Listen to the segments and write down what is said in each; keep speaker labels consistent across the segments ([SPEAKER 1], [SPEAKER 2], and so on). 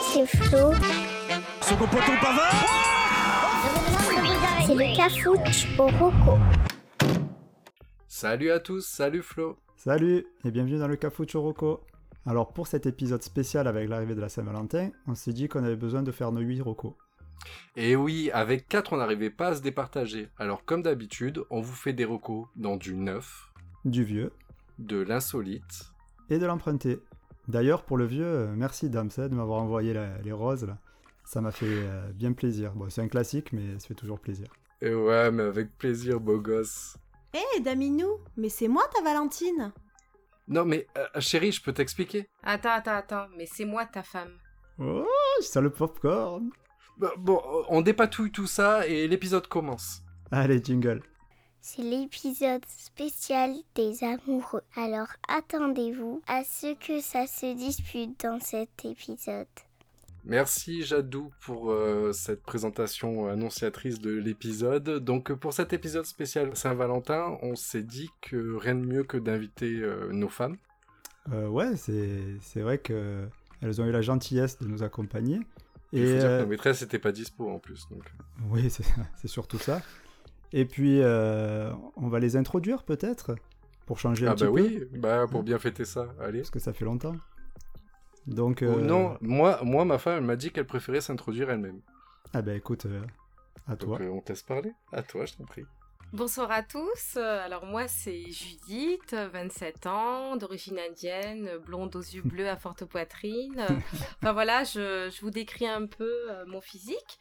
[SPEAKER 1] c'est Flo.
[SPEAKER 2] Second poteau Pavard
[SPEAKER 1] C'est le cafouche au roco.
[SPEAKER 3] Salut à tous, salut Flo.
[SPEAKER 4] Salut et bienvenue dans le Cafou Choroko. Alors pour cet épisode spécial avec l'arrivée de la Saint-Valentin, on s'est dit qu'on avait besoin de faire nos 8 rocos.
[SPEAKER 3] Et Eh oui, avec 4 on n'arrivait pas à se départager. Alors comme d'habitude, on vous fait des recos dans du neuf,
[SPEAKER 4] Du vieux
[SPEAKER 3] de l'insolite.
[SPEAKER 4] et de l'emprunté. D'ailleurs pour le vieux, euh, merci Dams hein, de m'avoir envoyé la- les roses là. Ça m'a fait euh, bien plaisir. Bon c'est un classique mais ça fait toujours plaisir.
[SPEAKER 3] Et Eh ouais, mais avec plaisir beau gosse.
[SPEAKER 5] Hé, Daminou, mais c'est moi ta Valentine
[SPEAKER 3] Non mais euh, chérie, je peux t'expliquer
[SPEAKER 6] Attends, attends, attends, mais c'est moi ta femme.
[SPEAKER 4] Oh, ça le popcorn
[SPEAKER 3] Bah, Bon, euh, on dépatouille tout ça et l'épisode commence.
[SPEAKER 4] Allez jingle.
[SPEAKER 1] C'est l'épisode spécial des amoureux. Alors attendez-vous à ce que ça se dispute dans cet épisode.
[SPEAKER 3] Merci Jadou pour euh, cette présentation annonciatrice de l'épisode. Donc euh, pour cet épisode spécial Saint-Valentin, on s'est dit que rien de mieux que d'inviter euh, nos femmes.
[SPEAKER 4] Euh, ouais c'est c'est vrai que euh, elles ont eu la gentillesse de nous accompagner.
[SPEAKER 3] Il faut dire que
[SPEAKER 4] euh,
[SPEAKER 3] nos maîtresses n'étaient pas dispo en plus. Donc.
[SPEAKER 4] Oui, c'est c'est surtout ça. Et puis, euh, on va les introduire peut-être pour changer un
[SPEAKER 3] Ah
[SPEAKER 4] petit
[SPEAKER 3] bah
[SPEAKER 4] peu,
[SPEAKER 3] oui, bah pour bien fêter ça, allez.
[SPEAKER 4] parce que ça fait longtemps. Donc,
[SPEAKER 3] Oh
[SPEAKER 4] euh,
[SPEAKER 3] non, moi, moi, ma femme, elle m'a dit qu'elle préférait s'introduire elle-même.
[SPEAKER 4] ah bah écoute, euh, à toi.
[SPEAKER 3] Donc euh, on te laisse parler À toi, je t'en prie.
[SPEAKER 6] Bonsoir à tous. Euh, Alors moi c'est Judith, euh, 27 ans, d'origine indienne, euh, blonde aux yeux bleus à forte poitrine. Euh, Enfin voilà, je, je vous décris un peu euh, mon physique.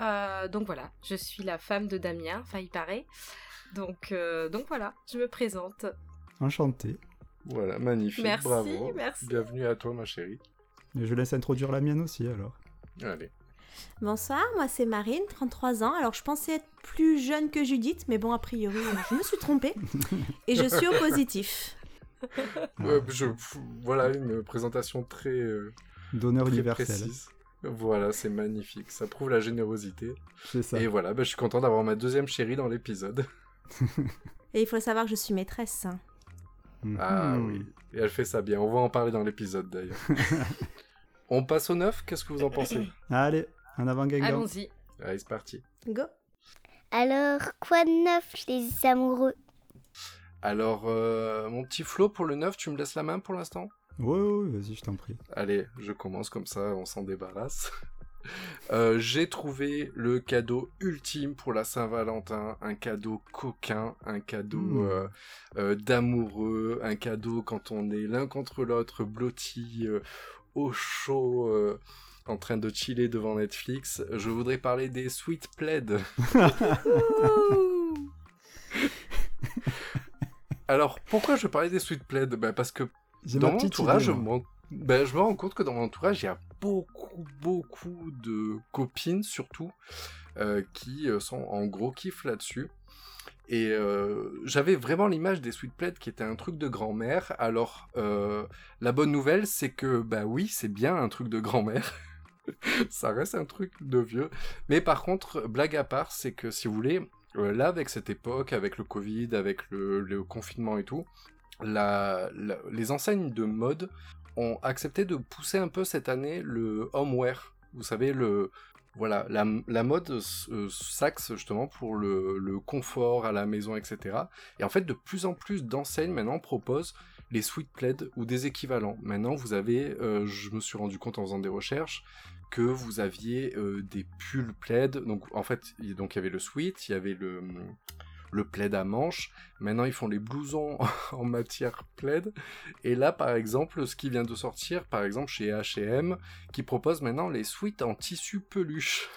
[SPEAKER 6] Euh, donc voilà, je suis la femme de Damien, enfin il paraît. Donc, euh, donc voilà, je me présente.
[SPEAKER 4] Enchanté.
[SPEAKER 3] Voilà, magnifique,
[SPEAKER 6] Merci,
[SPEAKER 3] bravo.
[SPEAKER 6] merci.
[SPEAKER 3] Bienvenue à toi, ma chérie.
[SPEAKER 4] Mais je laisse introduire la mienne aussi alors.
[SPEAKER 3] Allez.
[SPEAKER 5] Bonsoir, moi c'est Marine, 33 ans. Alors je pensais être plus jeune que Judith, mais bon, a priori, euh, je me suis trompée. Et je suis au positif.
[SPEAKER 4] Ah,
[SPEAKER 3] Euh, je- pff, voilà, une présentation très, euh,
[SPEAKER 4] Donneur
[SPEAKER 3] très
[SPEAKER 4] universel.
[SPEAKER 3] précise. Voilà, c'est magnifique. Ça prouve la générosité.
[SPEAKER 4] C'est ça.
[SPEAKER 3] Et voilà, bah, je suis content d'avoir ma deuxième chérie dans l'épisode.
[SPEAKER 5] Et il faut savoir que je suis maîtresse. hein.
[SPEAKER 4] Mhm.
[SPEAKER 3] Ah oui. Et elle fait ça bien. On va en parler dans l'épisode d'ailleurs. on passe au neuf. Qu'est-ce que vous en pensez
[SPEAKER 4] Allez, en avant Guingamp.
[SPEAKER 6] Allons-y.
[SPEAKER 3] Allez, c'est parti.
[SPEAKER 5] Go
[SPEAKER 1] Alors quoi de neuf les amoureux
[SPEAKER 3] Alors, euh, mon petit Flo, pour le 9, tu me laisses la main pour l'instant
[SPEAKER 4] Oui, oui, vas-y, je t'en prie.
[SPEAKER 3] Allez, je commence comme ça, on s'en débarrasse. Euh, J'ai trouvé le cadeau ultime pour la Saint-Valentin, un cadeau coquin, un cadeau
[SPEAKER 4] Mmh.
[SPEAKER 3] euh, euh, d'amoureux, un cadeau quand on est l'un contre l'autre, blotti, euh, au chaud, euh, en train de chiller devant Netflix. Je voudrais parler des Sweet Plaid. Alors, pourquoi je parlais des Sweet Plaid Bah, Parce que
[SPEAKER 4] J'ai
[SPEAKER 3] dans
[SPEAKER 4] ma
[SPEAKER 3] mon
[SPEAKER 4] petite
[SPEAKER 3] entourage,
[SPEAKER 4] idée,
[SPEAKER 3] je me,
[SPEAKER 4] moi.
[SPEAKER 3] rends- ben, je me rends compte que dans mon entourage, il y a beaucoup, beaucoup de copines, surtout, euh, qui euh, sont en gros kiff là-dessus. Et euh, j'avais vraiment l'image des sweet plaids qui était un truc de grand-mère. Alors, euh, la bonne nouvelle, c'est que, bah oui, c'est bien un truc de grand-mère. Ça reste un truc de vieux. Mais par contre, blague à part, c'est que si vous voulez, euh, là, avec cette époque, avec le Covid, avec le- le confinement et tout, la- la- les enseignes de mode ont accepté de pousser un peu cette année le homeware. Vous savez, le, voilà, la, la mode euh, s'axe justement pour le, le confort à la maison, etc. Et en fait, de plus en plus d'enseignes maintenant proposent les sweet plaids ou des équivalents. Maintenant, vous avez, euh, je me suis rendu compte en faisant des recherches, que vous aviez euh, des pulls plaids. Donc, en fait, il donc, il y avait le sweat, il y avait le, le plaid à manches. Maintenant, ils font les blousons en matière plaid. Et là, par exemple, ce qui vient de sortir, par exemple, chez H&M, qui propose maintenant les suites en tissu peluche.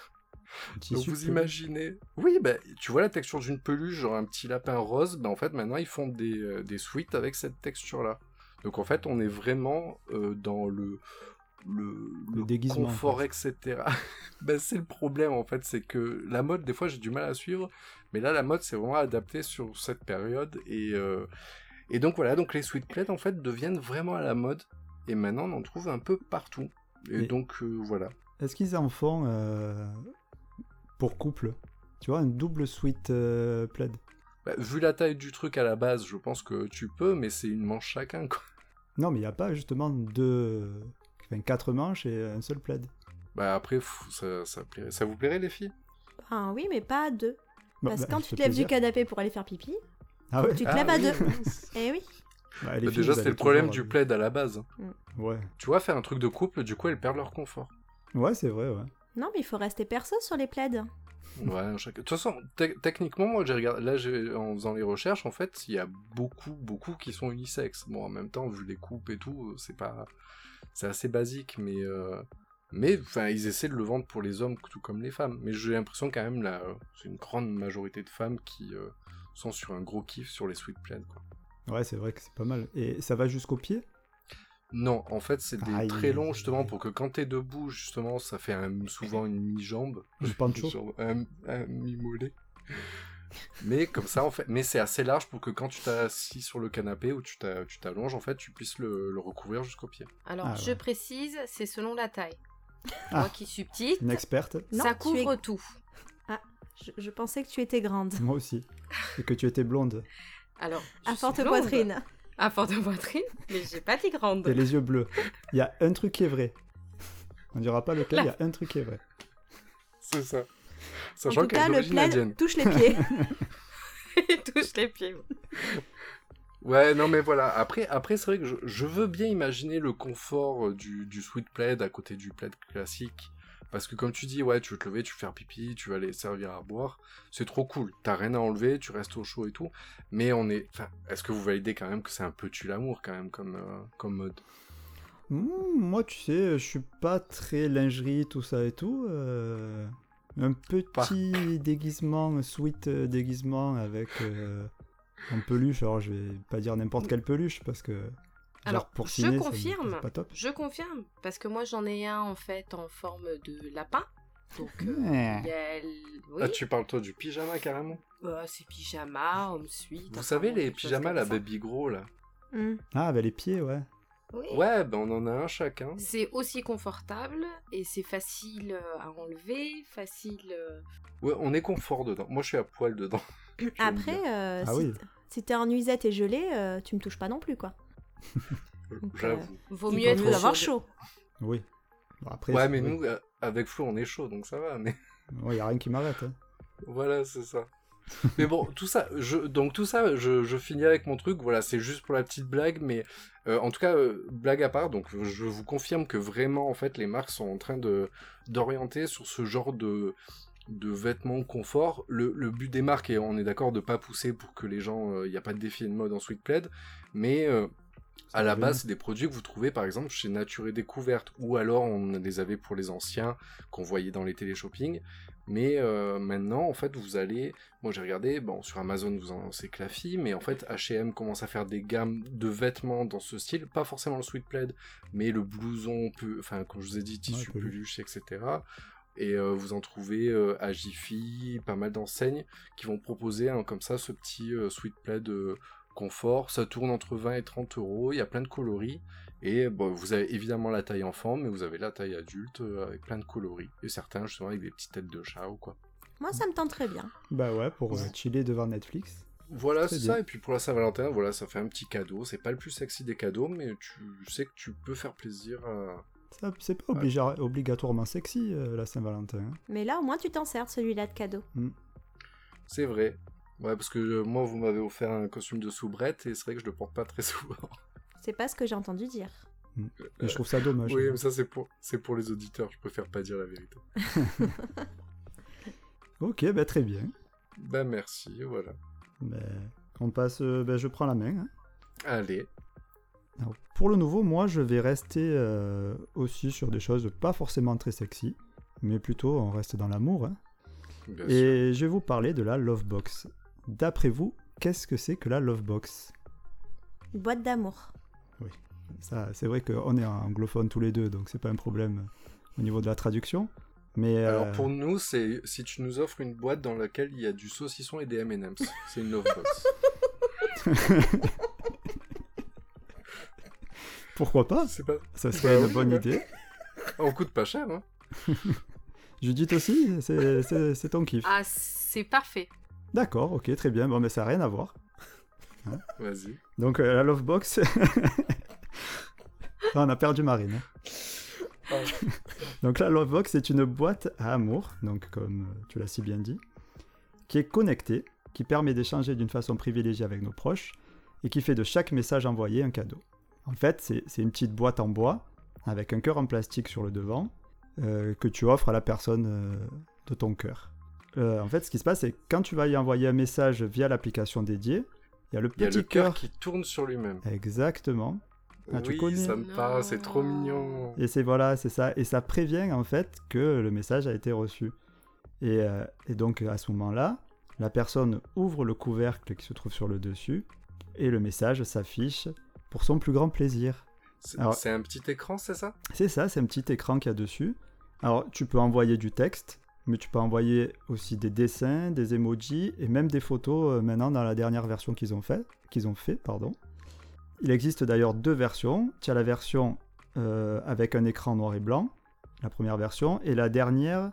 [SPEAKER 4] Tissu
[SPEAKER 3] Donc, vous
[SPEAKER 4] peu-
[SPEAKER 3] imaginez. Oui, bah, tu vois la texture d'une peluche, genre un petit lapin rose. Bah, en fait, maintenant, ils font des, euh, des suites avec cette texture-là. Donc, en fait, on est vraiment euh, dans le. Le,
[SPEAKER 4] Le déguisement, en
[SPEAKER 3] confort, etc. Ben, c'est le problème en fait, c'est que la mode, des fois j'ai du mal à suivre, mais là la mode c'est vraiment adapté sur cette période et, euh, et donc voilà, donc les sweet plaids en fait deviennent vraiment à la mode et maintenant on en trouve un peu partout. Et
[SPEAKER 4] Mais-
[SPEAKER 3] donc euh, voilà.
[SPEAKER 4] Est-ce qu'ils en font euh, pour couple Tu vois, un double suite euh, plaid
[SPEAKER 3] Bah, vu la taille du truc à la base, je pense que tu peux, mais c'est une manche chacun quoi.
[SPEAKER 4] Non, mais il n'y a pas justement deux. Enfin, quatre manches et un seul plaid.
[SPEAKER 3] Bah après, fou, ça, ça, plairait. ça vous plairait les filles
[SPEAKER 5] Ah oui, mais pas à deux.
[SPEAKER 4] Bon,
[SPEAKER 5] Parce que
[SPEAKER 4] bah,
[SPEAKER 5] quand
[SPEAKER 4] ça
[SPEAKER 5] tu te
[SPEAKER 4] fait
[SPEAKER 5] lèves
[SPEAKER 4] plaisir.
[SPEAKER 5] du canapé pour aller faire pipi,
[SPEAKER 4] Ah ouais
[SPEAKER 5] tu te lèves à
[SPEAKER 3] oui,
[SPEAKER 5] deux.
[SPEAKER 3] mince.
[SPEAKER 5] Eh oui.
[SPEAKER 4] Bah, les
[SPEAKER 3] Bah,
[SPEAKER 4] filles,
[SPEAKER 3] déjà,
[SPEAKER 4] vous
[SPEAKER 3] c'était
[SPEAKER 4] allez
[SPEAKER 3] le problème
[SPEAKER 4] toujours,
[SPEAKER 3] du plaid à la base. hein.
[SPEAKER 4] euh, Ouais,
[SPEAKER 3] Tu vois, faire un truc de couple, du coup, elles perdent leur confort.
[SPEAKER 4] ouais c'est vrai, ouais.
[SPEAKER 5] Non, mais il faut rester perso sur les plaides.
[SPEAKER 3] Ouais, chaque- De toute façon, te- techniquement, moi, j'ai regardé... là, j'ai- en faisant les recherches, en fait, il y a beaucoup, beaucoup qui sont unisexes. Bon, en même temps, vu les coupes et tout, euh, c'est pas... C'est assez basique, mais... euh, Mais, enfin, ils essaient de le vendre pour les hommes, tout comme les femmes. Mais j'ai l'impression, quand même, là, euh, c'est une grande majorité de femmes qui euh, sont sur un gros kiff sur les sweet plaids, quoi.
[SPEAKER 4] Ouais, c'est vrai que c'est pas mal. Et ça va jusqu'au pied
[SPEAKER 3] Non, en fait, c'est des
[SPEAKER 4] Aïe.
[SPEAKER 3] très longs, justement, pour que quand t'es debout, justement, ça fait un- souvent une mi-jambe.
[SPEAKER 4] Du pancho
[SPEAKER 3] Genre un, un mi-mollet. Mais comme ça, en fait, mais c'est assez large pour que quand tu t'assis sur le canapé ou tu t'a- tu t'allonges, en fait, tu puisses le, le recouvrir jusqu'au pied.
[SPEAKER 6] Alors,
[SPEAKER 4] Ah,
[SPEAKER 6] je
[SPEAKER 4] ouais.
[SPEAKER 6] précise, c'est selon la taille.
[SPEAKER 4] Ah.
[SPEAKER 6] Moi qui suis petite,
[SPEAKER 4] Une experte
[SPEAKER 5] Non,
[SPEAKER 6] ça
[SPEAKER 5] tu
[SPEAKER 6] couvre
[SPEAKER 5] es-
[SPEAKER 6] tout.
[SPEAKER 5] Je, je pensais que tu étais grande.
[SPEAKER 4] Moi aussi. Et que tu étais blonde.
[SPEAKER 6] Alors, je
[SPEAKER 5] À
[SPEAKER 6] suis
[SPEAKER 5] forte
[SPEAKER 6] blonde,
[SPEAKER 5] poitrine.
[SPEAKER 6] À forte poitrine, mais j'ai pas dit grande.
[SPEAKER 4] T'as les yeux bleus. Il y a un truc qui est vrai. On dira pas lequel, il y a un truc qui est vrai.
[SPEAKER 3] C'est ça.
[SPEAKER 5] En
[SPEAKER 3] Sachant
[SPEAKER 5] tout
[SPEAKER 3] qu'elle
[SPEAKER 5] cas,
[SPEAKER 3] est
[SPEAKER 5] le
[SPEAKER 3] d'origine
[SPEAKER 5] plaid
[SPEAKER 3] indienne.
[SPEAKER 5] touche les pieds.
[SPEAKER 6] Il touche les pieds.
[SPEAKER 3] Ouais, non, mais voilà. Après, après c'est vrai que je, je veux bien imaginer le confort euh, du, du sweet plaid à côté du plaid classique. Parce que comme tu dis, ouais, tu veux te lever, tu veux faire pipi, tu vas aller servir à boire. C'est trop cool. T'as rien à enlever, tu restes au chaud et tout. Mais on est. Enfin, est-ce que vous validez quand même que c'est un peu tu l'amour quand même comme, euh, comme mode
[SPEAKER 4] Hmm, moi, tu sais, je suis pas très lingerie, tout ça et tout. euh, un petit déguisement, un sweet euh, déguisement avec euh, un peluche. Alors, je vais pas dire n'importe quelle peluche parce que. genre,
[SPEAKER 6] Alors,
[SPEAKER 4] pour
[SPEAKER 6] je
[SPEAKER 4] chiner, ça me-
[SPEAKER 6] confirme.
[SPEAKER 4] c'est pas top.
[SPEAKER 6] Je confirme, parce que moi j'en ai un en fait en forme de lapin. Donc, euh,
[SPEAKER 4] Ouais.
[SPEAKER 6] il y a l- oui,
[SPEAKER 3] Là, Hmm. Ah, tu parles toi du pyjama carrément.
[SPEAKER 6] bah, c'est pyjama, on me suit.
[SPEAKER 3] Vous savez, les pyjamas, la baby gros là.
[SPEAKER 5] Hmm.
[SPEAKER 4] Ah, bah les pieds, ouais.
[SPEAKER 3] Ouais, ben on en a un chacun.
[SPEAKER 6] C'est aussi confortable et c'est facile euh, à enlever, facile. euh,
[SPEAKER 3] Ouais, on est confort dedans. Moi, je suis à poil dedans.
[SPEAKER 5] Après, euh,
[SPEAKER 4] Ah
[SPEAKER 5] si,
[SPEAKER 4] oui.
[SPEAKER 5] si t'es en nuisette et gelée, euh, tu me touches pas non plus, quoi.
[SPEAKER 3] J'avoue.
[SPEAKER 6] Vaut
[SPEAKER 5] Il
[SPEAKER 6] mieux
[SPEAKER 5] vaut
[SPEAKER 6] être
[SPEAKER 5] mieux avoir
[SPEAKER 6] chaud.
[SPEAKER 5] chaud.
[SPEAKER 4] Oui. Bon, après,
[SPEAKER 3] Ouais,
[SPEAKER 4] c'est-
[SPEAKER 3] mais
[SPEAKER 4] ouais.
[SPEAKER 3] nous, euh, avec Flo, on est chaud, donc ça va. Mais
[SPEAKER 4] Ouais, y a rien qui m'arrête. hein.
[SPEAKER 3] Voilà, c'est ça. mais bon, tout ça, je, donc tout ça, je, je finis avec mon truc. Voilà, c'est juste pour la petite blague, mais euh, en tout cas, euh, blague à part. Donc, je vous confirme que vraiment, en fait, les marques sont en train de d'orienter sur ce genre de de vêtements confort. Le, le but des marques, et on est d'accord, de pas pousser pour que les gens, il n'y a pas de défi de mode en sweat plaid, mais euh, à la base, c'est des produits que vous trouvez par exemple chez Nature et Découverte, ou alors on les avait pour les anciens qu'on voyait dans les téléshopping. Mais euh, maintenant, en fait, vous allez. Moi, j'ai regardé, bon, sur Amazon, vous en c'est que la fille, mais en fait, HM commence à faire des gammes de vêtements dans ce style, pas forcément le sweat plaid, mais le blouson, peu- enfin, comme je vous ai dit, tissu
[SPEAKER 4] peluche.
[SPEAKER 3] peluche, etc. Et euh, vous en trouvez euh, à Jiffy, pas mal d'enseignes qui vont proposer hein, comme ça ce petit euh, sweet plaid euh, confort. Ça tourne entre 20 et 30 euros, il y a plein de coloris. Et bon, vous avez évidemment la taille enfant, mais vous avez la taille adulte euh, avec plein de coloris. Et certains, justement, avec des petites têtes de chat ou quoi.
[SPEAKER 5] Moi, ça me tente très bien.
[SPEAKER 4] Bah ouais, pour euh, chiller devant Netflix.
[SPEAKER 3] Voilà,
[SPEAKER 4] Très
[SPEAKER 3] c'est
[SPEAKER 4] bien.
[SPEAKER 3] ça. Et puis pour la Saint-Valentin, voilà, ça fait un petit cadeau. C'est pas le plus sexy des cadeaux, mais tu sais que tu peux faire plaisir à.
[SPEAKER 4] Ça, c'est pas obliga- obligatoirement sexy, euh, la Saint-Valentin. hein.
[SPEAKER 5] Mais là, au moins, tu t'en sers, celui-là de cadeau.
[SPEAKER 3] C'est vrai. Ouais, parce que euh, moi, vous m'avez offert un costume de soubrette et c'est vrai que je le porte pas très souvent.
[SPEAKER 5] C'est pas ce que j'ai entendu dire.
[SPEAKER 4] Et Ah, je trouve ça dommage.
[SPEAKER 3] Euh, Oui, mais ça, c'est pour, c'est pour les auditeurs. Je préfère pas dire la vérité.
[SPEAKER 4] Ok, bah très bien.
[SPEAKER 3] Bah merci, voilà.
[SPEAKER 4] Bah, on passe, euh, bah, je prends la main. hein.
[SPEAKER 3] Allez.
[SPEAKER 4] Alors, pour le nouveau, moi, je vais rester euh, aussi sur des choses pas forcément très sexy, mais plutôt on reste dans l'amour. hein.
[SPEAKER 3] bien sûr.
[SPEAKER 4] Et je vais vous parler de la Love Box. D'après vous, qu'est-ce que c'est que la Love Box
[SPEAKER 5] Une boîte d'amour.
[SPEAKER 4] Ça, c'est vrai qu'on est anglophones tous les deux, donc c'est pas un problème au niveau de la traduction. Mais
[SPEAKER 3] Alors
[SPEAKER 4] euh,
[SPEAKER 3] pour nous, c'est si tu nous offres une boîte dans laquelle il y a du saucisson et des M&M's, c'est une love box.
[SPEAKER 4] pourquoi pas
[SPEAKER 3] c'est pas,
[SPEAKER 4] Ça serait
[SPEAKER 3] Bah
[SPEAKER 4] une
[SPEAKER 3] oui,
[SPEAKER 4] bonne
[SPEAKER 3] ouais.
[SPEAKER 4] idée.
[SPEAKER 3] on coûte pas cher, hein.
[SPEAKER 4] Judith aussi, c'est- c'est c'est ton kiff.
[SPEAKER 6] Ah, c'est parfait.
[SPEAKER 4] D'accord, ok, très bien. Bon, mais ça n'a rien à voir.
[SPEAKER 3] Vas-y.
[SPEAKER 4] Donc, euh, la Love Box. Ah, on a perdu Marine. hein. Donc la Lovebox est une boîte à amour, donc comme euh, tu l'as si bien dit, qui est connectée, qui permet d'échanger d'une façon privilégiée avec nos proches et qui fait de chaque message envoyé un cadeau. En fait, c'est c'est une petite boîte en bois avec un cœur en plastique sur le devant euh, que tu offres à la personne euh, de ton cœur. Euh, en fait, ce qui se passe, c'est que quand tu vas y envoyer un message via l'application dédiée, il y a le
[SPEAKER 3] Il y a le
[SPEAKER 4] petit
[SPEAKER 3] cœur
[SPEAKER 4] cœur.
[SPEAKER 3] qui tourne sur lui-même.
[SPEAKER 4] Exactement. Ah, tu
[SPEAKER 3] oui,
[SPEAKER 4] connais.
[SPEAKER 3] ça me parle, c'est trop
[SPEAKER 6] Non.
[SPEAKER 3] mignon.
[SPEAKER 4] Et c'est voilà, c'est ça. Et ça prévient en fait que le message a été reçu. Et, euh, et donc à ce moment-là, la personne ouvre le couvercle qui se trouve sur le dessus et le message s'affiche pour son plus grand plaisir.
[SPEAKER 3] C'est
[SPEAKER 4] Alors-
[SPEAKER 3] c'est un petit écran, c'est ça
[SPEAKER 4] C'est ça, c'est un petit écran qu'il y a dessus. Alors tu peux envoyer du texte, mais tu peux envoyer aussi des dessins, des emojis et même des photos euh, maintenant dans la dernière version qu'ils ont fait. Qu'ils ont fait pardon. Il existe d'ailleurs deux versions. Tu as la version euh, avec un écran noir et blanc, la première version, et la dernière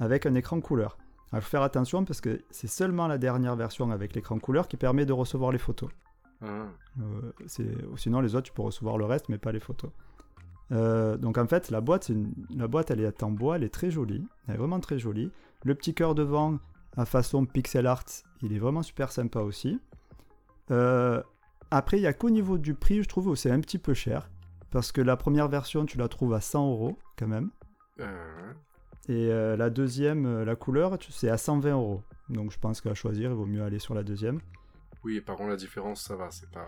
[SPEAKER 4] avec un écran couleur. Alors, il faut faire attention parce que c'est seulement la dernière version avec l'écran couleur qui permet de recevoir les photos.
[SPEAKER 3] Ah.
[SPEAKER 4] Euh, c'est- ou sinon, les autres, tu peux recevoir le reste, mais pas les photos. Euh, donc en fait, la boîte, c'est une- la boîte, elle est en bois, elle est très jolie, elle est vraiment très jolie. Le petit cœur devant, à façon pixel art, il est vraiment super sympa aussi. Euh, après, il n'y a qu'au niveau du prix, je trouve, où c'est un petit peu cher, parce que la première version, tu la trouves à 100 euros quand même,
[SPEAKER 3] Euh,
[SPEAKER 4] et euh, la deuxième, euh, la couleur, tu- c'est à 120 euros. Donc je pense qu'à choisir, il vaut mieux aller sur la deuxième.
[SPEAKER 3] Oui, par contre, la différence, ça va, c'est pas,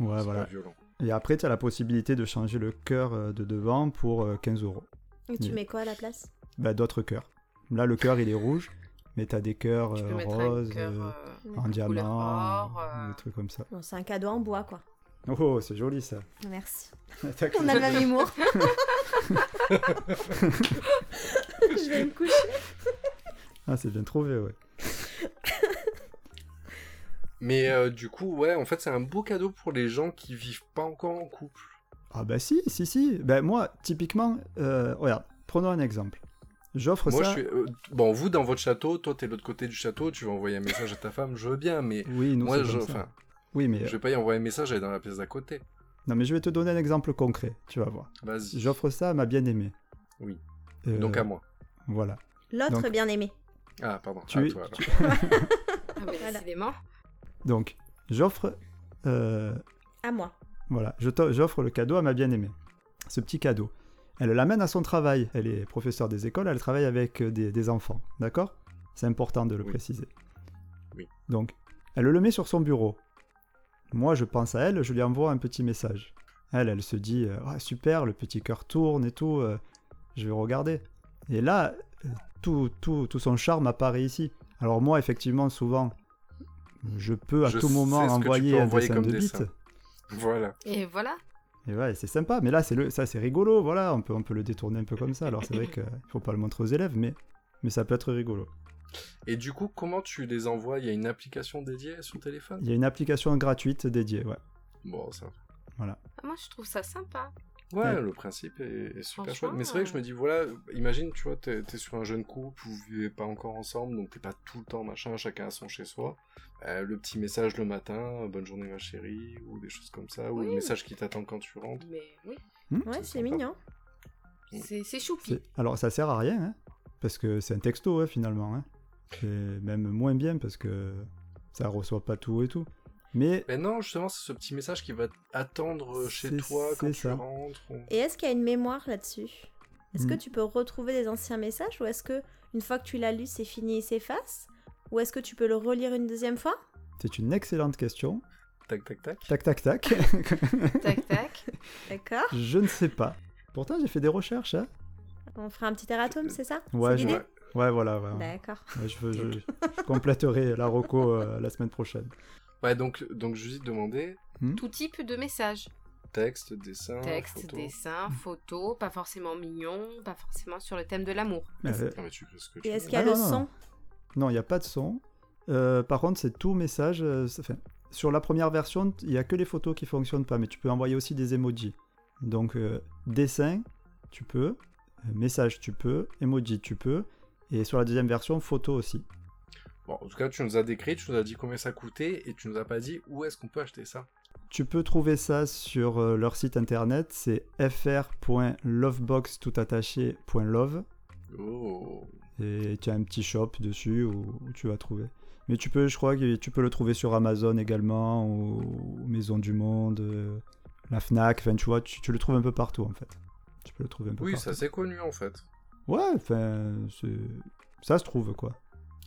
[SPEAKER 4] Ouais,
[SPEAKER 3] c'est
[SPEAKER 4] voilà.
[SPEAKER 3] pas violent.
[SPEAKER 4] Et après, tu as la possibilité de changer le cœur euh, de devant pour euh, 15 euros.
[SPEAKER 5] Et tu
[SPEAKER 4] Oui.
[SPEAKER 5] mets quoi à la place
[SPEAKER 4] Bah, d'autres cœurs. Là, le cœur, il est rouge, mais tu as des cœurs
[SPEAKER 6] Tu peux
[SPEAKER 4] euh,
[SPEAKER 6] mettre
[SPEAKER 4] roses,
[SPEAKER 6] un cœur
[SPEAKER 4] euh,
[SPEAKER 6] euh,
[SPEAKER 4] en
[SPEAKER 6] couleur
[SPEAKER 4] diamant,
[SPEAKER 6] or,
[SPEAKER 4] euh,
[SPEAKER 6] euh,
[SPEAKER 4] des trucs comme ça.
[SPEAKER 5] Bon, c'est un cadeau en bois, quoi.
[SPEAKER 4] Oh, c'est joli ça.
[SPEAKER 5] Merci.
[SPEAKER 4] T'as
[SPEAKER 5] On a le même humour. Je vais me coucher.
[SPEAKER 4] Ah, c'est bien trouvé, ouais.
[SPEAKER 3] Mais euh, du coup, ouais, en fait, c'est un beau cadeau pour les gens qui vivent pas encore en couple.
[SPEAKER 4] Ah, bah si, si, si. Ben, moi, typiquement, euh, regarde, prenons un exemple. J'offre
[SPEAKER 3] Moi,
[SPEAKER 4] ça.
[SPEAKER 3] je suis. euh, bon, vous, dans votre château, toi, t'es de l'autre côté du château, tu vas envoyer un message à ta femme, je veux bien, mais
[SPEAKER 4] Oui, nous,
[SPEAKER 3] moi,
[SPEAKER 4] c'est
[SPEAKER 3] je.
[SPEAKER 4] comme ça. euh,
[SPEAKER 3] Enfin,
[SPEAKER 4] Oui, mais.
[SPEAKER 3] je vais pas y envoyer un message, elle est dans la pièce d'à côté.
[SPEAKER 4] Non, mais je vais te donner un exemple concret, tu vas voir.
[SPEAKER 3] Vas-y.
[SPEAKER 4] J'offre ça à ma bien-aimée.
[SPEAKER 3] Oui.
[SPEAKER 4] Euh,
[SPEAKER 3] Donc à moi.
[SPEAKER 4] Voilà.
[SPEAKER 5] L'autre
[SPEAKER 4] Donc-
[SPEAKER 5] bien aimé.
[SPEAKER 3] Ah, pardon.
[SPEAKER 4] Tu
[SPEAKER 3] à
[SPEAKER 4] es-
[SPEAKER 3] toi, alors.
[SPEAKER 6] Ah, mais
[SPEAKER 5] Voilà.
[SPEAKER 6] décidément.
[SPEAKER 4] Donc, j'offre. euh,
[SPEAKER 5] À moi.
[SPEAKER 4] Voilà, je t'o- j'offre le cadeau à ma bien-aimée. Ce petit cadeau. Elle l'amène à son travail. Elle est professeure des écoles, elle travaille avec euh, des, des enfants. D'accord C'est important de le
[SPEAKER 3] Oui.
[SPEAKER 4] préciser.
[SPEAKER 3] Oui.
[SPEAKER 4] Donc, elle le met sur son bureau. Moi, je pense à elle, je lui envoie un petit message. Elle, elle se dit euh, Ah, super, le petit cœur tourne et tout, euh, je vais regarder. Et là, euh, tout, tout, tout son charme apparaît ici. Alors, moi, effectivement, souvent, je peux à
[SPEAKER 3] Je
[SPEAKER 4] tout
[SPEAKER 3] sais
[SPEAKER 4] moment
[SPEAKER 3] ce que tu peux
[SPEAKER 4] envoyer un
[SPEAKER 3] envoyer
[SPEAKER 4] dessin
[SPEAKER 3] comme
[SPEAKER 4] de
[SPEAKER 3] dessin.
[SPEAKER 4] bite.
[SPEAKER 3] Voilà.
[SPEAKER 6] Et voilà.
[SPEAKER 4] Et ouais, c'est sympa, mais là, c'est le, ça, c'est rigolo, voilà, on peut, on peut le détourner un peu comme ça. Alors, c'est vrai qu'il faut pas le montrer aux élèves, mais, mais ça peut être rigolo.
[SPEAKER 3] Et du coup, comment tu les envoies Il y a une application dédiée sur téléphone
[SPEAKER 4] Il y a une application gratuite dédiée, ouais.
[SPEAKER 3] Bon, ça.
[SPEAKER 6] Ah, Moi, je trouve ça sympa.
[SPEAKER 3] Ouais,
[SPEAKER 4] Ouais.
[SPEAKER 3] Bah, le principe est, est super
[SPEAKER 6] Franchement,
[SPEAKER 3] chouette. Mais c'est vrai que je
[SPEAKER 6] euh,
[SPEAKER 3] me dis, voilà, imagine, tu vois, t'es t'es sur un jeune couple, vous vivez pas encore ensemble, donc t'es pas tout le temps machin, chacun à son chez soi. Euh, le petit message le matin, euh, bonne journée ma chérie, ou des choses comme ça, ou le
[SPEAKER 6] Oui.
[SPEAKER 3] message qui t'attend quand tu rentres.
[SPEAKER 6] Mais oui,
[SPEAKER 5] Ouais,
[SPEAKER 3] C'est
[SPEAKER 5] c'est
[SPEAKER 3] sympa.
[SPEAKER 5] mignon.
[SPEAKER 6] c'est c'est
[SPEAKER 4] C'est-
[SPEAKER 6] choupi.
[SPEAKER 4] Alors, ça sert à rien, hein, parce que c'est un texto, hein, finalement. hein. C'est même moins bien, parce que ça reçoit pas tout et tout. Mais
[SPEAKER 3] Mais non, justement, c'est ce petit message qui va attendre euh, chez
[SPEAKER 4] C'est-
[SPEAKER 3] toi quand
[SPEAKER 4] c'est
[SPEAKER 3] tu
[SPEAKER 4] ça.
[SPEAKER 3] rentres. ou-
[SPEAKER 5] Et est-ce qu'il y a une mémoire là-dessus Est-ce que
[SPEAKER 4] Hmm.
[SPEAKER 5] tu peux retrouver des anciens messages ou est-ce que une fois que tu l'as lu, c'est fini, il s'efface Ou est-ce que tu peux le relire une deuxième fois
[SPEAKER 4] c'est une excellente question.
[SPEAKER 3] Tac, tac, tac.
[SPEAKER 4] Tac, tac, tac.
[SPEAKER 6] Tac, tac.
[SPEAKER 5] D'accord
[SPEAKER 4] je ne sais pas. Pourtant, j'ai fait des recherches, hein.
[SPEAKER 5] On fera un petit erratum, c'est ça
[SPEAKER 4] Ouais,
[SPEAKER 5] C'est l'idée
[SPEAKER 4] je- Ouais, voilà, ouais.
[SPEAKER 5] D'accord.
[SPEAKER 4] Ouais, je, je- je compléterai la reco euh, la semaine prochaine.
[SPEAKER 3] Ouais, donc, donc je lui ai demandé
[SPEAKER 6] Tout type de message.
[SPEAKER 3] texte, dessin,
[SPEAKER 6] Texte,
[SPEAKER 3] Oh, photo.
[SPEAKER 6] dessin, photo, pas forcément mignon, pas forcément sur le thème de l'amour.
[SPEAKER 4] Euh,
[SPEAKER 3] Non, mais tu fais ce que tu
[SPEAKER 5] Et
[SPEAKER 3] veux.
[SPEAKER 5] est-ce qu'il y a
[SPEAKER 4] Ah
[SPEAKER 5] le
[SPEAKER 4] non, non,
[SPEAKER 5] son
[SPEAKER 4] non. Non, il n'y a pas de son. Euh, par contre, c'est tout message. euh, ça- enfin, sur la première version, il n'y a que les photos qui fonctionnent pas, mais tu peux envoyer aussi des emojis. Donc, euh, dessin, tu peux. euh, Message, tu peux. Emoji, tu peux. Et sur la deuxième version, photo aussi.
[SPEAKER 3] Bon, en tout cas, tu nous as décrit, tu nous as dit combien ça coûtait, et tu nous as pas dit où est-ce qu'on peut acheter ça.
[SPEAKER 4] Tu peux trouver ça sur euh, leur site internet, c'est fr.loveboxtoutattaché.love.
[SPEAKER 3] Oh.
[SPEAKER 4] Et tu as un petit shop dessus où, où tu vas trouver. Mais tu peux, je crois que tu peux le trouver sur Amazon également, ou, ou Maison du Monde, euh, la Fnac, enfin tu vois, tu, tu le trouves un peu partout en fait. Tu peux le trouver un peu
[SPEAKER 3] Oui,
[SPEAKER 4] partout.
[SPEAKER 3] ça c'est connu en fait.
[SPEAKER 4] Ouais, enfin, c'est- ça se trouve quoi.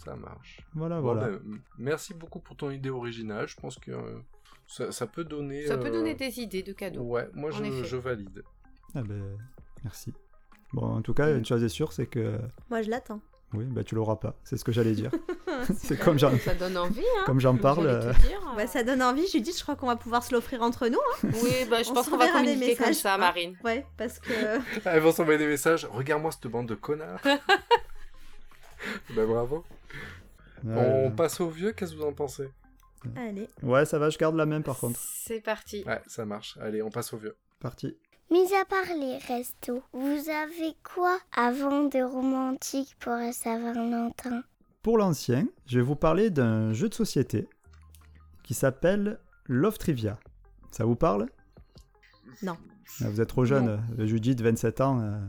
[SPEAKER 3] Ça marche.
[SPEAKER 4] Voilà,
[SPEAKER 3] Bon,
[SPEAKER 4] Ah, voilà.
[SPEAKER 3] ben, m- merci beaucoup pour ton idée originale. Je pense que euh, ça, ça peut donner.
[SPEAKER 6] Ça peut
[SPEAKER 3] euh,
[SPEAKER 6] donner des idées de cadeaux.
[SPEAKER 3] Ouais, moi
[SPEAKER 6] en
[SPEAKER 3] je,
[SPEAKER 6] effet.
[SPEAKER 3] je valide.
[SPEAKER 4] Ah ben, merci. Bon, en tout cas, une chose est sûre, c'est que
[SPEAKER 5] Moi, je l'attends.
[SPEAKER 4] oui, bah tu l'auras pas. C'est ce que j'allais dire. c'est
[SPEAKER 6] Super.
[SPEAKER 4] comme j'en
[SPEAKER 6] Ça donne envie, hein.
[SPEAKER 4] comme j'en parle.
[SPEAKER 6] j'allais
[SPEAKER 4] euh,
[SPEAKER 6] te dire.
[SPEAKER 5] Ouais, Bah, ça donne envie, Judith. Je crois qu'on va pouvoir se l'offrir entre nous. hein.
[SPEAKER 6] Oui, bah, je
[SPEAKER 5] On
[SPEAKER 6] pense qu'on va
[SPEAKER 5] s'enverra des
[SPEAKER 6] communiquer comme
[SPEAKER 5] messages,
[SPEAKER 6] ça,
[SPEAKER 5] hein.
[SPEAKER 6] Marine.
[SPEAKER 5] Ouais, parce que
[SPEAKER 3] Ah, Elles vont s'envoyer des messages. Regarde-moi cette bande de connards. ben bravo.
[SPEAKER 4] euh, ouais.
[SPEAKER 3] On passe au vieux, qu'est-ce que vous en pensez
[SPEAKER 5] allez,
[SPEAKER 4] Ouais, ça va, je garde la même par contre.
[SPEAKER 6] C'est parti.
[SPEAKER 3] Ouais, ça marche. Allez, on passe au vieux.
[SPEAKER 4] Parti.
[SPEAKER 1] Mis à part les restos, vous avez quoi avant de romantique pour la Saint-Valentin
[SPEAKER 4] Pour l'ancien, je vais vous parler d'un jeu de société qui s'appelle Love Trivia. Ça vous parle
[SPEAKER 5] Non.
[SPEAKER 4] Ah, Vous êtes trop jeune. euh, Judith, 27 ans. euh,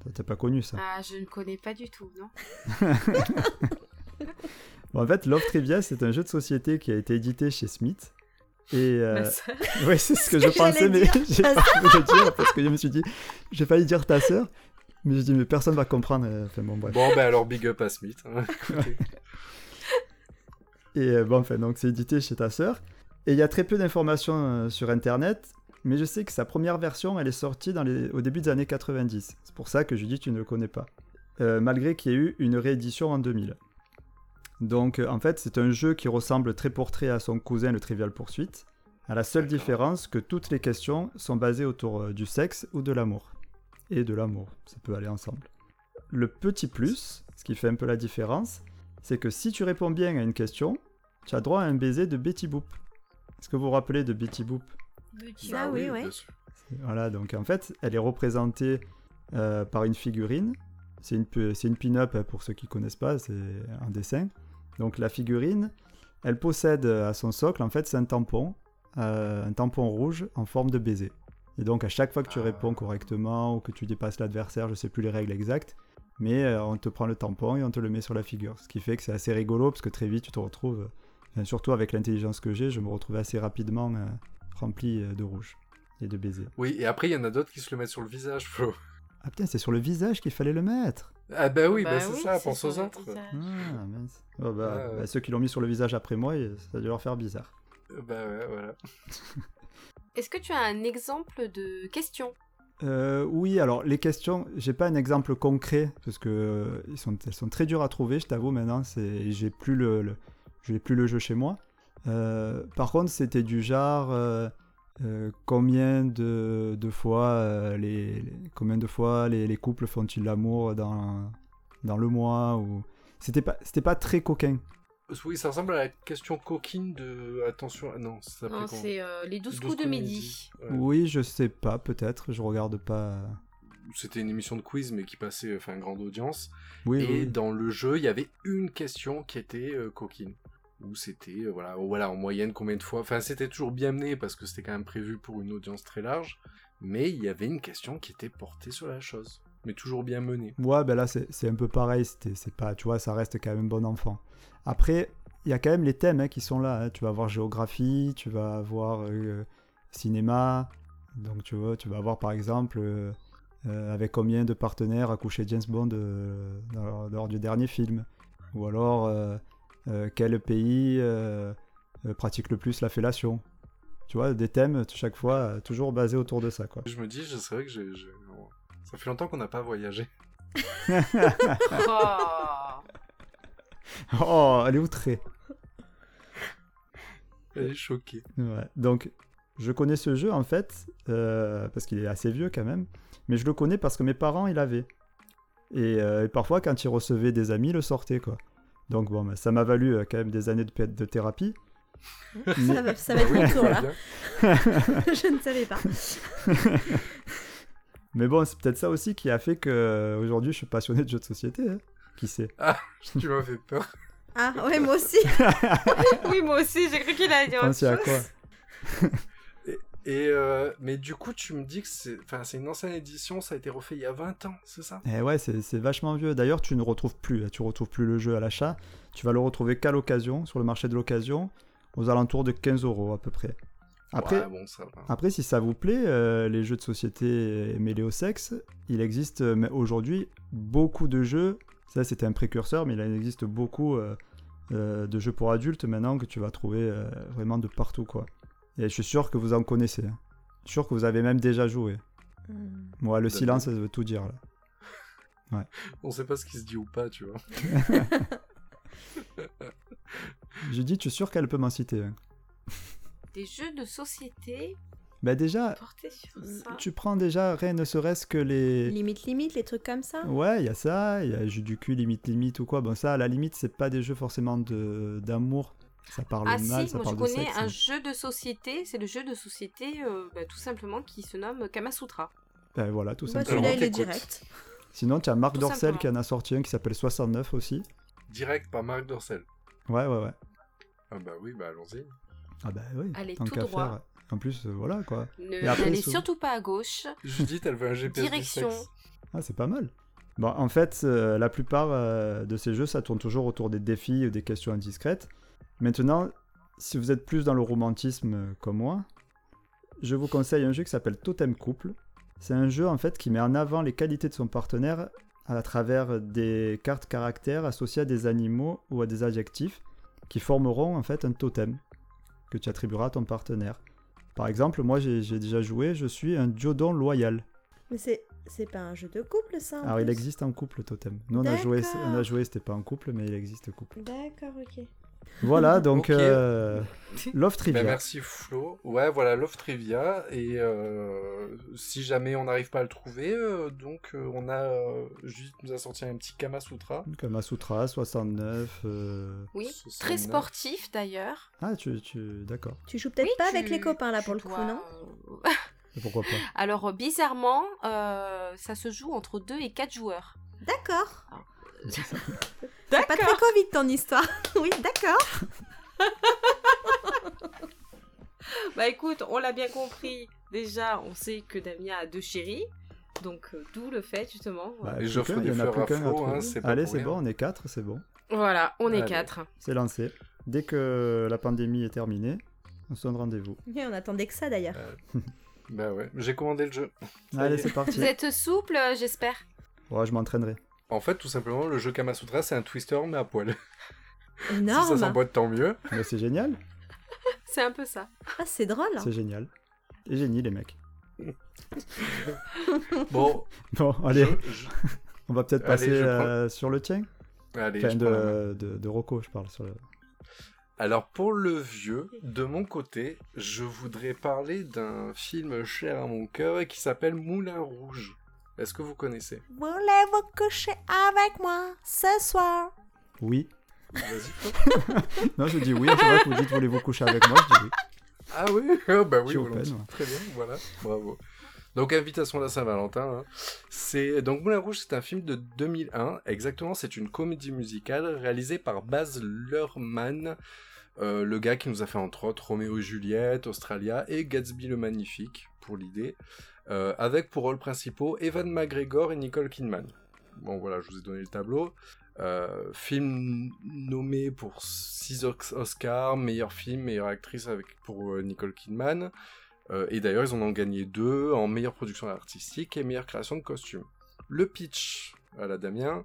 [SPEAKER 4] toi, T'as pas connu ça.
[SPEAKER 6] Ah, je ne connais pas du tout, non
[SPEAKER 4] Bon, en fait, Love Trivia, c'est un jeu de société qui a été édité chez Smith. Et euh,
[SPEAKER 6] Ma sœur.
[SPEAKER 4] Oui, c'est ce que je
[SPEAKER 5] que
[SPEAKER 4] pensais, mais
[SPEAKER 5] j'allais dire.
[SPEAKER 4] j'ai pas voulu le dire parce que je me suis dit, j'ai failli dire ta sœur, mais je dis, mais personne va comprendre. euh, Enfin bon, bref.
[SPEAKER 3] Bon, ben alors big up à Smith. hein.
[SPEAKER 6] Bah
[SPEAKER 3] Écoutez.
[SPEAKER 4] Et euh, bon, enfin, donc c'est édité chez ta sœur. Et il y a très peu d'informations euh, sur internet, mais je sais que sa première version, elle est sortie dans les- au début des années 90. C'est pour ça que je dis, tu ne le connais pas. Euh, malgré qu'il y ait eu une réédition en 2000. Donc euh, en fait, c'est un jeu qui ressemble très portrait à son cousin, le Trivial Pursuit, à la seule
[SPEAKER 3] D'accord.
[SPEAKER 4] différence que toutes les questions sont basées autour euh, du sexe ou de l'amour. Et de l'amour, ça peut aller ensemble. Le petit plus, ce qui fait un peu la différence, c'est que si tu réponds bien à une question, tu as droit à un baiser de Betty Boop. Est-ce que vous vous rappelez de Betty Boop
[SPEAKER 5] Ah
[SPEAKER 3] Bah
[SPEAKER 5] oui, ouais.
[SPEAKER 3] bien sûr.
[SPEAKER 4] Voilà, donc en fait, elle est représentée euh, par une figurine. C'est une, pu- c'est une pin-up hein, pour ceux qui connaissent pas, c'est un dessin. Donc la figurine, elle possède euh, à son socle, en fait, c'est un tampon, euh, un tampon rouge en forme de baiser. Et donc à chaque fois que tu
[SPEAKER 3] Ah.
[SPEAKER 4] réponds correctement ou que tu dépasses l'adversaire, je sais plus les règles exactes, mais euh, on te prend le tampon et on te le met sur la figure. Ce qui fait que c'est assez rigolo parce que très vite tu te retrouves, euh, enfin, surtout avec l'intelligence que j'ai, je me retrouvais assez rapidement euh, rempli euh, de rouge et de baisers.
[SPEAKER 3] Oui, et après, il y en a d'autres qui se le mettent sur le visage, Flo.
[SPEAKER 4] Ah putain, c'est sur le visage qu'il fallait le mettre.
[SPEAKER 3] Ah, ben oui, ben
[SPEAKER 6] Bah
[SPEAKER 3] c'est ça,
[SPEAKER 6] c'est
[SPEAKER 3] pense aux
[SPEAKER 6] sur le
[SPEAKER 3] autres.
[SPEAKER 6] visage.
[SPEAKER 4] Ah mince. Oh, bah,
[SPEAKER 3] Ah, ouais.
[SPEAKER 4] bah, ceux qui l'ont mis sur le visage après moi, euh, ça a dû leur faire bizarre.
[SPEAKER 3] Euh, Bah ouais, voilà.
[SPEAKER 6] Est-ce que tu as un exemple de question
[SPEAKER 4] Euh, oui, alors les questions, j'ai pas un exemple concret parce que euh, ils sont, elles sont très dures à trouver, je t'avoue maintenant. C'est, j'ai plus le, le- j'ai plus le jeu chez moi. Euh, par contre, c'était du genre euh, euh, combien de, de fois euh, les, les- combien de fois les, les couples font-ils l'amour dans dans le mois ou c'était pas c'était pas très coquin.
[SPEAKER 3] Oui, ça ressemble à la question coquine de. Attention, ah non, ça s'appelait
[SPEAKER 6] Non,
[SPEAKER 3] comment
[SPEAKER 6] c'est euh, les douze
[SPEAKER 3] Douze
[SPEAKER 6] coups de midi.
[SPEAKER 3] Ouais.
[SPEAKER 4] Oui, je sais pas, peut-être, je regarde pas.
[SPEAKER 3] C'était une émission de quiz, mais qui passait, enfin, grande audience.
[SPEAKER 4] Oui,
[SPEAKER 3] et
[SPEAKER 4] oui.
[SPEAKER 3] dans le jeu, il y avait une question qui était euh, coquine. Où c'était, euh, voilà, voilà, en moyenne, combien de fois. Enfin, c'était toujours bien mené parce que c'était quand même prévu pour une audience très large. Mais il y avait une question qui était portée sur la chose. Mais toujours bien menée.
[SPEAKER 4] Ouais, ben là, c'est c'est un peu pareil. c'était- C'est pas, tu vois, ça reste quand même bon enfant. Après, il y a quand même les thèmes hein, qui sont là. hein. Tu vas avoir géographie, tu vas avoir euh, cinéma. Donc, tu vois, tu vas avoir par exemple euh, euh, avec combien de partenaires a couché James Bond euh, dans- lors du dernier film. Ou alors, euh, euh, quel pays euh, euh, pratique le plus la fellation. Tu vois, des thèmes chaque fois euh, toujours basés autour de ça, quoi.
[SPEAKER 3] Je me dis, je- c'est vrai que j'ai. j'ai- Ça fait longtemps qu'on n'a pas voyagé.
[SPEAKER 6] Oh.
[SPEAKER 4] Oh, elle est outrée.
[SPEAKER 3] Elle est choquée.
[SPEAKER 4] Ouais. Euh, Donc, je connais ce jeu en fait, euh, parce qu'il est assez vieux quand même, mais je le connais parce que mes parents, ils l'avaient. Et, euh, et parfois, quand ils recevaient des amis, ils le sortaient quoi. Donc, bon, bah, ça m'a valu euh, quand même des années de, pa- de thérapie.
[SPEAKER 5] ça va, ça va être
[SPEAKER 3] Ah Oui,
[SPEAKER 5] mon tour
[SPEAKER 3] très
[SPEAKER 5] là.
[SPEAKER 3] bien.
[SPEAKER 5] je ne savais pas.
[SPEAKER 4] Mais bon, c'est peut-être ça aussi qui a fait que euh, aujourd'hui, je suis passionné de jeux de société. hein. Qui sait
[SPEAKER 3] tu m'as fait peur.
[SPEAKER 5] Ah ouais, moi aussi.
[SPEAKER 6] oui, moi aussi, j'ai cru qu'il allait dire autre
[SPEAKER 4] Pensez à
[SPEAKER 6] chose.
[SPEAKER 4] quoi
[SPEAKER 3] Et euh, mais du coup, tu me dis que c'est enfin, c'est une ancienne édition, ça a été refait il y a 20 ans, c'est ça
[SPEAKER 4] Et Eh ouais, c'est c'est vachement vieux. D'ailleurs, tu ne retrouves plus, tu retrouves plus le jeu à l'achat. Tu vas le retrouver qu'à l'occasion, sur le marché de l'occasion, aux alentours de 15 euros à peu près. Après,
[SPEAKER 3] Ouais, bon, ça va.
[SPEAKER 4] après, si ça vous plaît, euh, les jeux de société euh, mêlés au sexe, il existe euh, mais aujourd'hui beaucoup de jeux. Ça, c'était un précurseur, mais il en existe beaucoup euh, euh, de jeux pour adultes maintenant que tu vas trouver euh, vraiment de partout, quoi. Et je suis sûr que vous en connaissez. hein. Je suis sûr que vous avez même déjà joué.
[SPEAKER 5] Hmm.
[SPEAKER 4] Moi, le
[SPEAKER 3] Tout à
[SPEAKER 4] silence, ça veut tout dire, là.
[SPEAKER 3] On sait pas ce qui se dit ou pas, tu vois.
[SPEAKER 4] J'ai dit, tu es sûr qu'elle peut m'en citer. hein.
[SPEAKER 6] Des jeux de société
[SPEAKER 4] Bah déjà,
[SPEAKER 6] portés sur
[SPEAKER 3] Hum,
[SPEAKER 6] ça.
[SPEAKER 4] tu prends déjà rien ne serait-ce que les...
[SPEAKER 5] Limite, limite, les trucs comme ça.
[SPEAKER 4] Ouais, il y a ça, il y a jus du cul, limite, limite ou quoi. Bon, ça, à la limite, c'est pas des jeux forcément de- d'amour. Ça parle
[SPEAKER 6] Ah
[SPEAKER 4] mal,
[SPEAKER 6] si,
[SPEAKER 4] ça
[SPEAKER 6] moi
[SPEAKER 4] parle
[SPEAKER 6] je
[SPEAKER 4] de
[SPEAKER 6] connais
[SPEAKER 4] sexe. hein.
[SPEAKER 6] un jeu de société, c'est le jeu de société euh, bah, tout simplement qui se nomme Kamasutra.
[SPEAKER 4] Ben voilà, tout
[SPEAKER 5] Bah,
[SPEAKER 4] simplement.
[SPEAKER 5] celui-là, il est
[SPEAKER 3] t'écoute.
[SPEAKER 5] direct.
[SPEAKER 4] Sinon, tu as Marc
[SPEAKER 6] Tout
[SPEAKER 4] Dorcel
[SPEAKER 6] simplement.
[SPEAKER 4] qui en a sorti un qui s'appelle 69 aussi.
[SPEAKER 3] Direct par Marc Dorcel.
[SPEAKER 4] Ouais, ouais, ouais.
[SPEAKER 3] Ah bah oui, bah allons-y.
[SPEAKER 4] Ah bah oui,
[SPEAKER 6] Allez,
[SPEAKER 4] tant
[SPEAKER 6] tout
[SPEAKER 4] qu'à
[SPEAKER 6] droit.
[SPEAKER 4] faire. En plus, euh, voilà quoi.
[SPEAKER 6] Ne
[SPEAKER 4] Et après,
[SPEAKER 6] n'allez
[SPEAKER 4] souvent-
[SPEAKER 6] surtout pas à gauche.
[SPEAKER 3] Judith, elle veut un GPS du
[SPEAKER 6] Direction.
[SPEAKER 3] sexe.
[SPEAKER 4] Ah, c'est pas mal. Bon, en fait, euh, la plupart euh, de ces jeux, ça tourne toujours autour des défis ou des questions indiscrètes. Maintenant, si vous êtes plus dans le romantisme euh, comme moi, je vous conseille un jeu qui s'appelle Totem Couple. C'est un jeu en fait qui met en avant les qualités de son partenaire à travers des cartes caractères associées à des animaux ou à des adjectifs qui formeront en fait un totem que tu attribueras à ton partenaire. Par exemple, moi j'ai j'ai déjà joué, je suis un Diodon loyal.
[SPEAKER 5] Mais c'est c'est pas un jeu de couple, ça. en
[SPEAKER 4] Alors Ah, il
[SPEAKER 5] plus.
[SPEAKER 4] existe en couple totem. Nous on a joué,
[SPEAKER 5] D'accord.
[SPEAKER 4] on a joué, c'était pas en couple, mais il existe couple.
[SPEAKER 5] D'accord, ok.
[SPEAKER 4] Voilà donc
[SPEAKER 3] Ok.
[SPEAKER 4] euh, Love Trivia.
[SPEAKER 3] Bah, merci Flo. Ouais, voilà Love Trivia. Et euh, si jamais on n'arrive pas à le trouver, euh, donc euh, on a. euh, Judith nous a sorti un petit Kama Sutra.
[SPEAKER 4] Kamasutra 69. euh,
[SPEAKER 6] Oui,
[SPEAKER 3] Ce
[SPEAKER 6] très
[SPEAKER 3] sont-
[SPEAKER 6] sportif d'ailleurs.
[SPEAKER 4] Ah tu, tu... d'accord.
[SPEAKER 5] Tu joues peut-être
[SPEAKER 6] Oui,
[SPEAKER 5] pas
[SPEAKER 6] tu-
[SPEAKER 5] avec les copains, là,
[SPEAKER 6] tu
[SPEAKER 5] pour le coup,
[SPEAKER 6] dois- euh,
[SPEAKER 5] non
[SPEAKER 4] Et Pourquoi pas
[SPEAKER 6] Alors euh, bizarrement, euh, ça se joue entre 2 et 4 joueurs.
[SPEAKER 5] D'accord.
[SPEAKER 4] C'est ça.
[SPEAKER 5] C'est pas très Covid, ton histoire. oui, d'accord.
[SPEAKER 6] Bah écoute, on l'a bien compris. Déjà, on sait que Damien a deux chéris. Donc euh, d'où le fait justement.
[SPEAKER 4] Bah,
[SPEAKER 3] Et
[SPEAKER 4] plus
[SPEAKER 3] j'offre
[SPEAKER 4] qu'un,
[SPEAKER 3] des
[SPEAKER 4] il y en a
[SPEAKER 3] fleurs
[SPEAKER 4] plus
[SPEAKER 3] à
[SPEAKER 4] qu'un à
[SPEAKER 3] Flo,
[SPEAKER 4] trouver.
[SPEAKER 3] hein, c'est pas
[SPEAKER 4] Allez
[SPEAKER 3] pour
[SPEAKER 4] c'est
[SPEAKER 3] rien.
[SPEAKER 4] bon, on est quatre, c'est bon,
[SPEAKER 6] Voilà, on est
[SPEAKER 3] Allez.
[SPEAKER 6] quatre.
[SPEAKER 4] c'est lancé. Dès que la pandémie est terminée, on se donne rendez-vous.
[SPEAKER 5] Oui, on attendait que ça, d'ailleurs.
[SPEAKER 4] Euh,
[SPEAKER 3] Bah ouais, j'ai commandé le jeu. Ça
[SPEAKER 4] Allez
[SPEAKER 3] y est.
[SPEAKER 4] c'est parti.
[SPEAKER 6] Vous êtes souple, euh, j'espère.
[SPEAKER 4] Ouais, je m'entraînerai.
[SPEAKER 3] En fait, tout simplement, le jeu Kama Sutra, c'est un twister mais à poil. si ça
[SPEAKER 5] Énorme.
[SPEAKER 3] s'emboîte, tant mieux.
[SPEAKER 4] Mais c'est génial,
[SPEAKER 6] C'est un peu ça.
[SPEAKER 5] ah, c'est drôle.
[SPEAKER 4] c'est génial. Et génie les mecs.
[SPEAKER 3] Bon,
[SPEAKER 4] Bon allez,
[SPEAKER 3] je- je-
[SPEAKER 4] on va peut-être
[SPEAKER 3] Allez,
[SPEAKER 4] passer
[SPEAKER 3] je prends-
[SPEAKER 4] euh, sur le tien.
[SPEAKER 3] Allez,
[SPEAKER 4] Enfin,
[SPEAKER 3] je prends la main.
[SPEAKER 4] de, de, de Rocco, je parle. Sur le...
[SPEAKER 3] Alors pour le vieux, de mon côté, je voudrais parler d'un film cher à mon cœur et qui s'appelle Moulin Rouge. Est-ce que vous connaissez
[SPEAKER 5] Voulez-vous coucher avec moi ce soir
[SPEAKER 4] Oui.
[SPEAKER 3] Vas-y.
[SPEAKER 4] Non, je dis oui. C'est vrai que vous dites voulez-vous coucher avec moi Je dis oui.
[SPEAKER 3] Ah oui Ah Bah
[SPEAKER 4] Je
[SPEAKER 3] oui,
[SPEAKER 4] suis open,
[SPEAKER 3] volontiers.
[SPEAKER 4] moi.
[SPEAKER 3] Très bien, voilà. Bravo. Donc, invitation à la Saint-Valentin. hein. C'est Donc, Moulin Rouge, c'est un film de 2001. Exactement, c'est une comédie musicale réalisée par Baz Luhrmann, euh, le gars qui nous a fait entre autres Roméo et Juliette, Australia et Gatsby le Magnifique, pour l'idée. euh, avec pour rôles principaux Evan McGregor et Nicole Kidman. Bon, voilà, je vous ai donné le tableau. Euh, film nommé pour 6 Oscars, meilleur film, meilleure actrice avec, pour euh, Nicole Kidman. Euh, et d'ailleurs, ils en ont gagné deux en meilleure production artistique et meilleure création de costume. Le pitch à la Damien.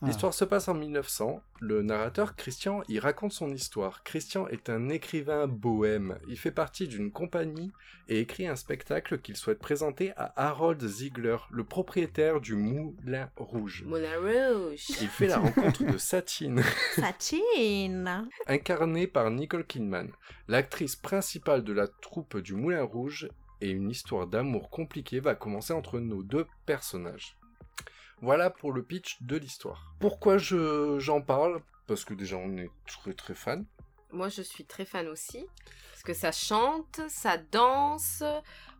[SPEAKER 4] Ah.
[SPEAKER 3] L'histoire se passe en 1900. Le narrateur Christian y raconte son histoire. Christian est un écrivain bohème. Il fait partie d'une compagnie et écrit un spectacle qu'il souhaite présenter à Harold Ziegler, le propriétaire du Moulin Rouge.
[SPEAKER 6] Moulin Rouge.
[SPEAKER 3] Il fait la rencontre de Satine,
[SPEAKER 5] Ça chine.
[SPEAKER 3] incarnée par Nicole Kidman. L'actrice principale de la troupe du Moulin Rouge et une histoire d'amour compliquée va commencer entre nos deux personnages. Voilà pour le pitch de l'histoire. Pourquoi je- j'en parle Parce que déjà on est très très fan.
[SPEAKER 6] Moi, je suis très fan aussi. Parce que ça chante, ça danse.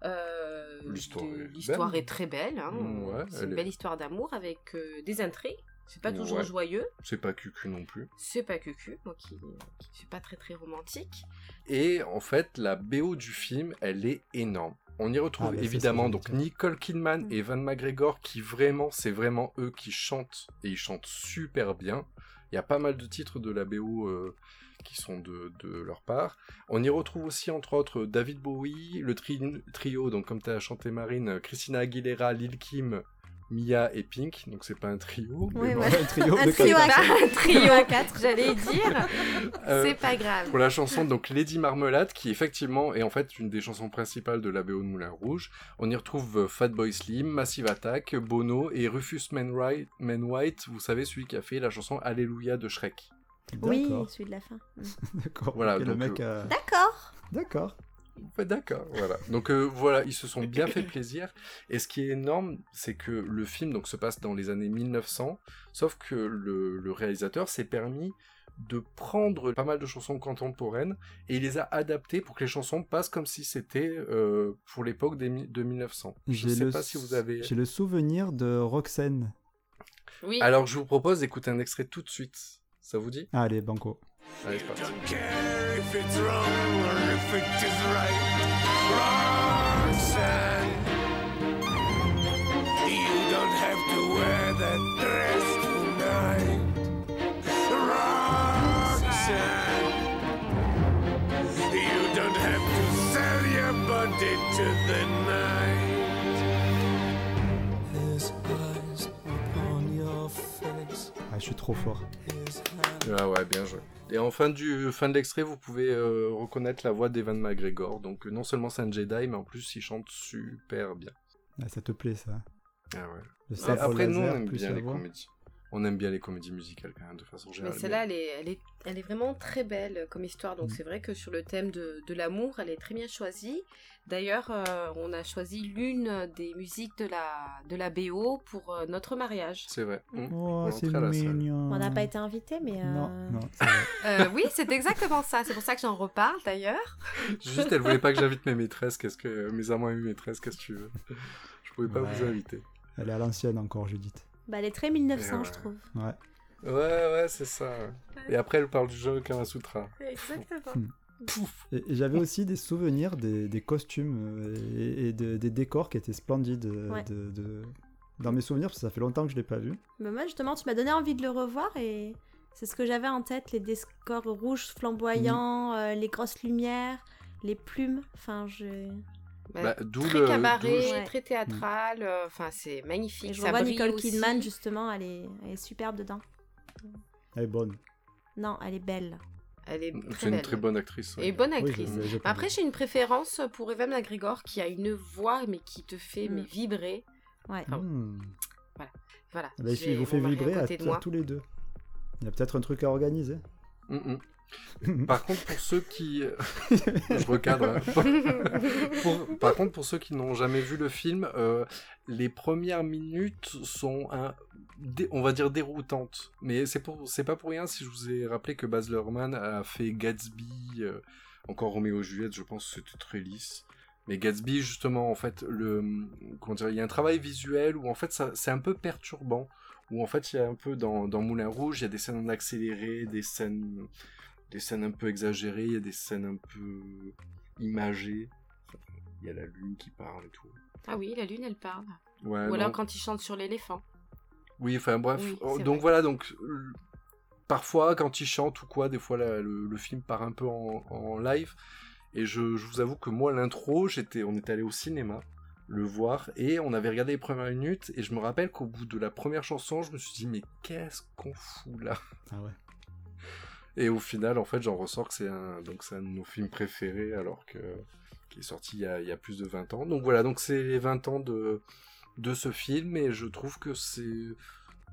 [SPEAKER 6] euh,
[SPEAKER 3] L'histoire
[SPEAKER 6] de-
[SPEAKER 3] est
[SPEAKER 6] l'histoire
[SPEAKER 3] belle. Mm,
[SPEAKER 6] est très belle. hein.
[SPEAKER 3] Ouais,
[SPEAKER 6] c'est
[SPEAKER 3] elle
[SPEAKER 6] une
[SPEAKER 3] est-
[SPEAKER 6] belle histoire d'amour avec euh, des intrigues. C'est pas toujours
[SPEAKER 3] Ouais.
[SPEAKER 6] joyeux.
[SPEAKER 3] C'est pas cucu non plus.
[SPEAKER 6] C'est pas cucu, moi qui, qui suis pas très très romantique.
[SPEAKER 3] Et en fait, la BO du film, elle est énorme. On y retrouve
[SPEAKER 4] Ah oui, ça, c'est
[SPEAKER 3] évidemment
[SPEAKER 4] joli,
[SPEAKER 3] donc
[SPEAKER 4] ça.
[SPEAKER 3] Nicole Kidman
[SPEAKER 5] Mm.
[SPEAKER 3] et Van McGregor qui vraiment, c'est vraiment eux qui chantent et ils chantent super bien. Il y a pas mal de titres de la BO euh, qui sont de, de leur part. On y retrouve aussi entre autres David Bowie, le tri- trio, donc comme tu as chanté Marine, Christina Aguilera, Lil Kim, Mia et Pink. Donc c'est pas un trio. mais
[SPEAKER 5] Ouais,
[SPEAKER 3] bon.
[SPEAKER 5] ouais.
[SPEAKER 4] Un trio
[SPEAKER 5] Un
[SPEAKER 4] de
[SPEAKER 5] trio
[SPEAKER 4] quatre.
[SPEAKER 5] à
[SPEAKER 6] Bah, un trio à
[SPEAKER 5] À
[SPEAKER 6] quatre,
[SPEAKER 5] quatre.
[SPEAKER 6] j'allais dire.
[SPEAKER 3] Euh,
[SPEAKER 6] C'est pas grave.
[SPEAKER 3] pour la chanson donc Lady Marmelade qui effectivement est en fait une des chansons principales de la BO de Moulin Rouge. On y retrouve euh, Fatboy Slim, Massive Attack, Bono et Rufus Manwright, Manwhite, vous savez celui qui a fait la chanson Alléluia de Shrek.
[SPEAKER 5] Oui,
[SPEAKER 4] D'accord,
[SPEAKER 5] celui de la fin. Mm.
[SPEAKER 4] d'accord.
[SPEAKER 3] Voilà,
[SPEAKER 4] Ok, le
[SPEAKER 3] donc,
[SPEAKER 4] mec a-
[SPEAKER 5] D'accord.
[SPEAKER 4] D'accord.
[SPEAKER 3] Ouais, D'accord, voilà. Donc euh, voilà, ils se sont bien fait plaisir. Et ce qui est énorme, c'est que le film donc se passe dans les années 1900, sauf que le, le réalisateur s'est permis de prendre pas mal de chansons contemporaines et il les a adaptées pour que les chansons passent comme si c'était euh, pour l'époque des mi- de 1900. Je
[SPEAKER 4] J'ai
[SPEAKER 3] ne sais
[SPEAKER 4] le
[SPEAKER 3] pas si vous avez.
[SPEAKER 4] J'ai le souvenir de Roxane.
[SPEAKER 6] Oui.
[SPEAKER 3] Alors je vous propose d'écouter un extrait tout de suite. Ça vous dit
[SPEAKER 4] Ah, Allez, banco.
[SPEAKER 3] Allez, c'est parti.
[SPEAKER 2] Don't care if it's wrong or if it is right. Roxanne, you don't have to wear that dress tonight. Roxanne, you don't have to sell your body to the night. His eyes upon your face.
[SPEAKER 4] Ah, je suis trop fort.
[SPEAKER 2] His hand
[SPEAKER 3] Ah ouais, bien joué. Et en fin, du, fin de l'extrait, vous pouvez euh, reconnaître la voix d'Evan McGregor. Donc euh, non seulement c'est un Jedi, mais en plus il chante super bien.
[SPEAKER 4] Ah, ça te plaît, ça.
[SPEAKER 3] Ah ouais.
[SPEAKER 4] Le
[SPEAKER 3] Et
[SPEAKER 4] sabre
[SPEAKER 3] après, nous, on
[SPEAKER 4] laser,
[SPEAKER 3] aime
[SPEAKER 4] plus
[SPEAKER 3] bien
[SPEAKER 4] la
[SPEAKER 3] les
[SPEAKER 4] voix.
[SPEAKER 3] comédies. On aime bien les comédies musicales quand même, de façon
[SPEAKER 6] Mais
[SPEAKER 3] générale.
[SPEAKER 6] celle-là, elle est, elle, est, elle est vraiment très belle euh, comme histoire. Donc
[SPEAKER 4] Mm.
[SPEAKER 6] c'est vrai que sur le thème de, de l'amour, elle est très bien choisie. D'ailleurs, euh, on a choisi l'une des musiques de la, de la BO pour euh, notre mariage.
[SPEAKER 3] C'est vrai. Mm.
[SPEAKER 4] Oh,
[SPEAKER 3] On
[SPEAKER 4] c'est
[SPEAKER 3] rentre à la salle.
[SPEAKER 4] mignon.
[SPEAKER 5] On n'a pas été invités, mais. euh,
[SPEAKER 4] Hmm. Non, non, c'est vrai.
[SPEAKER 6] Euh, oui, c'est exactement ça. C'est pour ça que j'en reparle d'ailleurs.
[SPEAKER 3] Juste, elle voulait pas que j'invite mes maîtresses, qu'est-ce que mes amants et mes maîtresses, qu'est-ce que tu veux Je pouvais pas
[SPEAKER 4] Ouais.
[SPEAKER 3] vous inviter.
[SPEAKER 4] Elle est à l'ancienne encore, Judith.
[SPEAKER 5] Bah, elle est très 1900,
[SPEAKER 3] Ouais.
[SPEAKER 5] je trouve.
[SPEAKER 4] Ouais.
[SPEAKER 3] Ouais, ouais, c'est ça. Et après, elle parle du jeu Kamasutra.
[SPEAKER 6] Exactement.
[SPEAKER 4] Et, et j'avais aussi des souvenirs des, des costumes euh, et, et de- des décors qui étaient splendides euh,
[SPEAKER 5] Ouais.
[SPEAKER 4] de- de- dans mes souvenirs, parce que ça fait longtemps que je l'ai pas vu.
[SPEAKER 5] Mais moi, justement, tu m'as donné envie de le revoir et c'est ce que j'avais en tête les décors rouges
[SPEAKER 4] Mm.
[SPEAKER 5] flamboyants, euh, les grosses lumières, les plumes. Enfin, je.
[SPEAKER 3] Bah, d'où
[SPEAKER 6] très
[SPEAKER 3] le-
[SPEAKER 6] cabaret,
[SPEAKER 3] d'où-
[SPEAKER 5] Ouais.
[SPEAKER 6] très théâtral. euh, Enfin, c'est magnifique.
[SPEAKER 5] Et je
[SPEAKER 6] ça
[SPEAKER 5] revois
[SPEAKER 6] brille
[SPEAKER 5] Nicole
[SPEAKER 6] aussi.
[SPEAKER 5] Kidman, justement, elle est, elle est superbe dedans.
[SPEAKER 4] Elle est bonne.
[SPEAKER 5] Non, elle est belle.
[SPEAKER 6] Elle est
[SPEAKER 3] C'est
[SPEAKER 6] très
[SPEAKER 3] une
[SPEAKER 6] belle.
[SPEAKER 3] très bonne actrice. ouais.
[SPEAKER 6] Et bonne
[SPEAKER 4] Oui,
[SPEAKER 6] actrice.
[SPEAKER 4] je- je- je-
[SPEAKER 6] Après, j'ai une préférence pour Evan McGregor qui a une voix mais qui te fait
[SPEAKER 5] Mm.
[SPEAKER 6] mais, vibrer.
[SPEAKER 5] Ouais.
[SPEAKER 6] Ah.
[SPEAKER 4] Hmm.
[SPEAKER 6] Voilà.
[SPEAKER 4] Ah bah,
[SPEAKER 6] J'ai
[SPEAKER 4] il vous
[SPEAKER 6] mon
[SPEAKER 4] fait
[SPEAKER 6] mari
[SPEAKER 4] vibrer à,
[SPEAKER 6] à côté de
[SPEAKER 4] à
[SPEAKER 6] moi.
[SPEAKER 4] tous les deux. Il y a peut-être un truc à organiser.
[SPEAKER 3] Mm,
[SPEAKER 4] Mm-hmm.
[SPEAKER 3] mm. Par contre, pour ceux qui. euh, Je recadre. hein. Pour- Par contre, pour ceux qui n'ont jamais vu le film, euh, les premières minutes sont, un- dé- on va dire, déroutantes. Mais c'est pour... c'est pas pour rien si je vous ai rappelé que Baz Luhrmann a fait Gatsby, euh, encore Roméo et Juliette, je pense que c'était très lisse. Mais Gatsby, justement, en fait, le, comment dire, il y a un travail visuel où en fait ça- c'est un peu perturbant. Où en fait, il y a un peu dans, dans Moulin Rouge, il y a des scènes en accéléré, des scènes, des scènes un peu exagérées, il y a des scènes un peu imagées. Enfin, Il y a la lune qui parle et tout.
[SPEAKER 6] Ah oui, la lune, elle parle.
[SPEAKER 3] Ouais,
[SPEAKER 6] Ou alors
[SPEAKER 3] Euh, non.
[SPEAKER 6] quand il chante sur l'éléphant.
[SPEAKER 3] Oui, enfin bref.
[SPEAKER 6] Oui,
[SPEAKER 3] Oh,
[SPEAKER 6] c'est
[SPEAKER 3] donc
[SPEAKER 6] vrai.
[SPEAKER 3] voilà, donc euh, parfois quand il chante ou quoi, des fois la- le, le film part un peu en, en live. Et je, je vous avoue que moi, l'intro, j'étais, on est allé au cinéma le voir et on avait regardé les premières minutes et je me rappelle qu'au bout de la première chanson, je me suis dit mais qu'est-ce qu'on fout là
[SPEAKER 4] Ah ouais.
[SPEAKER 3] Et au final, en fait, j'en ressors que c'est un, donc c'est un de nos films préférés, alors que qui est sorti il y a, il y a plus de 20 ans. Donc voilà, donc c'est les 20 ans de de ce film, et je trouve que c'est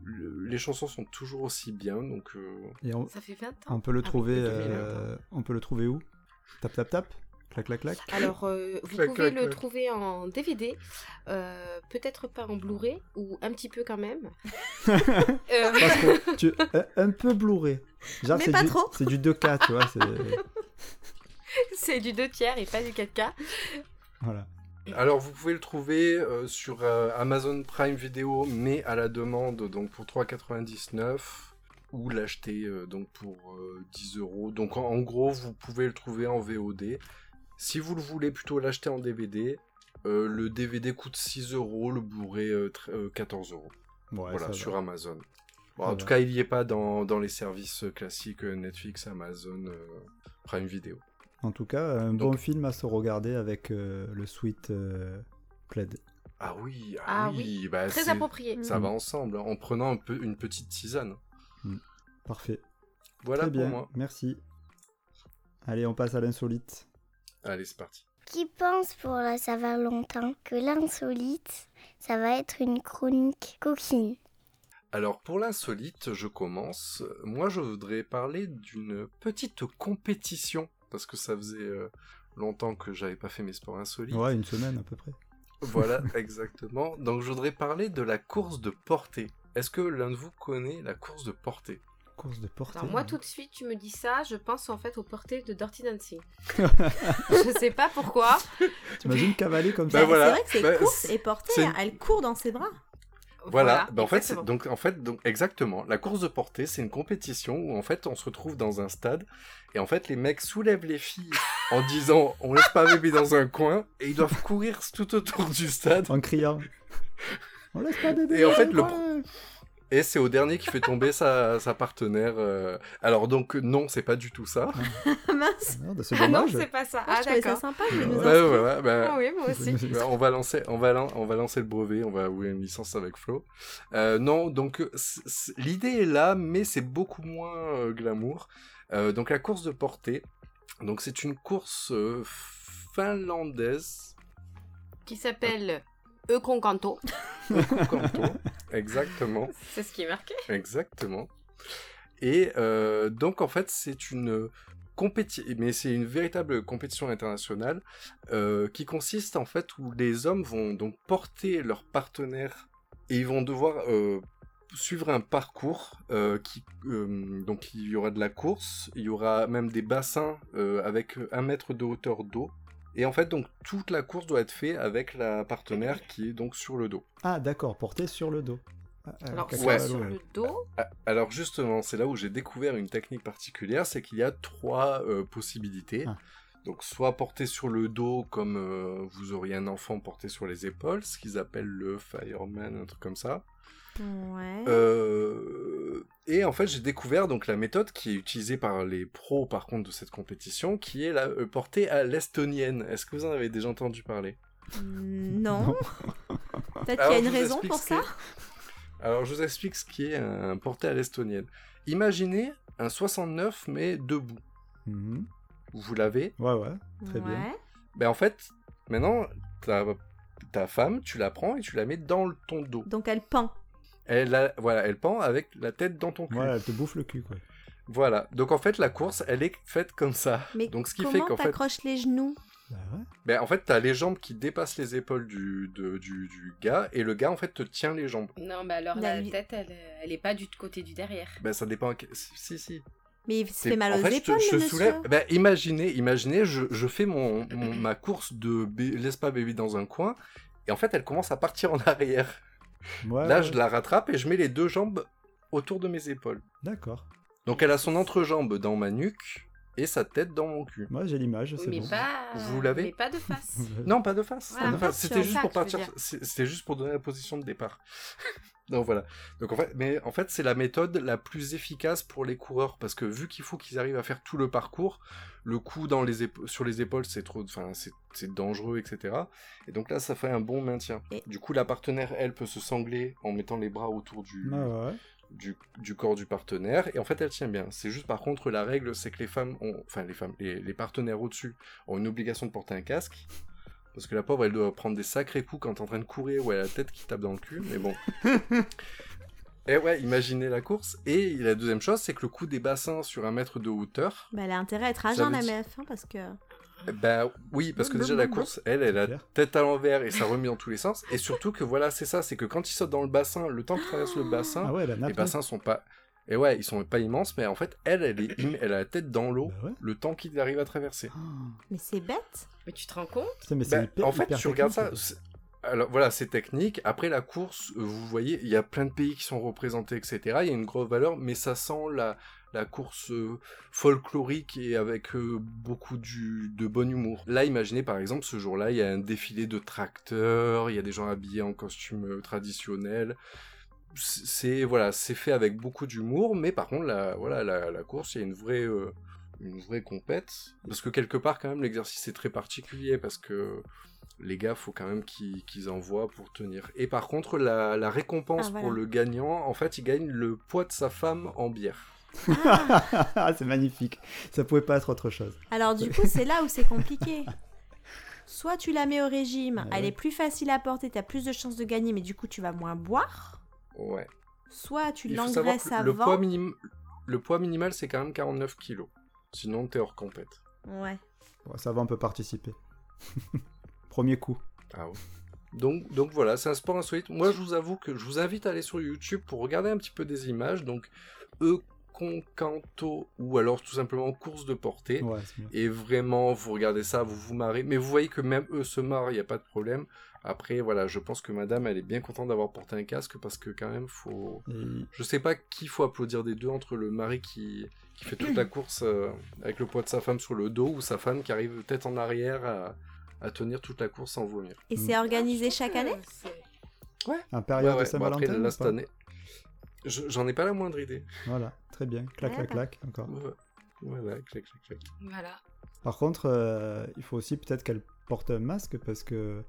[SPEAKER 3] le- les chansons sont toujours aussi bien. Donc euh,
[SPEAKER 4] Et on,
[SPEAKER 6] Ça fait 20
[SPEAKER 3] Oh.
[SPEAKER 6] ans.
[SPEAKER 4] on peut le
[SPEAKER 6] Ah oui,
[SPEAKER 4] trouver.
[SPEAKER 6] ça fait
[SPEAKER 4] euh,
[SPEAKER 6] 20 ans.
[SPEAKER 4] on peut le trouver où Tap tap tap. Clac clac clac.
[SPEAKER 6] Alors, euh, vous
[SPEAKER 3] Clac,
[SPEAKER 6] pouvez
[SPEAKER 3] clac,
[SPEAKER 6] le
[SPEAKER 3] clac.
[SPEAKER 6] trouver en DVD, euh, peut-être pas en Blu-ray, ou un petit peu quand même. Euh,
[SPEAKER 4] Parce que tu un- un peu blouré. Genre
[SPEAKER 5] Mais
[SPEAKER 4] c'est
[SPEAKER 5] pas
[SPEAKER 4] du,
[SPEAKER 5] trop.
[SPEAKER 4] c'est du 2K, tu vois. c'est-
[SPEAKER 3] Ah,
[SPEAKER 6] c'est du 2 tiers et pas du 4K.
[SPEAKER 4] Voilà.
[SPEAKER 3] Alors vous pouvez le trouver euh, sur euh, Amazon Prime Video, mais à la demande, donc pour 3,99 ou l'acheter euh, donc pour euh, 10 euros. Donc en, en gros, vous pouvez le trouver en VOD. Si vous le voulez plutôt l'acheter en DVD, euh, le DVD coûte 6 euros, le Blu-ray euh, tr- euh, 14 euros.
[SPEAKER 4] Ouais, ça
[SPEAKER 3] voilà,
[SPEAKER 4] va.
[SPEAKER 3] sur Amazon. Bon,
[SPEAKER 4] Ça
[SPEAKER 3] en
[SPEAKER 4] va.
[SPEAKER 3] tout cas, il n'y est pas dans, dans les services classiques euh, Netflix, Amazon, euh, Prime Video.
[SPEAKER 4] En tout cas, un
[SPEAKER 3] Donc-
[SPEAKER 4] bon film à se regarder avec euh, le sweet euh, plaid.
[SPEAKER 3] Ah oui, ah,
[SPEAKER 6] Ah
[SPEAKER 3] oui, bah,
[SPEAKER 6] Très
[SPEAKER 3] c'est-
[SPEAKER 6] approprié.
[SPEAKER 3] ça
[SPEAKER 4] Mm.
[SPEAKER 3] va ensemble, hein, en prenant un peu une petite tisane.
[SPEAKER 4] Parfait.
[SPEAKER 3] Voilà
[SPEAKER 4] Très
[SPEAKER 3] pour
[SPEAKER 4] bien.
[SPEAKER 3] moi.
[SPEAKER 4] Merci. Allez, on passe à l'insolite.
[SPEAKER 3] Allez, c'est parti.
[SPEAKER 1] Qui pense pour la Saint-Valentin que l'insolite, ça va être une chronique coquine
[SPEAKER 3] Alors pour l'insolite, je commence. Moi, je voudrais parler d'une petite compétition parce que ça faisait euh, longtemps que j'avais pas fait mes sports insolites.
[SPEAKER 4] Ouais, une semaine à peu près.
[SPEAKER 3] Voilà, exactement. Donc je voudrais parler de la course de portée. Est-ce que l'un de vous connaît la course de portée
[SPEAKER 4] Course de portée.
[SPEAKER 6] Alors moi tout de suite tu me dis ça, je pense en fait aux portées de Dirty Dancing. je sais pas pourquoi.
[SPEAKER 4] T'imagines cavaler comme
[SPEAKER 3] Bah
[SPEAKER 4] ça
[SPEAKER 5] Bah,
[SPEAKER 3] voilà.
[SPEAKER 5] C'est vrai que c'est
[SPEAKER 3] Bah,
[SPEAKER 5] course
[SPEAKER 3] c'est-
[SPEAKER 5] et portée,
[SPEAKER 3] c'est-
[SPEAKER 5] hein, elle court dans ses bras.
[SPEAKER 3] Voilà, Ben, en fait, c'est-
[SPEAKER 6] exactement.
[SPEAKER 3] donc en fait, donc exactement, la course de portée, c'est une compétition où en fait on se retrouve dans un stade et en fait les mecs soulèvent les filles en disant on laisse pas bébé dans un coin et ils doivent courir tout autour du stade
[SPEAKER 4] En criant. On laisse pas bébé.
[SPEAKER 3] Et en fait, le
[SPEAKER 4] ouais. Ah,
[SPEAKER 3] et c'est au dernier qui fait tomber sa, sa partenaire. euh. Alors donc non, c'est pas du tout ça.
[SPEAKER 5] Mince.
[SPEAKER 4] Merde, c'est
[SPEAKER 6] Ah non,
[SPEAKER 4] dommage.
[SPEAKER 6] c'est pas ça.
[SPEAKER 5] Moi,
[SPEAKER 6] Ah
[SPEAKER 5] je trouvais ça
[SPEAKER 6] d'accord.
[SPEAKER 5] sympa de les
[SPEAKER 4] Ouais,
[SPEAKER 5] nous
[SPEAKER 3] Ben,
[SPEAKER 5] inscrire.
[SPEAKER 3] voilà, ben,
[SPEAKER 6] Ah oui, moi aussi.
[SPEAKER 3] Ben, on va lancer, on va, lan- on va lancer le brevet, on va ouvrir une licence avec Flo. Euh, non, donc euh, c- c- l'idée est là, mais c'est beaucoup moins euh, glamour. Euh, donc la course de portée, donc c'est une course euh, finlandaise,
[SPEAKER 6] Qui s'appelle E Eukon Kanto.
[SPEAKER 3] Kanto, exactement,
[SPEAKER 6] C'est ce qui est marqué.
[SPEAKER 3] Euh, exactement. Et euh, donc en fait c'est une compétition, mais c'est une véritable compétition internationale euh, qui consiste en fait où les hommes vont donc porter leur partenaire et ils vont devoir euh, suivre un parcours euh, qui euh, donc il y aura de la course, il y aura même des bassins euh, avec un mètre de hauteur d'eau. Et en fait, donc toute la course doit être faite avec la partenaire qui est donc sur le dos.
[SPEAKER 4] Ah d'accord, portée sur le dos. Ah, ah,
[SPEAKER 6] Alors,
[SPEAKER 4] caca
[SPEAKER 3] ouais.
[SPEAKER 4] à l'eau,
[SPEAKER 6] sur
[SPEAKER 4] ouais.
[SPEAKER 6] le dos,
[SPEAKER 3] Ah, Alors justement, c'est là où j'ai découvert une technique particulière, c'est qu'il y a trois euh, possibilités.
[SPEAKER 4] Ah.
[SPEAKER 3] Donc soit porté sur le dos comme euh, vous auriez un enfant porté sur les épaules, ce qu'ils appellent le fireman, un truc comme ça.
[SPEAKER 5] Ouais.
[SPEAKER 3] Euh, et en fait, j'ai découvert donc la méthode qui est utilisée par les pros par contre de cette compétition, qui est la euh, portée à l'estonienne. Est-ce que vous en avez déjà entendu parler
[SPEAKER 5] Non. Peut-être qu'il
[SPEAKER 3] Alors,
[SPEAKER 5] y a
[SPEAKER 3] je
[SPEAKER 5] une
[SPEAKER 3] vous
[SPEAKER 5] raison
[SPEAKER 3] explique
[SPEAKER 5] pour
[SPEAKER 3] ce qu'est-
[SPEAKER 5] ça.
[SPEAKER 3] Alors je vous explique ce qui est un porté à l'estonienne. Imaginez un 69 mais debout.
[SPEAKER 4] Mhm.
[SPEAKER 3] Vous l'avez
[SPEAKER 4] Ouais ouais. Très bien.
[SPEAKER 5] Ouais.
[SPEAKER 3] Ben en fait, maintenant, ta, ta femme, tu la prends et tu la mets dans le- ton dos.
[SPEAKER 5] Donc elle pend.
[SPEAKER 3] Elle, la- voilà, elle pend avec la tête dans ton cul.
[SPEAKER 4] Voilà, elle te bouffe le cul quoi.
[SPEAKER 3] Voilà. Donc en fait, la course, elle est faite comme ça.
[SPEAKER 5] Mais
[SPEAKER 3] Donc ce qui fait
[SPEAKER 5] comment
[SPEAKER 3] qu'en fait,
[SPEAKER 5] t'accroches les genoux
[SPEAKER 4] Bah ouais.
[SPEAKER 3] ben, en fait, t'as les jambes qui dépassent les épaules du, de- du, du gars et le gars en fait te tient les jambes.
[SPEAKER 6] Non, mais alors
[SPEAKER 5] La
[SPEAKER 6] la,
[SPEAKER 5] lui-
[SPEAKER 6] tête, elle, euh, elle est pas du côté du derrière.
[SPEAKER 3] Ben ça dépend. à que- Si si.
[SPEAKER 5] Mais il se
[SPEAKER 3] C'est-
[SPEAKER 5] fait mal
[SPEAKER 3] en
[SPEAKER 5] aux
[SPEAKER 3] fait, je te-
[SPEAKER 5] épaules,
[SPEAKER 3] je
[SPEAKER 5] le
[SPEAKER 3] te soulève.
[SPEAKER 5] monsieur.
[SPEAKER 3] Ben, imaginez, imaginez, je, je fais mon, mon- ma course de bé- laisse pas bébé dans un coin et en fait, elle commence à partir en arrière.
[SPEAKER 4] Ouais,
[SPEAKER 3] Là,
[SPEAKER 4] ouais.
[SPEAKER 3] je la rattrape et je mets les deux jambes autour de mes épaules.
[SPEAKER 4] D'accord.
[SPEAKER 3] Donc elle a son entrejambe dans ma nuque et sa tête dans mon cul.
[SPEAKER 4] Moi j'ai l'image, c'est
[SPEAKER 6] mais
[SPEAKER 4] bon.
[SPEAKER 6] pas.
[SPEAKER 3] Vous l'avez
[SPEAKER 6] Mais pas de face.
[SPEAKER 3] Non, pas de face.
[SPEAKER 6] Voilà,
[SPEAKER 3] pas de
[SPEAKER 6] pas
[SPEAKER 3] face.
[SPEAKER 6] sur
[SPEAKER 3] C'était
[SPEAKER 6] le
[SPEAKER 3] juste
[SPEAKER 6] sac,
[SPEAKER 3] pour
[SPEAKER 6] je veux
[SPEAKER 3] partir.
[SPEAKER 6] dire.
[SPEAKER 3] c'est- C'était juste pour donner la position de départ. Donc voilà. Donc en fait, mais en fait, c'est la méthode la plus efficace pour les coureurs parce que vu qu'il faut qu'ils arrivent à faire tout le parcours, le coup dans les épa- sur les épaules, c'est trop, enfin, c'est- c'est dangereux, etc. Et donc là, ça fait un bon maintien.
[SPEAKER 5] Et-
[SPEAKER 3] Du coup, la partenaire, elle peut se sangler en mettant les bras autour du,
[SPEAKER 4] Ah ouais.
[SPEAKER 3] du, du corps du partenaire et en fait elle tient bien. C'est juste par contre la règle c'est que les femmes ont, enfin les femmes, les, les partenaires au-dessus ont une obligation de porter un casque parce que la pauvre elle doit prendre des sacrés coups quand t'es en train de courir ou elle a la tête qui tape dans le cul mais bon. et ouais imaginez la course et la deuxième chose c'est que le coup des bassins sur un mètre de hauteur,
[SPEAKER 5] Bah, elle a intérêt à être à
[SPEAKER 3] Ça
[SPEAKER 5] jeun,
[SPEAKER 3] veut
[SPEAKER 5] la
[SPEAKER 3] dire-
[SPEAKER 5] meuf, hein, parce que.
[SPEAKER 3] bah oui parce que déjà la course elle elle a
[SPEAKER 4] C'est clair.
[SPEAKER 3] tête à l'envers et ça remet dans tous les sens et surtout que voilà c'est ça c'est que quand il saute dans le bassin le temps qu'il traverse le bassin
[SPEAKER 4] Ah ouais, la
[SPEAKER 3] les
[SPEAKER 4] nappe.
[SPEAKER 3] bassins sont pas Et ouais, ils sont pas immenses, mais en fait, elle, elle, est im- elle a la tête dans l'eau
[SPEAKER 4] Bah ouais.
[SPEAKER 3] le temps qu'il arrive à traverser.
[SPEAKER 4] Oh,
[SPEAKER 5] Mais c'est bête.
[SPEAKER 6] Mais tu te rends compte
[SPEAKER 4] putain, mais
[SPEAKER 3] Bah,
[SPEAKER 4] c'est hyper-
[SPEAKER 3] en fait,
[SPEAKER 4] hyper
[SPEAKER 3] tu regardes ça.
[SPEAKER 4] technique,
[SPEAKER 3] c'est- Alors voilà, c'est technique. Après la course, euh, vous voyez, il y a plein de pays qui sont représentés, etc. Il y a une grosse valeur, mais ça sent la, la course euh, folklorique et avec euh, beaucoup du, de bon humour. Là, imaginez par exemple, ce jour-là, il y a un défilé de tracteurs, il y a des gens habillés en costume euh, traditionnel. C'est- C'est voilà, c'est fait avec beaucoup d'humour, mais par contre, la, voilà, la, la course, il y a une vraie euh, une vraie compète. Parce que quelque part, quand même, l'exercice est très particulier parce que les gars, faut quand même qu'ils qu'ils envoient pour tenir. Et par contre, la, la récompense
[SPEAKER 5] Ah, voilà.
[SPEAKER 3] pour le gagnant, en fait, il gagne le poids de sa femme en bière.
[SPEAKER 4] Ah, c'est magnifique. Ça pouvait pas être autre chose.
[SPEAKER 5] Alors du coup, c'est là où c'est compliqué. Soit tu la mets au régime,
[SPEAKER 4] Ah
[SPEAKER 5] elle
[SPEAKER 4] ouais.
[SPEAKER 5] est plus facile à porter, t'as plus de chances de gagner, mais du coup tu vas moins boire.
[SPEAKER 3] Ouais.
[SPEAKER 5] Soit tu
[SPEAKER 3] Il faut savoir que
[SPEAKER 5] l'engraisses avant.
[SPEAKER 3] le poids, minim- le poids minimal, c'est quand même 49 kilos. Sinon, t'es hors compète.
[SPEAKER 5] Ouais.
[SPEAKER 4] Bon, ça va, on peut participer. Premier coup.
[SPEAKER 3] Ah ouais. Donc, donc voilà, c'est un sport insolite. Moi, je vous avoue que je vous invite à aller sur YouTube pour regarder un petit peu des images. Donc, E-Concanto ou alors tout simplement course de portée.
[SPEAKER 4] Ouais, c'est mieux.
[SPEAKER 3] Et vraiment, vous regardez ça, vous vous marrez. Mais vous voyez que même eux se marrent, il n'y a pas de problème. Après, voilà, je pense que madame, elle est bien contente d'avoir porté un casque parce que quand même, faut.
[SPEAKER 4] Et-
[SPEAKER 3] Je sais pas qui faut applaudir des deux entre le mari qui, qui fait toute la course euh, avec le poids de sa femme sur le dos ou sa femme qui arrive tête en arrière à, à tenir toute la course sans vomir.
[SPEAKER 5] Et
[SPEAKER 4] Mm.
[SPEAKER 5] c'est organisé chaque
[SPEAKER 6] Euh,
[SPEAKER 5] année
[SPEAKER 6] c'est-
[SPEAKER 4] Un
[SPEAKER 3] Ouais,
[SPEAKER 4] période
[SPEAKER 3] ouais,
[SPEAKER 4] de
[SPEAKER 3] bon, après,
[SPEAKER 4] Saint-Valentin.
[SPEAKER 3] là,
[SPEAKER 4] ou
[SPEAKER 3] cette
[SPEAKER 4] pas
[SPEAKER 3] année, je- j'en ai pas la moindre idée.
[SPEAKER 4] Voilà, très bien. Clac, clac,
[SPEAKER 5] Ouais, bah.
[SPEAKER 4] clac. Encore.
[SPEAKER 3] Ouais. Voilà, clac, clac, clac.
[SPEAKER 6] Voilà.
[SPEAKER 4] Par contre, euh, il faut aussi peut-être qu'elle porte un masque parce que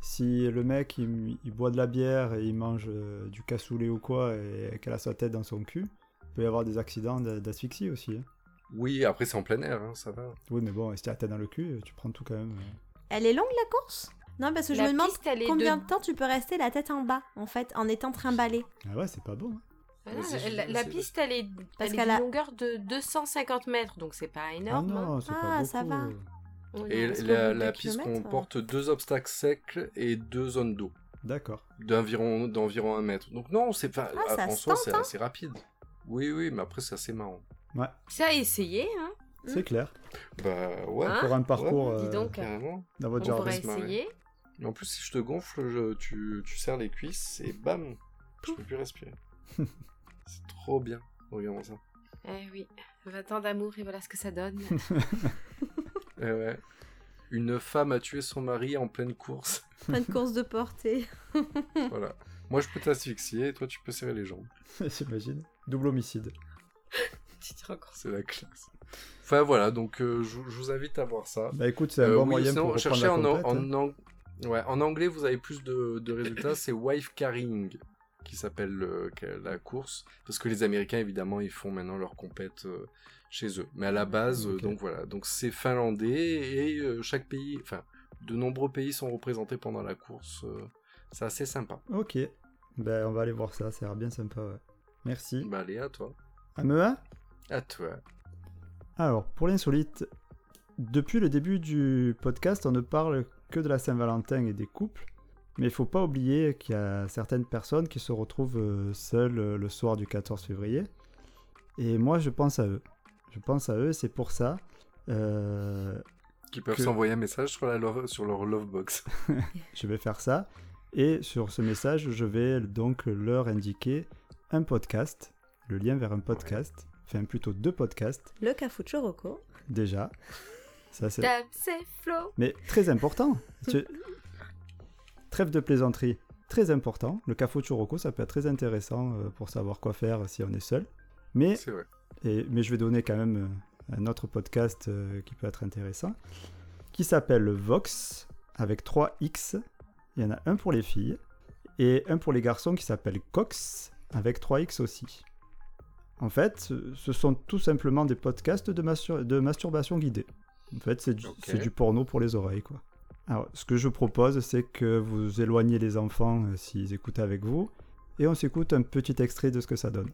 [SPEAKER 4] si le mec il, il boit de la bière et il mange euh, du cassoulet ou quoi et qu'elle a sa tête dans son cul, il peut y avoir des accidents d'a- d'asphyxie aussi. hein.
[SPEAKER 3] Oui, après, c'est en plein air, hein, ça va.
[SPEAKER 4] Oui, mais bon, si t'as la tête dans le cul, tu prends tout quand même. euh.
[SPEAKER 5] Elle est longue la course Non, parce que je
[SPEAKER 6] La
[SPEAKER 5] me demande
[SPEAKER 6] piste, elle est
[SPEAKER 5] combien
[SPEAKER 6] de-
[SPEAKER 5] de temps tu peux rester la tête en bas, en fait, en étant trimballé.
[SPEAKER 4] Ah ouais, c'est pas bon. hein.
[SPEAKER 6] Ah non,
[SPEAKER 3] Vas-y,
[SPEAKER 6] la,
[SPEAKER 3] Julie,
[SPEAKER 6] la
[SPEAKER 3] c'est-
[SPEAKER 6] piste, elle est,
[SPEAKER 5] Parce
[SPEAKER 6] elle est
[SPEAKER 5] qu'elle
[SPEAKER 6] d'une
[SPEAKER 5] a-
[SPEAKER 6] longueur de 250 mètres, donc c'est pas
[SPEAKER 4] Ah
[SPEAKER 6] énorme. hein.
[SPEAKER 4] non, c'est
[SPEAKER 5] Ah,
[SPEAKER 4] pas beaucoup.
[SPEAKER 5] ça va.
[SPEAKER 4] euh.
[SPEAKER 6] On
[SPEAKER 3] Et
[SPEAKER 6] est-
[SPEAKER 5] parce
[SPEAKER 3] la,
[SPEAKER 5] qu'au bout de
[SPEAKER 3] la
[SPEAKER 5] deux
[SPEAKER 3] piste
[SPEAKER 5] kilomètres, hein
[SPEAKER 3] comporte deux obstacles secs et deux zones d'eau
[SPEAKER 4] D'accord.
[SPEAKER 3] d'environ d'environ un mètre. Donc non, c'est pas
[SPEAKER 5] Ah, ça
[SPEAKER 3] en
[SPEAKER 5] se
[SPEAKER 3] soi
[SPEAKER 5] tente,
[SPEAKER 3] c'est
[SPEAKER 5] hein.
[SPEAKER 3] assez rapide. Oui oui, mais après c'est assez marrant.
[SPEAKER 4] Ouais,
[SPEAKER 6] Ça a essayé, hein
[SPEAKER 4] c'est clair.
[SPEAKER 3] Bah ouais.
[SPEAKER 5] Ah,
[SPEAKER 6] Hein
[SPEAKER 4] Pour un parcours
[SPEAKER 6] dis
[SPEAKER 4] euh,
[SPEAKER 6] donc.
[SPEAKER 3] carrément.
[SPEAKER 4] dans votre
[SPEAKER 6] On
[SPEAKER 4] jardin.
[SPEAKER 6] pourrait
[SPEAKER 3] se marrer.
[SPEAKER 6] essayer.
[SPEAKER 3] Mais en plus si je te gonfle, je- tu, tu serres les cuisses et bam, je peux plus respirer. c'est trop bien. Regarde ça.
[SPEAKER 6] Eh oui, 20 ans d'amour et voilà ce que ça donne.
[SPEAKER 3] Eh ouais. Une femme a tué son mari en pleine course.
[SPEAKER 5] Fin de course de portée.
[SPEAKER 3] voilà. Moi je peux t'asphyxier et toi tu peux serrer les jambes.
[SPEAKER 4] J'imagine. Double homicide.
[SPEAKER 6] tu te rends compte.
[SPEAKER 3] C'est la classe. Enfin voilà, donc euh, je je vous invite à voir ça.
[SPEAKER 4] Bah écoute, c'est un
[SPEAKER 3] Euh,
[SPEAKER 4] bon
[SPEAKER 3] oui,
[SPEAKER 4] moyen
[SPEAKER 3] sinon,
[SPEAKER 4] pour reprendre
[SPEAKER 3] cherchez
[SPEAKER 4] la
[SPEAKER 3] en,
[SPEAKER 4] compète. hein.
[SPEAKER 3] en, ang- ouais, en anglais, vous avez plus de, de résultats. C'est Wife Carrying qui s'appelle euh, que- la course. Parce que les Américains, évidemment, ils font maintenant leur compète euh, chez eux. Mais à la base, euh,
[SPEAKER 4] Ok.
[SPEAKER 3] donc voilà. Donc c'est finlandais et euh, chaque pays, enfin, de nombreux pays sont représentés pendant la course. euh, c'est assez sympa.
[SPEAKER 4] Ok. Ben, on va aller voir ça, ça a l'air bien sympa, ouais. Merci.
[SPEAKER 3] Bah, allez, à toi.
[SPEAKER 4] À me hein
[SPEAKER 3] À toi.
[SPEAKER 4] Alors, pour l'insolite, depuis le début du podcast, on ne parle que de la Saint-Valentin et des couples, mais il faut pas oublier qu'il y a certaines personnes qui se retrouvent euh, seules euh, le soir du 14 février. Et moi, je pense à eux. Je pense à eux, c'est pour ça. euh,
[SPEAKER 3] Qui peuvent
[SPEAKER 4] Que-
[SPEAKER 3] s'envoyer un message sur, la love- sur leur Lovebox.
[SPEAKER 4] je vais faire ça. Et sur ce message, je vais donc leur indiquer un podcast, le lien vers un podcast, enfin plutôt deux podcasts
[SPEAKER 5] Le Cafucho Rocco.
[SPEAKER 4] déjà. Ça, c'est
[SPEAKER 6] Dame, c'est Flo.
[SPEAKER 4] Mais très important. Tu- Trêve de plaisanterie, très important. Le cafo Churroco, ça peut être très intéressant euh, pour savoir quoi faire si on est seul. Mais,
[SPEAKER 3] C'est vrai.
[SPEAKER 4] et- mais je vais donner quand même euh, un autre podcast euh, qui peut être intéressant, qui s'appelle Vox, avec 3 X. Il y en a un pour les filles et un pour les garçons qui s'appelle Cox, avec 3 X aussi. En fait, ce- ce sont tout simplement des podcasts de, mastur- de masturbation guidée. En fait, c'est du,
[SPEAKER 3] Ok.
[SPEAKER 4] c'est du porno pour les oreilles, quoi. Alors, ce que je propose, c'est que vous éloignez les enfants euh, s'ils écoutent avec vous, et on s'écoute un petit extrait de ce que ça donne.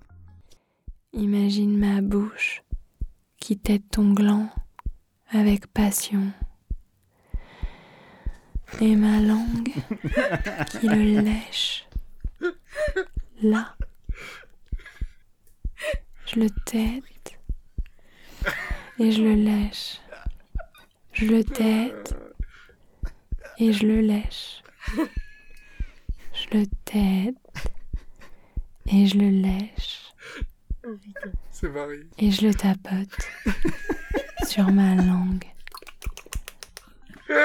[SPEAKER 7] Imagine ma bouche qui tête ton gland avec passion et ma langue qui le lèche là Je le tête et je le lèche. Je le tête et je le lèche. Je le tête et je le lèche
[SPEAKER 3] C'est Marie.
[SPEAKER 7] et je le tapote sur ma langue.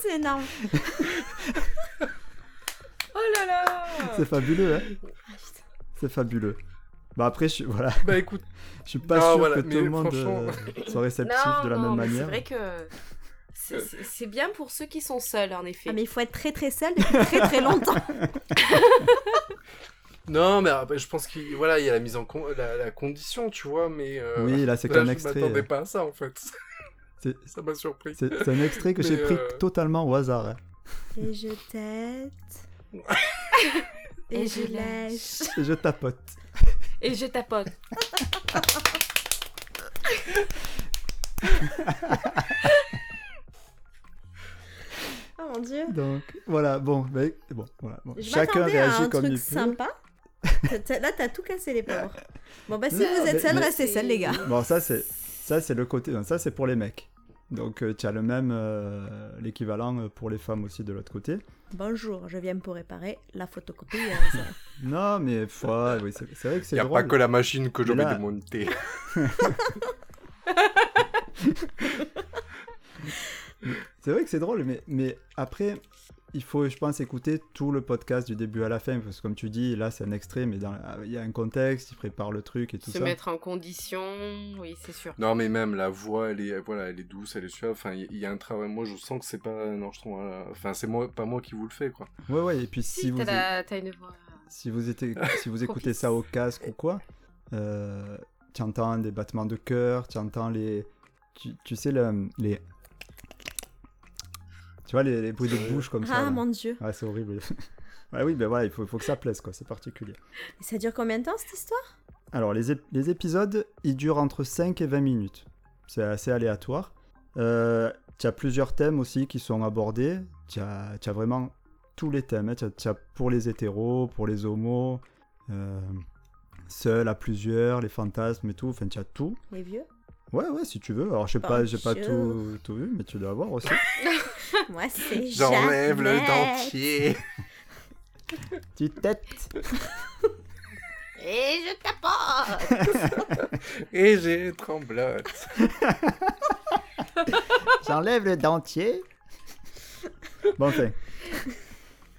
[SPEAKER 5] C'est énorme.
[SPEAKER 6] Oh là là
[SPEAKER 4] C'est fabuleux, hein
[SPEAKER 5] Ah, putain.
[SPEAKER 4] C'est fabuleux. Bah après, je, voilà,
[SPEAKER 3] Bah écoute,
[SPEAKER 4] je suis pas
[SPEAKER 3] Non,
[SPEAKER 4] sûr
[SPEAKER 3] voilà,
[SPEAKER 4] que
[SPEAKER 3] mais
[SPEAKER 4] tout le monde
[SPEAKER 3] franchement-
[SPEAKER 4] euh, soit réceptif de la même
[SPEAKER 6] mais
[SPEAKER 4] manière.
[SPEAKER 6] C'est vrai que c'est- c'est c'est bien pour ceux qui sont seuls, en effet.
[SPEAKER 5] Ah, mais il faut être très très seul depuis très très longtemps.
[SPEAKER 3] non, mais après, je pense qu'il voilà, il y a la mise en con- la, la condition, tu vois, mais euh,
[SPEAKER 4] Oui, là, c'est
[SPEAKER 3] là,
[SPEAKER 4] qu'un
[SPEAKER 3] je m'attendais
[SPEAKER 4] extrait. euh,
[SPEAKER 3] pas à ça en fait.
[SPEAKER 4] C'est
[SPEAKER 3] ça m'a surpris.
[SPEAKER 4] c'est- c'est un extrait que
[SPEAKER 3] Mais,
[SPEAKER 4] j'ai pris
[SPEAKER 3] euh,
[SPEAKER 4] totalement au hasard. hein.
[SPEAKER 5] Et je tête.
[SPEAKER 6] Et
[SPEAKER 5] Et
[SPEAKER 6] je
[SPEAKER 5] je lèche.
[SPEAKER 4] Et je tapote.
[SPEAKER 6] Et je tapote.
[SPEAKER 5] Oh mon dieu.
[SPEAKER 4] Donc voilà, bon, ben, bon, voilà, bon.
[SPEAKER 5] Je
[SPEAKER 4] chacun
[SPEAKER 5] m'attendais à
[SPEAKER 4] réagit
[SPEAKER 5] un
[SPEAKER 4] comme
[SPEAKER 5] truc
[SPEAKER 4] il peut.
[SPEAKER 5] sympa. T'as- t'as- Là, t'as tout cassé les pauvres. Bon, bah si
[SPEAKER 4] Non,
[SPEAKER 6] Ah,
[SPEAKER 5] vous êtes
[SPEAKER 4] mais-
[SPEAKER 5] seuls,
[SPEAKER 4] mais-
[SPEAKER 5] restez seuls, les gars.
[SPEAKER 4] Bon, ça c'est ça c'est le côté, non, ça c'est pour les mecs. Donc euh, tu as le même euh, l'équivalent euh, pour les femmes aussi de l'autre côté.
[SPEAKER 5] Bonjour, je viens pour réparer la photocopieuse.
[SPEAKER 4] Non, mais pff, ouais, oui, c'est c'est vrai que
[SPEAKER 3] Il
[SPEAKER 4] c'est
[SPEAKER 3] n'y a
[SPEAKER 4] drôle.
[SPEAKER 3] pas que la machine que je
[SPEAKER 4] Mais
[SPEAKER 3] vais
[SPEAKER 4] là-
[SPEAKER 3] démonter.
[SPEAKER 4] C'est vrai que c'est drôle, mais, mais après, il faut, je pense, écouter tout le podcast du début à la fin, parce que comme tu dis, là c'est un extrait, mais dans- il y a un contexte, il prépare le truc et tout
[SPEAKER 6] Se
[SPEAKER 4] ça.
[SPEAKER 6] mettre en condition, oui, c'est sûr.
[SPEAKER 3] Non, mais même la voix, elle est, voilà, elle est douce, elle est suave. Enfin, il y- il y a un travail. Moi, je sens que c'est pas. Non, je trouve. euh, Enfin, c'est moi, pas moi qui vous le fais, quoi.
[SPEAKER 4] Ouais, ouais, et puis si,
[SPEAKER 6] Si,
[SPEAKER 4] vous,
[SPEAKER 6] t'as la- t'as une voix.
[SPEAKER 4] si vous, étiez- si vous écoutez
[SPEAKER 6] Propice.
[SPEAKER 4] ça au casque ou quoi, euh, tu entends des battements de cœur, tu entends les. Tu, tu sais, le- les. Tu vois, les, les bruits de bouche comme ça.
[SPEAKER 5] ah
[SPEAKER 4] là.
[SPEAKER 5] mon dieu.
[SPEAKER 4] Ouais, c'est horrible. ouais, oui, ben voilà, il faut, faut que ça plaise, quoi, c'est particulier.
[SPEAKER 5] Et ça dure combien de temps cette histoire
[SPEAKER 4] Alors, les, ép- les épisodes, ils durent entre 5 et 20 minutes. C'est assez aléatoire. Euh, tu as plusieurs thèmes aussi qui sont abordés. Tu as, tu as vraiment tous les thèmes. hein. Tu as- tu as pour les hétéros, pour les homos, euh, seuls, à plusieurs, les fantasmes et tout. Enfin, tu as tout.
[SPEAKER 5] Les vieux
[SPEAKER 4] Ouais, ouais, si tu veux. Alors, je sais pas, j'ai pas
[SPEAKER 5] Bonjour.
[SPEAKER 4] tout, tout vu, mais tu dois avoir aussi.
[SPEAKER 5] Moi, c'est
[SPEAKER 3] J'enlève le
[SPEAKER 5] Jeannette.
[SPEAKER 3] dentier.
[SPEAKER 4] Petite tête
[SPEAKER 6] Et je tapote
[SPEAKER 3] Et j'ai tremblote.
[SPEAKER 4] J'enlève le dentier. Bon, enfin.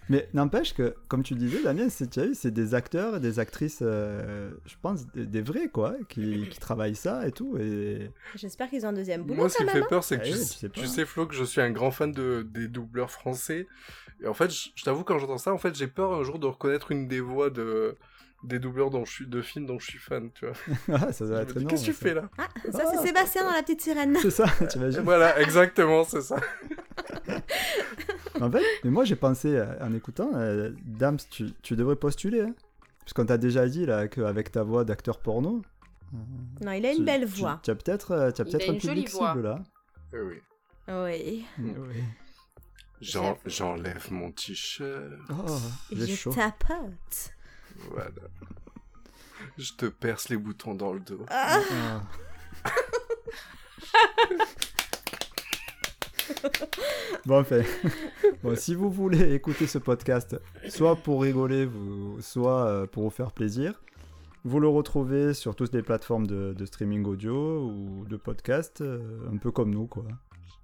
[SPEAKER 4] Mais n'empêche que, comme tu disais, Damien, c'est, tu as vu, c'est des acteurs et des actrices, euh, je pense, des, des vrais, quoi, qui, qui travaillent ça et tout. Et...
[SPEAKER 5] J'espère qu'ils ont un deuxième boulot
[SPEAKER 3] Moi, ce qui
[SPEAKER 5] quand
[SPEAKER 3] me
[SPEAKER 5] même.
[SPEAKER 3] fait peur, c'est que
[SPEAKER 4] Ah
[SPEAKER 3] tu,
[SPEAKER 4] oui,
[SPEAKER 3] sais-
[SPEAKER 4] tu sais pas.
[SPEAKER 3] tu sais, Flo, que je suis un grand fan de, des doubleurs français. Et en fait, je, je t'avoue, quand j'entends ça, en fait, j'ai peur un jour de reconnaître une des voix de, des doubleurs dont je suis, de films dont je suis fan, tu vois.
[SPEAKER 4] Ah, ça
[SPEAKER 3] Je
[SPEAKER 4] doit
[SPEAKER 3] me
[SPEAKER 4] être
[SPEAKER 3] dis,
[SPEAKER 4] énorme.
[SPEAKER 3] Qu'est-ce que tu
[SPEAKER 4] ça.
[SPEAKER 3] fais là
[SPEAKER 5] hein. Ah, ça, c'est
[SPEAKER 4] Ah.
[SPEAKER 5] Sébastien dans La Petite Sirène.
[SPEAKER 4] C'est ça, tu imagines
[SPEAKER 3] Voilà, exactement, c'est ça.
[SPEAKER 4] En fait, mais moi j'ai pensé euh, en écoutant, euh, Dams, tu, tu devrais postuler. Hein. Parce qu'on t'a déjà dit là qu'avec ta voix d'acteur porno. euh,
[SPEAKER 5] Non, il a une
[SPEAKER 4] tu-
[SPEAKER 5] belle
[SPEAKER 4] tu-
[SPEAKER 5] voix.
[SPEAKER 4] Tu, as peut-être, euh, tu as
[SPEAKER 6] Il
[SPEAKER 4] peut-être
[SPEAKER 6] a
[SPEAKER 4] un
[SPEAKER 6] une jolie
[SPEAKER 4] public
[SPEAKER 6] voix.
[SPEAKER 4] cible là.
[SPEAKER 3] Eh oui.
[SPEAKER 5] Oui.
[SPEAKER 4] Oui.
[SPEAKER 3] J'en- J'enlève mon t-shirt.
[SPEAKER 4] Oh,
[SPEAKER 5] Et
[SPEAKER 4] j'ai
[SPEAKER 5] je
[SPEAKER 4] chaud.
[SPEAKER 5] tapote.
[SPEAKER 3] Voilà. Je te perce les boutons dans le dos.
[SPEAKER 5] Ah,
[SPEAKER 4] Ah. bon, enfin, bon, si vous voulez écouter ce podcast, soit pour rigoler, vous, soit euh, pour vous faire plaisir, vous le retrouvez sur toutes les plateformes de, de streaming audio ou de podcast, euh, un peu comme nous, quoi.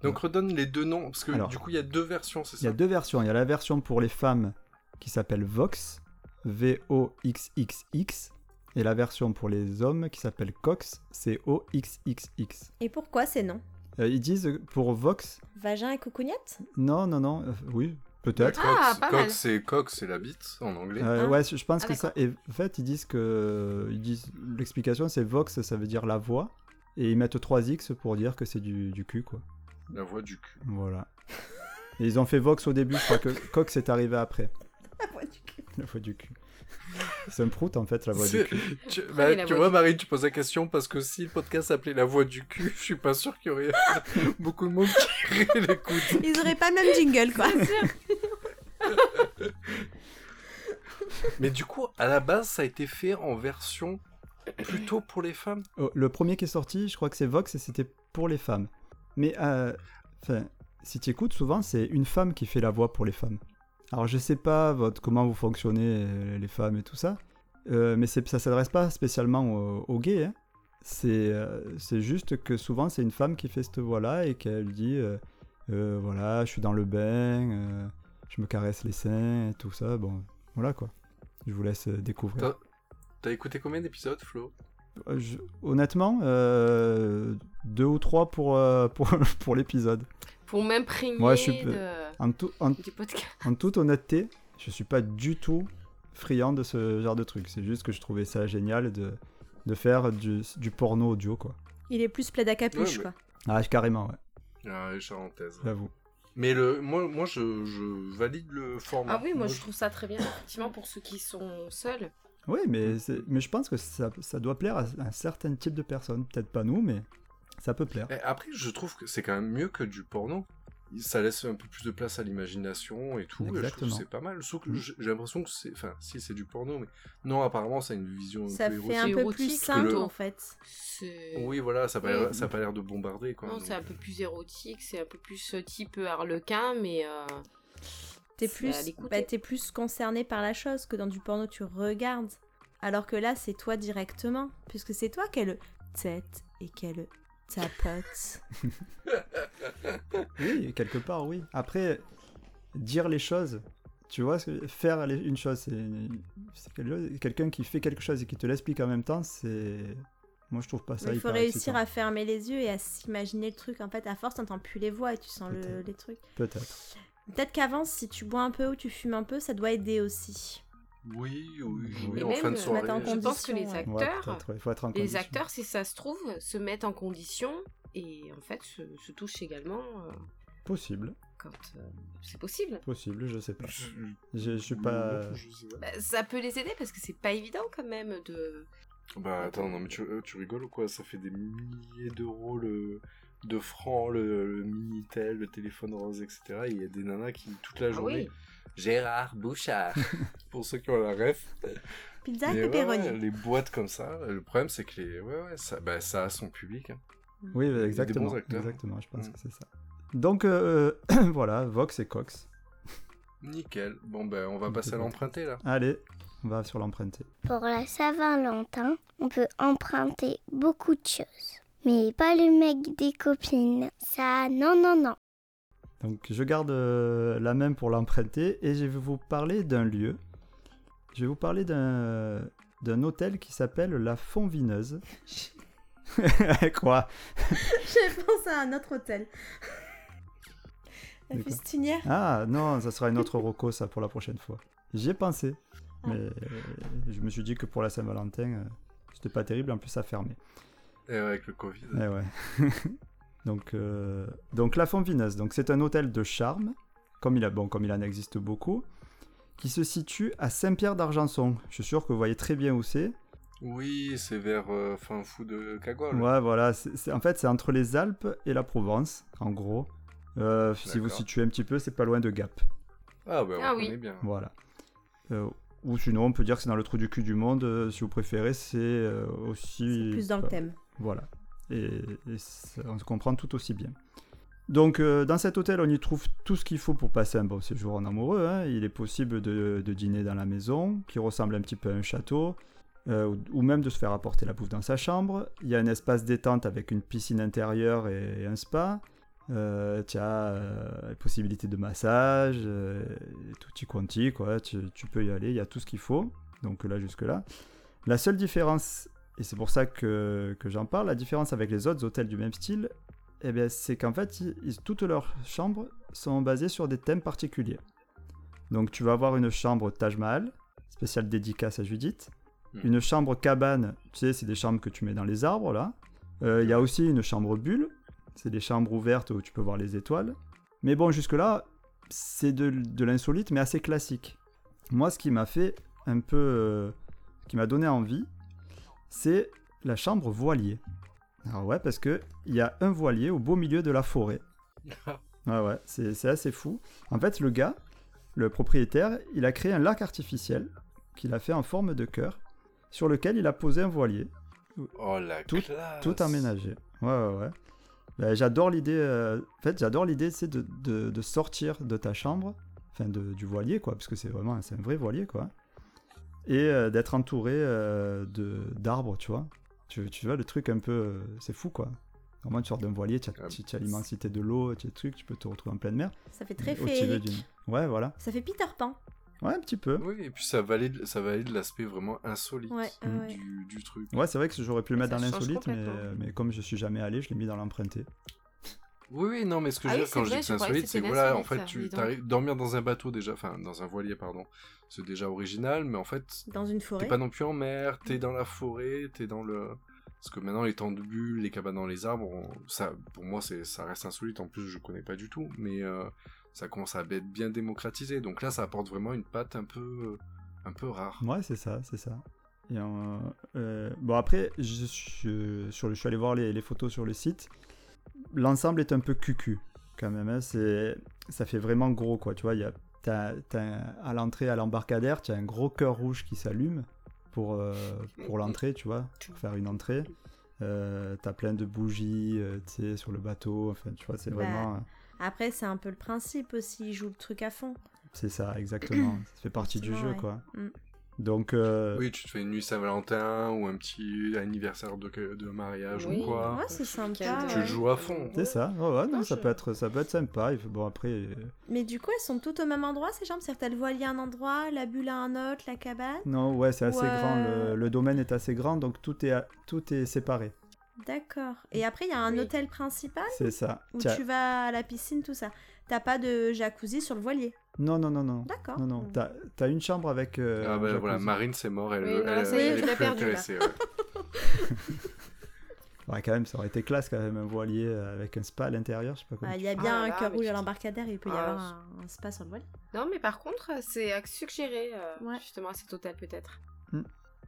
[SPEAKER 3] Donc redonne les deux noms, parce que
[SPEAKER 4] Alors.
[SPEAKER 3] du coup, il y a deux versions, c'est
[SPEAKER 4] Il y
[SPEAKER 3] ça
[SPEAKER 4] a deux versions. Il y a la version pour les femmes qui s'appelle Vox, V-O-X-X-X, et la version pour les hommes qui s'appelle Cox, C-O-X-X-X.
[SPEAKER 5] Et pourquoi ces noms
[SPEAKER 4] Euh, ils disent euh, pour Vox,
[SPEAKER 5] Vagin et coucougnette
[SPEAKER 4] non, non, non, euh, oui, peut-être.
[SPEAKER 6] Ah,
[SPEAKER 3] Cox,
[SPEAKER 6] pas
[SPEAKER 3] Cox,
[SPEAKER 6] mal.
[SPEAKER 3] c'est Cox, c'est la bite en anglais.
[SPEAKER 4] Euh,
[SPEAKER 5] Ah.
[SPEAKER 4] ouais, je je pense
[SPEAKER 6] Ah,
[SPEAKER 4] que ça. Et en fait, ils disent que. Ils disent, l'explication, c'est Vox, ça veut dire la voix. Et ils mettent 3X pour dire que c'est du, du cul, quoi.
[SPEAKER 3] La voix du cul.
[SPEAKER 4] Voilà. Et ils ont fait Vox au début, je crois que Cox est arrivé après. La voix du cul. C'est un prout, en fait, la voix du
[SPEAKER 3] C'est-
[SPEAKER 4] cul.
[SPEAKER 3] Tu,
[SPEAKER 6] Prenez
[SPEAKER 3] bah,
[SPEAKER 6] Ah la
[SPEAKER 3] tu vois,
[SPEAKER 6] voix du-
[SPEAKER 3] Marie, tu poses la question parce que si le podcast s'appelait La Voix du cul, je suis pas sûr qu'il y aurait beaucoup de monde qui irait l'écouter.
[SPEAKER 5] Ils auraient pas le même jingle, quoi.
[SPEAKER 3] Mais du coup, à la base, ça a été fait en version plutôt pour les femmes.
[SPEAKER 4] Oh, le premier qui est sorti, je crois que c'est Vox et c'était pour les femmes. Mais euh, enfin, si tu écoutes, souvent c'est une femme qui fait la voix pour les femmes. Alors je sais pas votre, comment vous fonctionnez euh, les femmes et tout ça, euh, mais c'est- ça s'adresse pas spécialement aux, aux gays. hein. C'est euh, c'est juste que souvent c'est une femme qui fait cette voix-là et qu'elle dit euh, Euh, voilà, je suis dans le bain, euh, je me caresse les seins, et tout ça. Bon, voilà quoi. Je vous laisse euh, découvrir.
[SPEAKER 3] T'as- T'as écouté combien d'épisodes, Flo
[SPEAKER 4] Euh, je- honnêtement, euh, deux ou trois pour, euh, pour, pour l'épisode.
[SPEAKER 6] Pour m'imprégner
[SPEAKER 4] Moi, je suis-
[SPEAKER 6] de-
[SPEAKER 4] En, tout- en,
[SPEAKER 6] du podcast.
[SPEAKER 4] en toute honnêteté, je suis pas du tout friand de ce genre de truc. C'est juste que je trouvais ça génial de, de faire du, du porno audio, quoi.
[SPEAKER 5] Il est plus plaid à capuche,
[SPEAKER 3] Ouais, mais-
[SPEAKER 5] quoi.
[SPEAKER 4] Ah, carrément, ouais,
[SPEAKER 3] Ah, ouais, charentaise.
[SPEAKER 4] j'avoue.
[SPEAKER 3] Mais le, moi, moi je, je valide le format.
[SPEAKER 6] Ah oui, moi je trouve ça très bien, effectivement, pour ceux qui sont seuls.
[SPEAKER 4] Oui, mais, c'est- mais je pense que ça, ça doit plaire à un certain type de personnes. Peut-être pas nous, mais ça peut plaire.
[SPEAKER 3] Eh, après, je trouve que c'est quand même mieux que du porno. Ça laisse un peu plus de place à l'imagination et tout. et je trouve
[SPEAKER 4] Exactement.
[SPEAKER 3] que c'est pas mal. Sauf que
[SPEAKER 4] Mm.
[SPEAKER 3] j'ai j'ai l'impression que c'est. Enfin, si c'est du porno, mais. Non, apparemment, ça a une vision.
[SPEAKER 5] Ça
[SPEAKER 3] un peu
[SPEAKER 5] fait un
[SPEAKER 3] érotique.
[SPEAKER 5] peu
[SPEAKER 6] érotique,
[SPEAKER 5] plus
[SPEAKER 3] que
[SPEAKER 6] parce
[SPEAKER 5] simple,
[SPEAKER 3] le-
[SPEAKER 5] en fait.
[SPEAKER 6] C'est...
[SPEAKER 3] Oui, voilà, ça a pas
[SPEAKER 6] Oui.
[SPEAKER 3] l'air- ça a pas l'air de bombarder, quoi.
[SPEAKER 6] non,
[SPEAKER 3] donc, euh,
[SPEAKER 6] c'est un peu
[SPEAKER 4] euh,
[SPEAKER 6] plus érotique, c'est un peu plus euh, type harlequin, mais... euh,
[SPEAKER 5] T'es
[SPEAKER 6] c'est à
[SPEAKER 5] plus,
[SPEAKER 6] l'écouter.
[SPEAKER 5] bah, t'es plus concerné par la chose que dans du porno, tu regardes. Alors que là, c'est toi directement, puisque c'est toi qu'elle tête et qu'elle tapote.
[SPEAKER 4] Oui, quelque part, oui. Après, dire les choses, tu vois, c'est- faire les- une chose, c'est c'est quelque- quelqu'un qui fait quelque chose et qui te l'explique en même temps, c'est. Moi, je trouve pas ça
[SPEAKER 5] Mais il faut
[SPEAKER 4] hyper
[SPEAKER 5] réussir
[SPEAKER 4] excitant.
[SPEAKER 5] à fermer les yeux et à s'imaginer le truc. En fait, à force, t'entends plus les voix et tu sens le-
[SPEAKER 4] Peut-être.
[SPEAKER 5] les trucs.
[SPEAKER 4] Peut-être.
[SPEAKER 5] Peut-être qu'avant, si tu bois un peu ou tu fumes un peu, ça doit aider aussi.
[SPEAKER 3] Oui, oui, oui,
[SPEAKER 4] Et
[SPEAKER 3] en
[SPEAKER 6] même,
[SPEAKER 3] fin de
[SPEAKER 6] euh,
[SPEAKER 3] soirée.
[SPEAKER 5] mettre en
[SPEAKER 6] je pense que
[SPEAKER 5] condition,
[SPEAKER 6] les
[SPEAKER 5] ouais.
[SPEAKER 4] Ouais,
[SPEAKER 6] acteurs,
[SPEAKER 4] peut-être, ouais. Il faut être en
[SPEAKER 6] les
[SPEAKER 4] condition.
[SPEAKER 6] acteurs, si ça se trouve, se mettent en condition et en fait se, se touchent également euh,
[SPEAKER 4] Possible,
[SPEAKER 6] quand euh, c'est possible.
[SPEAKER 4] possible, je sais pas.
[SPEAKER 3] Je-
[SPEAKER 4] Je, je suis pas.
[SPEAKER 3] Je sais pas.
[SPEAKER 6] Bah, ça peut les aider parce que c'est pas évident quand même de.
[SPEAKER 3] Bah attends, non mais tu, euh, tu rigoles ou quoi Ça fait des milliers d'euros le, de francs, le, le Minitel, le téléphone rose, etc. Et Il y a des nanas qui, toute la
[SPEAKER 6] Ah oui.
[SPEAKER 3] journée... Gérard Bouchard Pour ceux qui ont la ref.
[SPEAKER 5] Pizza
[SPEAKER 3] Mais
[SPEAKER 5] et
[SPEAKER 3] ouais,
[SPEAKER 5] pepperoni.
[SPEAKER 3] ouais, les boîtes comme ça, le problème c'est que les... Ouais, ouais, ça, bah, ça a son public. hein.
[SPEAKER 4] Oui,
[SPEAKER 3] bons
[SPEAKER 4] exactement.
[SPEAKER 3] acteurs.
[SPEAKER 4] Exactement, je pense
[SPEAKER 3] Mm.
[SPEAKER 4] que c'est ça. Donc, euh, voilà, Vox et Cox.
[SPEAKER 3] Nickel. Bon ben on va
[SPEAKER 4] Une
[SPEAKER 3] passer à
[SPEAKER 4] petite
[SPEAKER 3] l'emprunter là.
[SPEAKER 4] Allez, on va sur l'emprunter.
[SPEAKER 1] Pour la Saint-Valentin, on peut emprunter beaucoup de choses. Mais pas le mec des copines. Ça, non, non, non.
[SPEAKER 4] Donc je garde euh, la même pour l'emprunter et je vais vous parler d'un lieu. Je vais vous parler d'un d'un hôtel qui s'appelle la Fonvineuse. Quoi
[SPEAKER 5] Je pense à un autre hôtel. La
[SPEAKER 4] D'accord.
[SPEAKER 5] fustinière.
[SPEAKER 4] Ah non, ça sera une autre roco ça pour la prochaine fois. J'y ai pensé, mais euh, je me suis dit que pour la Saint-Valentin, euh, c'était pas terrible, en plus ça fermait.
[SPEAKER 3] Et avec le Covid.
[SPEAKER 4] Eh ouais. donc, euh, donc la Fonvineuse, donc c'est un hôtel de charme, comme il, a, bon, comme il en existe beaucoup, qui se situe à Saint-Pierre d'Argenson. Je suis sûr que vous voyez très bien où c'est.
[SPEAKER 3] Oui, c'est vers euh, fin fou de Cagole.
[SPEAKER 4] Ouais, voilà. c'est- c'est- en fait, c'est entre les Alpes et la Provence, en gros. Euh, si vous
[SPEAKER 3] D'accord.
[SPEAKER 4] situez un petit peu, c'est pas loin de Gap.
[SPEAKER 3] Ah ben on
[SPEAKER 6] Ah oui.
[SPEAKER 3] connaît bien.
[SPEAKER 4] Voilà. Euh, ou sinon, on peut dire que c'est dans le trou du cul du monde, euh, si vous préférez. C'est euh, aussi.
[SPEAKER 5] C'est plus dans le
[SPEAKER 4] enfin,
[SPEAKER 5] thème.
[SPEAKER 4] Voilà. Et, et ça- on se comprend tout aussi bien. Donc, euh, dans cet hôtel, on y trouve tout ce qu'il faut pour passer un bon séjour en amoureux. hein. Il est possible de, de dîner dans la maison, qui ressemble un petit peu à un château, euh, ou, ou même de se faire apporter la bouffe dans sa chambre. Il y a un espace détente avec une piscine intérieure et, et un spa. Euh, tu as euh, possibilité de massage, euh, et tout y quanti, quoi. Tu, tu peux y aller, il y a tout ce qu'il faut. Donc là, jusque-là. La seule différence et c'est pour ça que, que j'en parle, la différence avec les autres hôtels du même style, eh bien, c'est qu'en fait, ils- ils- toutes leurs chambres sont basées sur des thèmes particuliers. Donc tu vas avoir une chambre Taj Mahal, spéciale dédicace à Judith,
[SPEAKER 3] Hmm.
[SPEAKER 4] une chambre cabane, tu sais, c'est des chambres que tu mets dans les arbres, là. Euh, Il y a aussi une chambre bulle, c'est des chambres ouvertes où tu peux voir les étoiles. Mais bon, jusque-là, c'est de, de l'insolite, mais assez classique. Moi, ce qui m'a fait un peu... euh, qui m'a donné envie, c'est la chambre voilier. Ah ouais, parce que il y a un voilier au beau milieu de la forêt. Ouais, ouais, c'est c'est assez fou. En fait, le gars, le propriétaire, il a créé un lac artificiel qu'il a fait en forme de cœur, sur lequel il a posé un voilier,
[SPEAKER 3] Oh la
[SPEAKER 4] Tout-
[SPEAKER 3] classe.
[SPEAKER 4] tout aménagé. Ouais, ouais, ouais. Ben, j'adore l'idée. euh, En fait, j'adore l'idée, c'est de, de- de sortir de ta chambre, enfin de- du voilier, quoi, parce que c'est vraiment, c'est un vrai voilier, quoi, et euh, d'être entouré euh, de d'arbres, tu vois. Tu, tu vois le truc un peu, euh, c'est fou, quoi. Normalement, tu sors d'un voilier, tu as,
[SPEAKER 3] Ah,
[SPEAKER 4] tu- tu as l'immensité de l'eau, tu as des trucs, tu peux te retrouver en pleine mer.
[SPEAKER 5] Ça fait très
[SPEAKER 4] mais au milieu
[SPEAKER 5] féerique.
[SPEAKER 4] d'une- Ouais, voilà.
[SPEAKER 5] Ça fait Peter Pan.
[SPEAKER 4] Ouais, un petit peu.
[SPEAKER 3] Oui, et puis ça valide, ça valide l'aspect vraiment insolite
[SPEAKER 5] Ouais, ah ouais.
[SPEAKER 3] du, du truc.
[SPEAKER 4] Ouais, c'est vrai que j'aurais pu le mettre
[SPEAKER 6] Ça
[SPEAKER 4] dans
[SPEAKER 6] change
[SPEAKER 4] l'insolite, mais,
[SPEAKER 6] complètement.
[SPEAKER 4] mais comme je suis jamais allé, je l'ai mis dans l'emprunté.
[SPEAKER 3] Oui, oui, non, mais ce que
[SPEAKER 6] Ah
[SPEAKER 3] je veux
[SPEAKER 6] oui,
[SPEAKER 3] dire quand
[SPEAKER 6] c'est
[SPEAKER 3] je dis
[SPEAKER 6] vrai,
[SPEAKER 3] que
[SPEAKER 6] je
[SPEAKER 3] c'est
[SPEAKER 6] croyais que
[SPEAKER 3] insolite, c'est
[SPEAKER 6] c'était
[SPEAKER 3] voilà, en
[SPEAKER 6] l'insolite,
[SPEAKER 3] fait,
[SPEAKER 6] ça, dis
[SPEAKER 3] tu
[SPEAKER 6] donc.
[SPEAKER 3] t'arrives dormir dans un bateau déjà, enfin, dans un voilier, pardon, c'est déjà original, mais en fait,
[SPEAKER 5] Dans une forêt.
[SPEAKER 3] T'es pas non plus en mer, t'es dans la forêt, t'es dans le. Parce que maintenant, les temps de bulles, les cabanes dans les arbres, on- ça, pour moi, c'est, ça reste insolite. En plus, je connais pas du tout, mais euh, ça commence à être bien démocratisé. Donc là, ça apporte vraiment une patte un peu, un peu rare.
[SPEAKER 4] Ouais, c'est ça, c'est ça. Et euh, euh, bon, après, je suis, euh, sur le, je suis allé voir les, les photos sur le site. L'ensemble est un peu cucu, quand même. hein. C'est, ça fait vraiment gros, quoi. Tu vois, il y a, t'as- t'as un- à l'entrée, à l'embarcadère, tu as un gros cœur rouge qui s'allume pour, euh, pour l'entrée, tu vois, pour faire une entrée. Euh, t'as plein de bougies, euh, tu sais, sur le bateau. Enfin, tu vois, c'est
[SPEAKER 5] Bah.
[SPEAKER 4] vraiment... euh,
[SPEAKER 5] Après, c'est un peu le principe aussi. Il joue le truc à fond.
[SPEAKER 4] C'est ça, exactement. ça fait partie du jeu,
[SPEAKER 5] Forcément,
[SPEAKER 4] quoi.
[SPEAKER 5] Mm.
[SPEAKER 4] Donc, euh,
[SPEAKER 3] Oui, tu te fais une nuit Saint-Valentin ou un petit anniversaire de, de mariage
[SPEAKER 6] Oui.
[SPEAKER 3] ou quoi.
[SPEAKER 5] Ouais, c'est sympa.
[SPEAKER 6] Week-end,
[SPEAKER 3] Tu
[SPEAKER 5] ouais.
[SPEAKER 3] joues à fond. hein.
[SPEAKER 4] c'est ça. Ouais, ouais, non,
[SPEAKER 6] Non,
[SPEAKER 4] ça,
[SPEAKER 6] je-
[SPEAKER 4] peut être, ça peut être sympa. Il faut- Bon, après, euh,
[SPEAKER 5] Mais du coup, elles sont toutes au même endroit, ces jambes C'est-à-dire, t'as le voilier à un endroit, la bulle à un autre, la cabane
[SPEAKER 4] non, ouais, c'est assez
[SPEAKER 5] Ouais.
[SPEAKER 4] grand. Le, le domaine est assez grand, donc tout est, à- tout est séparé.
[SPEAKER 5] D'accord. Et après, il y a un
[SPEAKER 6] Oui.
[SPEAKER 5] hôtel principal
[SPEAKER 4] C'est ça.
[SPEAKER 5] où
[SPEAKER 4] Tiens,
[SPEAKER 5] tu vas à la piscine, tout ça. T'as pas de jacuzzi sur le voilier.
[SPEAKER 4] Non, non, non, non.
[SPEAKER 5] D'accord.
[SPEAKER 4] Non, non. T'as t'as une chambre avec. euh,
[SPEAKER 3] ah ben
[SPEAKER 4] jacuzzi.
[SPEAKER 3] voilà, Marine, c'est mort. Elle,
[SPEAKER 6] Oui,
[SPEAKER 3] elle,
[SPEAKER 6] non, ça y est,
[SPEAKER 3] elle
[SPEAKER 6] je
[SPEAKER 3] est
[SPEAKER 6] l'ai
[SPEAKER 3] plus
[SPEAKER 6] perdue, là.
[SPEAKER 3] intéressée, ouais.
[SPEAKER 4] Ouais, quand même, ça aurait été classe quand même, un voilier euh, avec un spa à l'intérieur. Je sais pas comment.
[SPEAKER 5] Ah, Il
[SPEAKER 4] tu-
[SPEAKER 5] y a bien
[SPEAKER 6] Ah
[SPEAKER 5] un
[SPEAKER 6] là,
[SPEAKER 5] cœur
[SPEAKER 6] mais
[SPEAKER 5] rouge à
[SPEAKER 6] putain.
[SPEAKER 5] l'embarcadère et il peut y
[SPEAKER 6] Ah,
[SPEAKER 5] avoir un, un spa sur le voilier.
[SPEAKER 6] Non, mais par contre, c'est à suggérer, euh,
[SPEAKER 5] Ouais.
[SPEAKER 6] justement, à cet hôtel peut-être.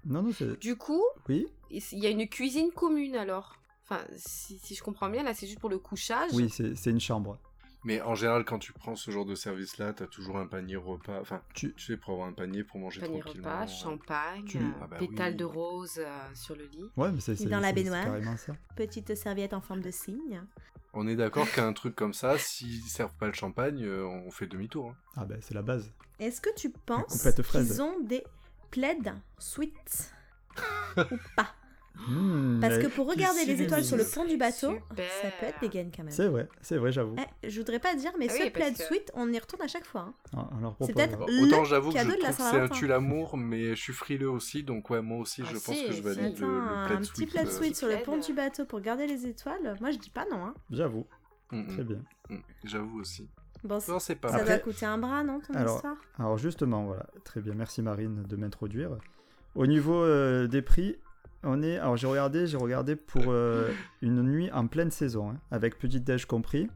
[SPEAKER 4] Non, non, c'est.
[SPEAKER 6] Du coup,
[SPEAKER 4] Oui
[SPEAKER 6] il s- il y a une cuisine commune alors. Enfin, si, si je comprends bien, là, c'est juste pour le couchage.
[SPEAKER 4] Oui, c'est c'est une chambre.
[SPEAKER 3] Mais en général, quand tu prends ce genre de service-là, t'as toujours un panier repas. Enfin,
[SPEAKER 4] Tu-
[SPEAKER 3] tu, sais, pour avoir un panier pour manger
[SPEAKER 6] Panier
[SPEAKER 3] tranquillement.
[SPEAKER 6] repas,
[SPEAKER 3] ouais.
[SPEAKER 6] champagne,
[SPEAKER 4] Tu-
[SPEAKER 6] euh,
[SPEAKER 3] Ah bah
[SPEAKER 6] pétales
[SPEAKER 3] oui.
[SPEAKER 6] de rose euh, sur le lit.
[SPEAKER 4] Ouais, mais c'est. c'est-
[SPEAKER 5] dans
[SPEAKER 4] c'est-
[SPEAKER 5] la
[SPEAKER 4] c'est
[SPEAKER 5] baignoire.
[SPEAKER 4] carrément ça.
[SPEAKER 5] Petite serviette en forme de cygne.
[SPEAKER 3] On est d'accord qu'un truc comme ça, s'ils servent pas le champagne, euh, on fait demi-tour. hein.
[SPEAKER 4] Ah, ben, c'est la base.
[SPEAKER 5] Est-ce que tu penses
[SPEAKER 4] complète fraise.
[SPEAKER 5] qu'ils ont des plaids sweets ou pas
[SPEAKER 4] Hmm,
[SPEAKER 5] Parce
[SPEAKER 4] mais-
[SPEAKER 5] que pour regarder les
[SPEAKER 4] s'illumine.
[SPEAKER 5] étoiles sur le pont du bateau,
[SPEAKER 6] Super.
[SPEAKER 5] ça peut être des gains quand même.
[SPEAKER 4] C'est vrai, c'est vrai, j'avoue.
[SPEAKER 5] Eh, je voudrais pas dire, mais
[SPEAKER 6] Ah
[SPEAKER 5] ce
[SPEAKER 6] oui, parce
[SPEAKER 5] plaid
[SPEAKER 6] que-
[SPEAKER 5] suite, on y retourne à chaque fois. hein.
[SPEAKER 4] On- on leur
[SPEAKER 5] C'est
[SPEAKER 4] propose.
[SPEAKER 5] peut-être
[SPEAKER 3] Bah,
[SPEAKER 5] le
[SPEAKER 3] autant j'avoue que je
[SPEAKER 5] cadeau
[SPEAKER 3] trouve
[SPEAKER 5] de la
[SPEAKER 3] que c'est un
[SPEAKER 5] Saint-Valentin.
[SPEAKER 3] tue l'amour, mais je suis frileux aussi, donc ouais, moi aussi,
[SPEAKER 6] Ah
[SPEAKER 3] je
[SPEAKER 6] si,
[SPEAKER 3] pense que je
[SPEAKER 6] si.
[SPEAKER 3] valide
[SPEAKER 5] Attends,
[SPEAKER 3] le, le
[SPEAKER 5] un
[SPEAKER 3] plaid
[SPEAKER 5] petit
[SPEAKER 3] sweet,
[SPEAKER 5] plaid
[SPEAKER 3] euh,
[SPEAKER 5] suite sur le
[SPEAKER 6] plaid.
[SPEAKER 5] pont du bateau pour garder les étoiles, moi je dis pas non. Hein.
[SPEAKER 4] J'avoue,
[SPEAKER 3] mm,
[SPEAKER 4] très bien.
[SPEAKER 3] mm, mm, J'avoue aussi.
[SPEAKER 5] Bon, c-
[SPEAKER 3] Non, c'est pas
[SPEAKER 5] ça
[SPEAKER 4] Après-
[SPEAKER 3] mal.
[SPEAKER 5] doit coûter un bras, non, ton
[SPEAKER 4] Alors-
[SPEAKER 5] histoire
[SPEAKER 4] Alors justement, voilà, très bien, merci Marine de m'introduire. Au niveau euh, des prix, on est, alors j'ai regardé, j'ai regardé pour euh, une nuit en pleine saison, hein, avec petit déj compris,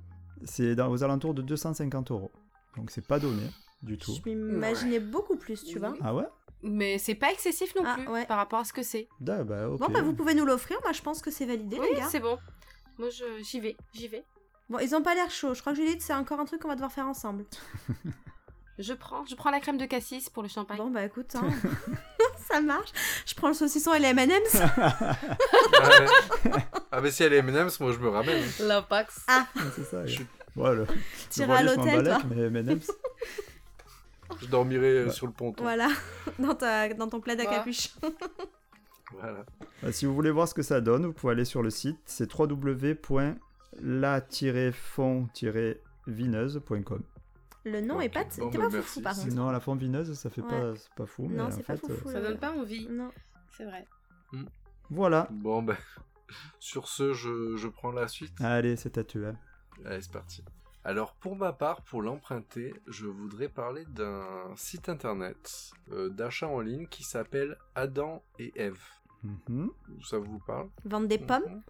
[SPEAKER 4] c'est dans- aux alentours de 250 euros. Donc c'est pas donné du tout.
[SPEAKER 5] Je m'imaginais beaucoup plus, tu vois.
[SPEAKER 4] Ah ouais
[SPEAKER 6] Mais c'est pas excessif non
[SPEAKER 5] Ah,
[SPEAKER 6] plus
[SPEAKER 5] ouais.
[SPEAKER 6] par rapport à ce que c'est.
[SPEAKER 4] Ah bah ok.
[SPEAKER 5] Bon, bah vous pouvez nous l'offrir, moi je pense que c'est validé,
[SPEAKER 6] Oui,
[SPEAKER 5] les gars.
[SPEAKER 6] c'est bon. Moi, je- j'y vais, j'y vais.
[SPEAKER 5] Bon, ils ont pas l'air chauds, je crois que Juliette, c'est encore un truc qu'on va devoir faire ensemble.
[SPEAKER 6] Je prends, je prends la crème de cassis pour le champagne.
[SPEAKER 5] Bon, bah écoute, hein. ça marche. Je prends le saucisson et les MM's.
[SPEAKER 3] Ouais. ah mais si elle est M&M's, moi je me ramène.
[SPEAKER 6] L'impact.
[SPEAKER 4] C'est ça.
[SPEAKER 3] Je-
[SPEAKER 4] ouais. Bon, le- le
[SPEAKER 5] T'iras à
[SPEAKER 4] voilier, je m'en
[SPEAKER 5] l'hôtel,
[SPEAKER 4] balade,
[SPEAKER 5] toi.
[SPEAKER 4] mais M&M's,
[SPEAKER 3] Je dormirai euh,
[SPEAKER 4] Ouais.
[SPEAKER 3] sur le ponton.
[SPEAKER 5] Voilà, dans, ta, dans ton plaid à
[SPEAKER 6] Voilà.
[SPEAKER 5] capuche.
[SPEAKER 3] Voilà.
[SPEAKER 4] Euh, Si vous voulez voir ce que ça donne, vous pouvez aller sur le site, c'est www.la-fond-vineuse.com.
[SPEAKER 5] Le nom
[SPEAKER 3] Ok,
[SPEAKER 5] est pas. T'es
[SPEAKER 3] bon,
[SPEAKER 5] pas
[SPEAKER 3] bah,
[SPEAKER 5] foufou,
[SPEAKER 3] merci.
[SPEAKER 5] par contre.
[SPEAKER 4] Non, la fond vineuse, ça fait
[SPEAKER 5] Ouais.
[SPEAKER 4] pas, c'est pas fou, mais
[SPEAKER 5] Non,
[SPEAKER 4] en
[SPEAKER 5] c'est pas
[SPEAKER 4] fait, euh,
[SPEAKER 5] foufou.
[SPEAKER 6] Ça
[SPEAKER 5] euh,
[SPEAKER 6] donne pas envie,
[SPEAKER 5] Non.
[SPEAKER 6] Mm, c'est vrai.
[SPEAKER 4] Voilà.
[SPEAKER 3] Bon ben, sur ce, je, je prends la suite.
[SPEAKER 4] Allez, c'est à tuer.
[SPEAKER 3] Allez, c'est parti. Alors, pour ma part, pour l'emprunter, je voudrais parler d'un site internet euh, d'achat en ligne qui s'appelle Adam et Ève.
[SPEAKER 4] Mhm.
[SPEAKER 3] Ça vous parle
[SPEAKER 5] Vendre des pommes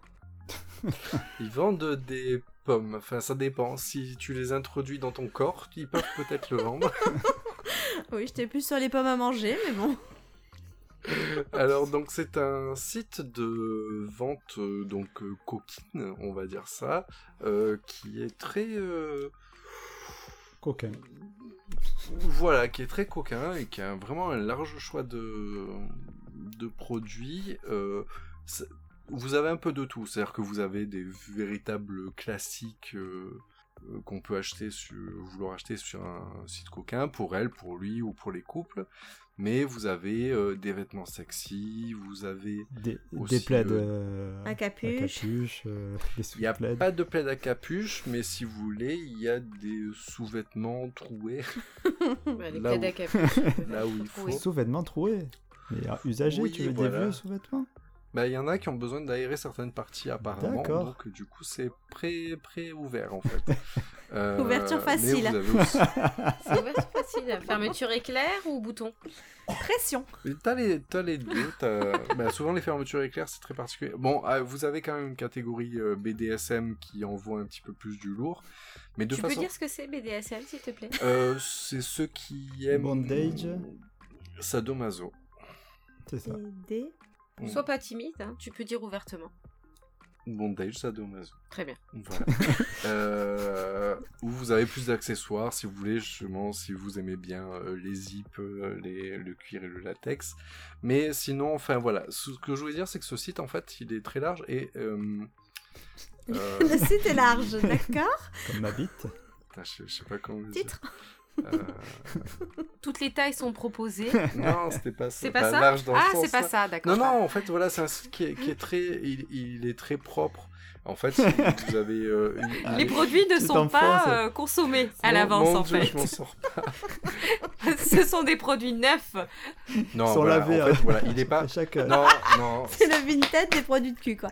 [SPEAKER 3] Mhm. Ils vendent des pommes. Enfin, ça dépend. Si tu les introduis dans ton corps, ils peuvent peut-être le vendre.
[SPEAKER 5] Oui, j'étais plus sur les pommes à manger, mais bon.
[SPEAKER 3] Alors donc c'est un site de vente euh, donc euh, coquine, on va dire ça, euh, qui est très euh,
[SPEAKER 4] Coquin.
[SPEAKER 3] voilà, qui est très coquin et qui a vraiment un large choix de, de produits. Euh, c'est- vous avez un peu de tout, c'est-à-dire que vous avez des véritables classiques euh, euh, qu'on peut acheter sur, vouloir acheter sur un site coquin pour elle, pour lui ou pour les couples, mais vous avez euh, des vêtements sexy, vous avez
[SPEAKER 4] Des,
[SPEAKER 3] Aussi,
[SPEAKER 4] des plaids.
[SPEAKER 3] euh,
[SPEAKER 4] euh,
[SPEAKER 5] À
[SPEAKER 4] à
[SPEAKER 5] capuche.
[SPEAKER 4] capuche, euh, des
[SPEAKER 3] Il n'y a
[SPEAKER 4] sous-plaids.
[SPEAKER 3] pas de plaid à capuche, mais si vous voulez, il y a des sous-vêtements troués
[SPEAKER 6] Ouais, les
[SPEAKER 3] Là
[SPEAKER 6] plaids
[SPEAKER 3] où-
[SPEAKER 6] à capuche.
[SPEAKER 3] là où il faut.
[SPEAKER 6] Oui.
[SPEAKER 4] Sous-vêtements troués. Mais euh, usagés,
[SPEAKER 3] Oui,
[SPEAKER 4] tu veux
[SPEAKER 3] voilà.
[SPEAKER 4] des vieux sous-vêtements
[SPEAKER 3] Bah, il y en a qui ont besoin d'aérer certaines parties apparemment,
[SPEAKER 4] D'accord.
[SPEAKER 3] donc du coup c'est pré pré ouvert en fait. Euh,
[SPEAKER 5] Ouverture
[SPEAKER 3] mais
[SPEAKER 5] facile.
[SPEAKER 3] vous avez aussi-
[SPEAKER 6] C'est ouvert c'est facile. Fermeture éclair ou bouton
[SPEAKER 5] Pression.
[SPEAKER 3] Mais T'as les, t'as les deux. t'as- bah, souvent, les fermetures éclairs, c'est très particulier. Bon, euh, vous avez quand même une catégorie euh, BDSM qui envoie un petit peu plus du lourd. Mais de
[SPEAKER 6] Tu peux
[SPEAKER 3] façon.
[SPEAKER 6] dire ce que c'est BDSM, s'il te plaît
[SPEAKER 3] euh, c'est ceux qui aiment.
[SPEAKER 4] Bondage.
[SPEAKER 3] Sadomaso.
[SPEAKER 4] C'est ça.
[SPEAKER 5] Des...
[SPEAKER 3] Mm.
[SPEAKER 6] Sois pas timide, hein, tu peux dire ouvertement.
[SPEAKER 3] Bondage, Sadomaso.
[SPEAKER 6] Très bien.
[SPEAKER 3] Voilà. Euh, où vous avez plus d'accessoires, si vous voulez, justement, si vous aimez bien euh, les zips, euh, les, le cuir et le latex. Mais sinon, enfin voilà, ce que je voulais dire, c'est que ce site, en fait, il est très large et... euh, euh,
[SPEAKER 5] Le site est large, d'accord
[SPEAKER 4] Comme ma bite.
[SPEAKER 3] putain, je, je sais pas comment le dire.
[SPEAKER 5] Titre
[SPEAKER 3] Euh,
[SPEAKER 6] Toutes les tailles sont proposées.
[SPEAKER 3] non, c'était pas ça. Bah,
[SPEAKER 6] C'est pas ça
[SPEAKER 3] large dans le
[SPEAKER 6] Ah,
[SPEAKER 3] sens,
[SPEAKER 6] c'est pas
[SPEAKER 3] là.
[SPEAKER 6] ça, d'accord.
[SPEAKER 3] Non, non, en fait, voilà, c'est un site qui est, qui est très... Il, il est très propre. En fait, si vous avez... euh, une-
[SPEAKER 6] Les produits ne
[SPEAKER 4] C'est
[SPEAKER 6] sont
[SPEAKER 4] en
[SPEAKER 6] pas
[SPEAKER 4] France.
[SPEAKER 6] euh, consommés à
[SPEAKER 3] Mon-
[SPEAKER 6] l'avance,
[SPEAKER 3] mon
[SPEAKER 6] en
[SPEAKER 3] Dieu,
[SPEAKER 6] fait.
[SPEAKER 3] je m'en sors
[SPEAKER 6] ce sont des produits neufs.
[SPEAKER 3] Non,
[SPEAKER 4] Sans
[SPEAKER 3] voilà,
[SPEAKER 4] laver,
[SPEAKER 3] en
[SPEAKER 4] hein.
[SPEAKER 3] fait, voilà, il est pas.
[SPEAKER 4] À chaque. euh,
[SPEAKER 3] Ah. Non, non.
[SPEAKER 5] C'est le vintage des produits de cul, quoi.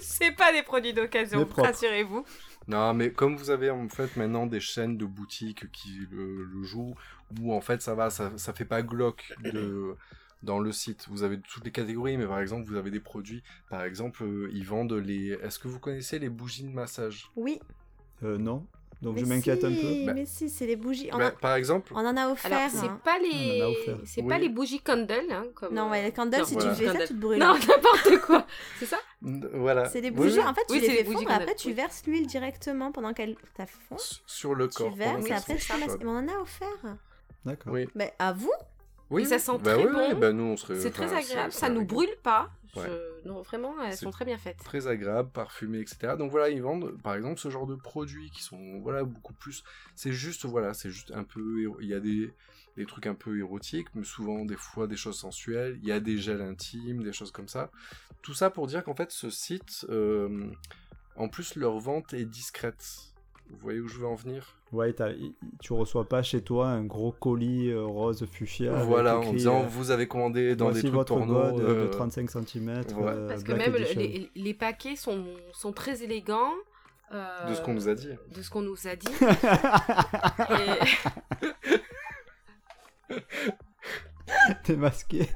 [SPEAKER 6] C'est pas des produits
[SPEAKER 4] Mais
[SPEAKER 6] d'occasion,
[SPEAKER 4] propre.
[SPEAKER 6] rassurez-vous.
[SPEAKER 3] Non, mais comme vous avez en fait maintenant des chaînes de boutiques qui le, le jouent, où en fait ça va, ça, ça fait pas glauque de, dans le site. Vous avez toutes les catégories, mais par exemple, vous avez des produits. Par exemple, euh, ils vendent les. Est-ce que vous connaissez les bougies de massage
[SPEAKER 5] Oui.
[SPEAKER 4] euh, non. Donc
[SPEAKER 5] Mais
[SPEAKER 4] je m'inquiète un
[SPEAKER 5] si,
[SPEAKER 4] peu.
[SPEAKER 3] Bah.
[SPEAKER 5] Mais si, c'est les
[SPEAKER 6] Ah.
[SPEAKER 5] bougies. On,
[SPEAKER 3] Bah,
[SPEAKER 5] a-
[SPEAKER 3] Par exemple,
[SPEAKER 5] on en a offert.
[SPEAKER 6] Alors, c'est
[SPEAKER 5] hein.
[SPEAKER 6] pas
[SPEAKER 4] On en a
[SPEAKER 6] les,
[SPEAKER 4] offert.
[SPEAKER 6] c'est
[SPEAKER 3] Oui.
[SPEAKER 6] pas les bougies candle, hein, comme.
[SPEAKER 5] Non, ouais, les candles,
[SPEAKER 6] Non,
[SPEAKER 5] si
[SPEAKER 3] voilà.
[SPEAKER 5] tu fais ça,
[SPEAKER 6] Candles.
[SPEAKER 5] tu te brûles.
[SPEAKER 6] Non, n'importe quoi. C'est ça
[SPEAKER 3] n- voilà.
[SPEAKER 5] C'est des
[SPEAKER 3] Oui,
[SPEAKER 5] bougies.
[SPEAKER 3] oui.
[SPEAKER 5] En fait, tu
[SPEAKER 6] Oui,
[SPEAKER 5] les
[SPEAKER 6] c'est
[SPEAKER 5] fais
[SPEAKER 6] les bougies
[SPEAKER 5] fondre, après,
[SPEAKER 6] candles,
[SPEAKER 5] tu
[SPEAKER 6] oui.
[SPEAKER 5] verses l'huile directement pendant qu'elle t'a fond.
[SPEAKER 3] S- Sur le
[SPEAKER 5] Tu
[SPEAKER 3] corps. pendant
[SPEAKER 5] verses et
[SPEAKER 3] qu'elles
[SPEAKER 5] après,
[SPEAKER 3] sont
[SPEAKER 5] tu ramasses.
[SPEAKER 3] chaudes.
[SPEAKER 5] Mais on en a offert.
[SPEAKER 4] D'accord.
[SPEAKER 3] Oui.
[SPEAKER 5] Mais à vous
[SPEAKER 3] Oui,
[SPEAKER 6] Et ça
[SPEAKER 3] oui.
[SPEAKER 6] sent
[SPEAKER 3] Bah
[SPEAKER 6] très
[SPEAKER 3] oui, oui,
[SPEAKER 6] bon.
[SPEAKER 3] bah nous, on serait-
[SPEAKER 6] C'est très
[SPEAKER 3] enfin,
[SPEAKER 6] agréable, ça
[SPEAKER 3] c'est-
[SPEAKER 6] nous brûle pas.
[SPEAKER 3] Ouais.
[SPEAKER 6] Je- Non, vraiment, elles
[SPEAKER 3] C'est-
[SPEAKER 6] sont très bien faites.
[SPEAKER 3] très agréable, parfumé, etc. Donc voilà, ils vendent par exemple ce genre de produits qui sont voilà beaucoup plus. C'est juste voilà, c'est juste un peu. éro- Il y a des des trucs un peu érotiques, mais souvent des fois des choses sensuelles. Il y a des gels intimes, des choses comme ça. Tout ça pour dire qu'en fait ce site, euh, en plus leur vente est discrète. Vous voyez où je veux en venir
[SPEAKER 4] Ouais, t'as- i- tu reçois pas chez toi un gros colis euh, rose fuchsia. avec
[SPEAKER 3] Voilà,
[SPEAKER 4] écrit,
[SPEAKER 3] en disant
[SPEAKER 4] euh,
[SPEAKER 3] vous avez commandé dans des
[SPEAKER 4] voici
[SPEAKER 3] trucs
[SPEAKER 4] votre
[SPEAKER 3] porno.
[SPEAKER 4] bois de, euh, de
[SPEAKER 3] euh,
[SPEAKER 4] 35 cm.
[SPEAKER 3] ouais.
[SPEAKER 6] Parce que même le- les, les paquets sont, sont très élégants. euh,
[SPEAKER 3] De ce qu'on nous a dit.
[SPEAKER 6] de ce qu'on nous a dit.
[SPEAKER 4] T'es masqué.
[SPEAKER 6] Et-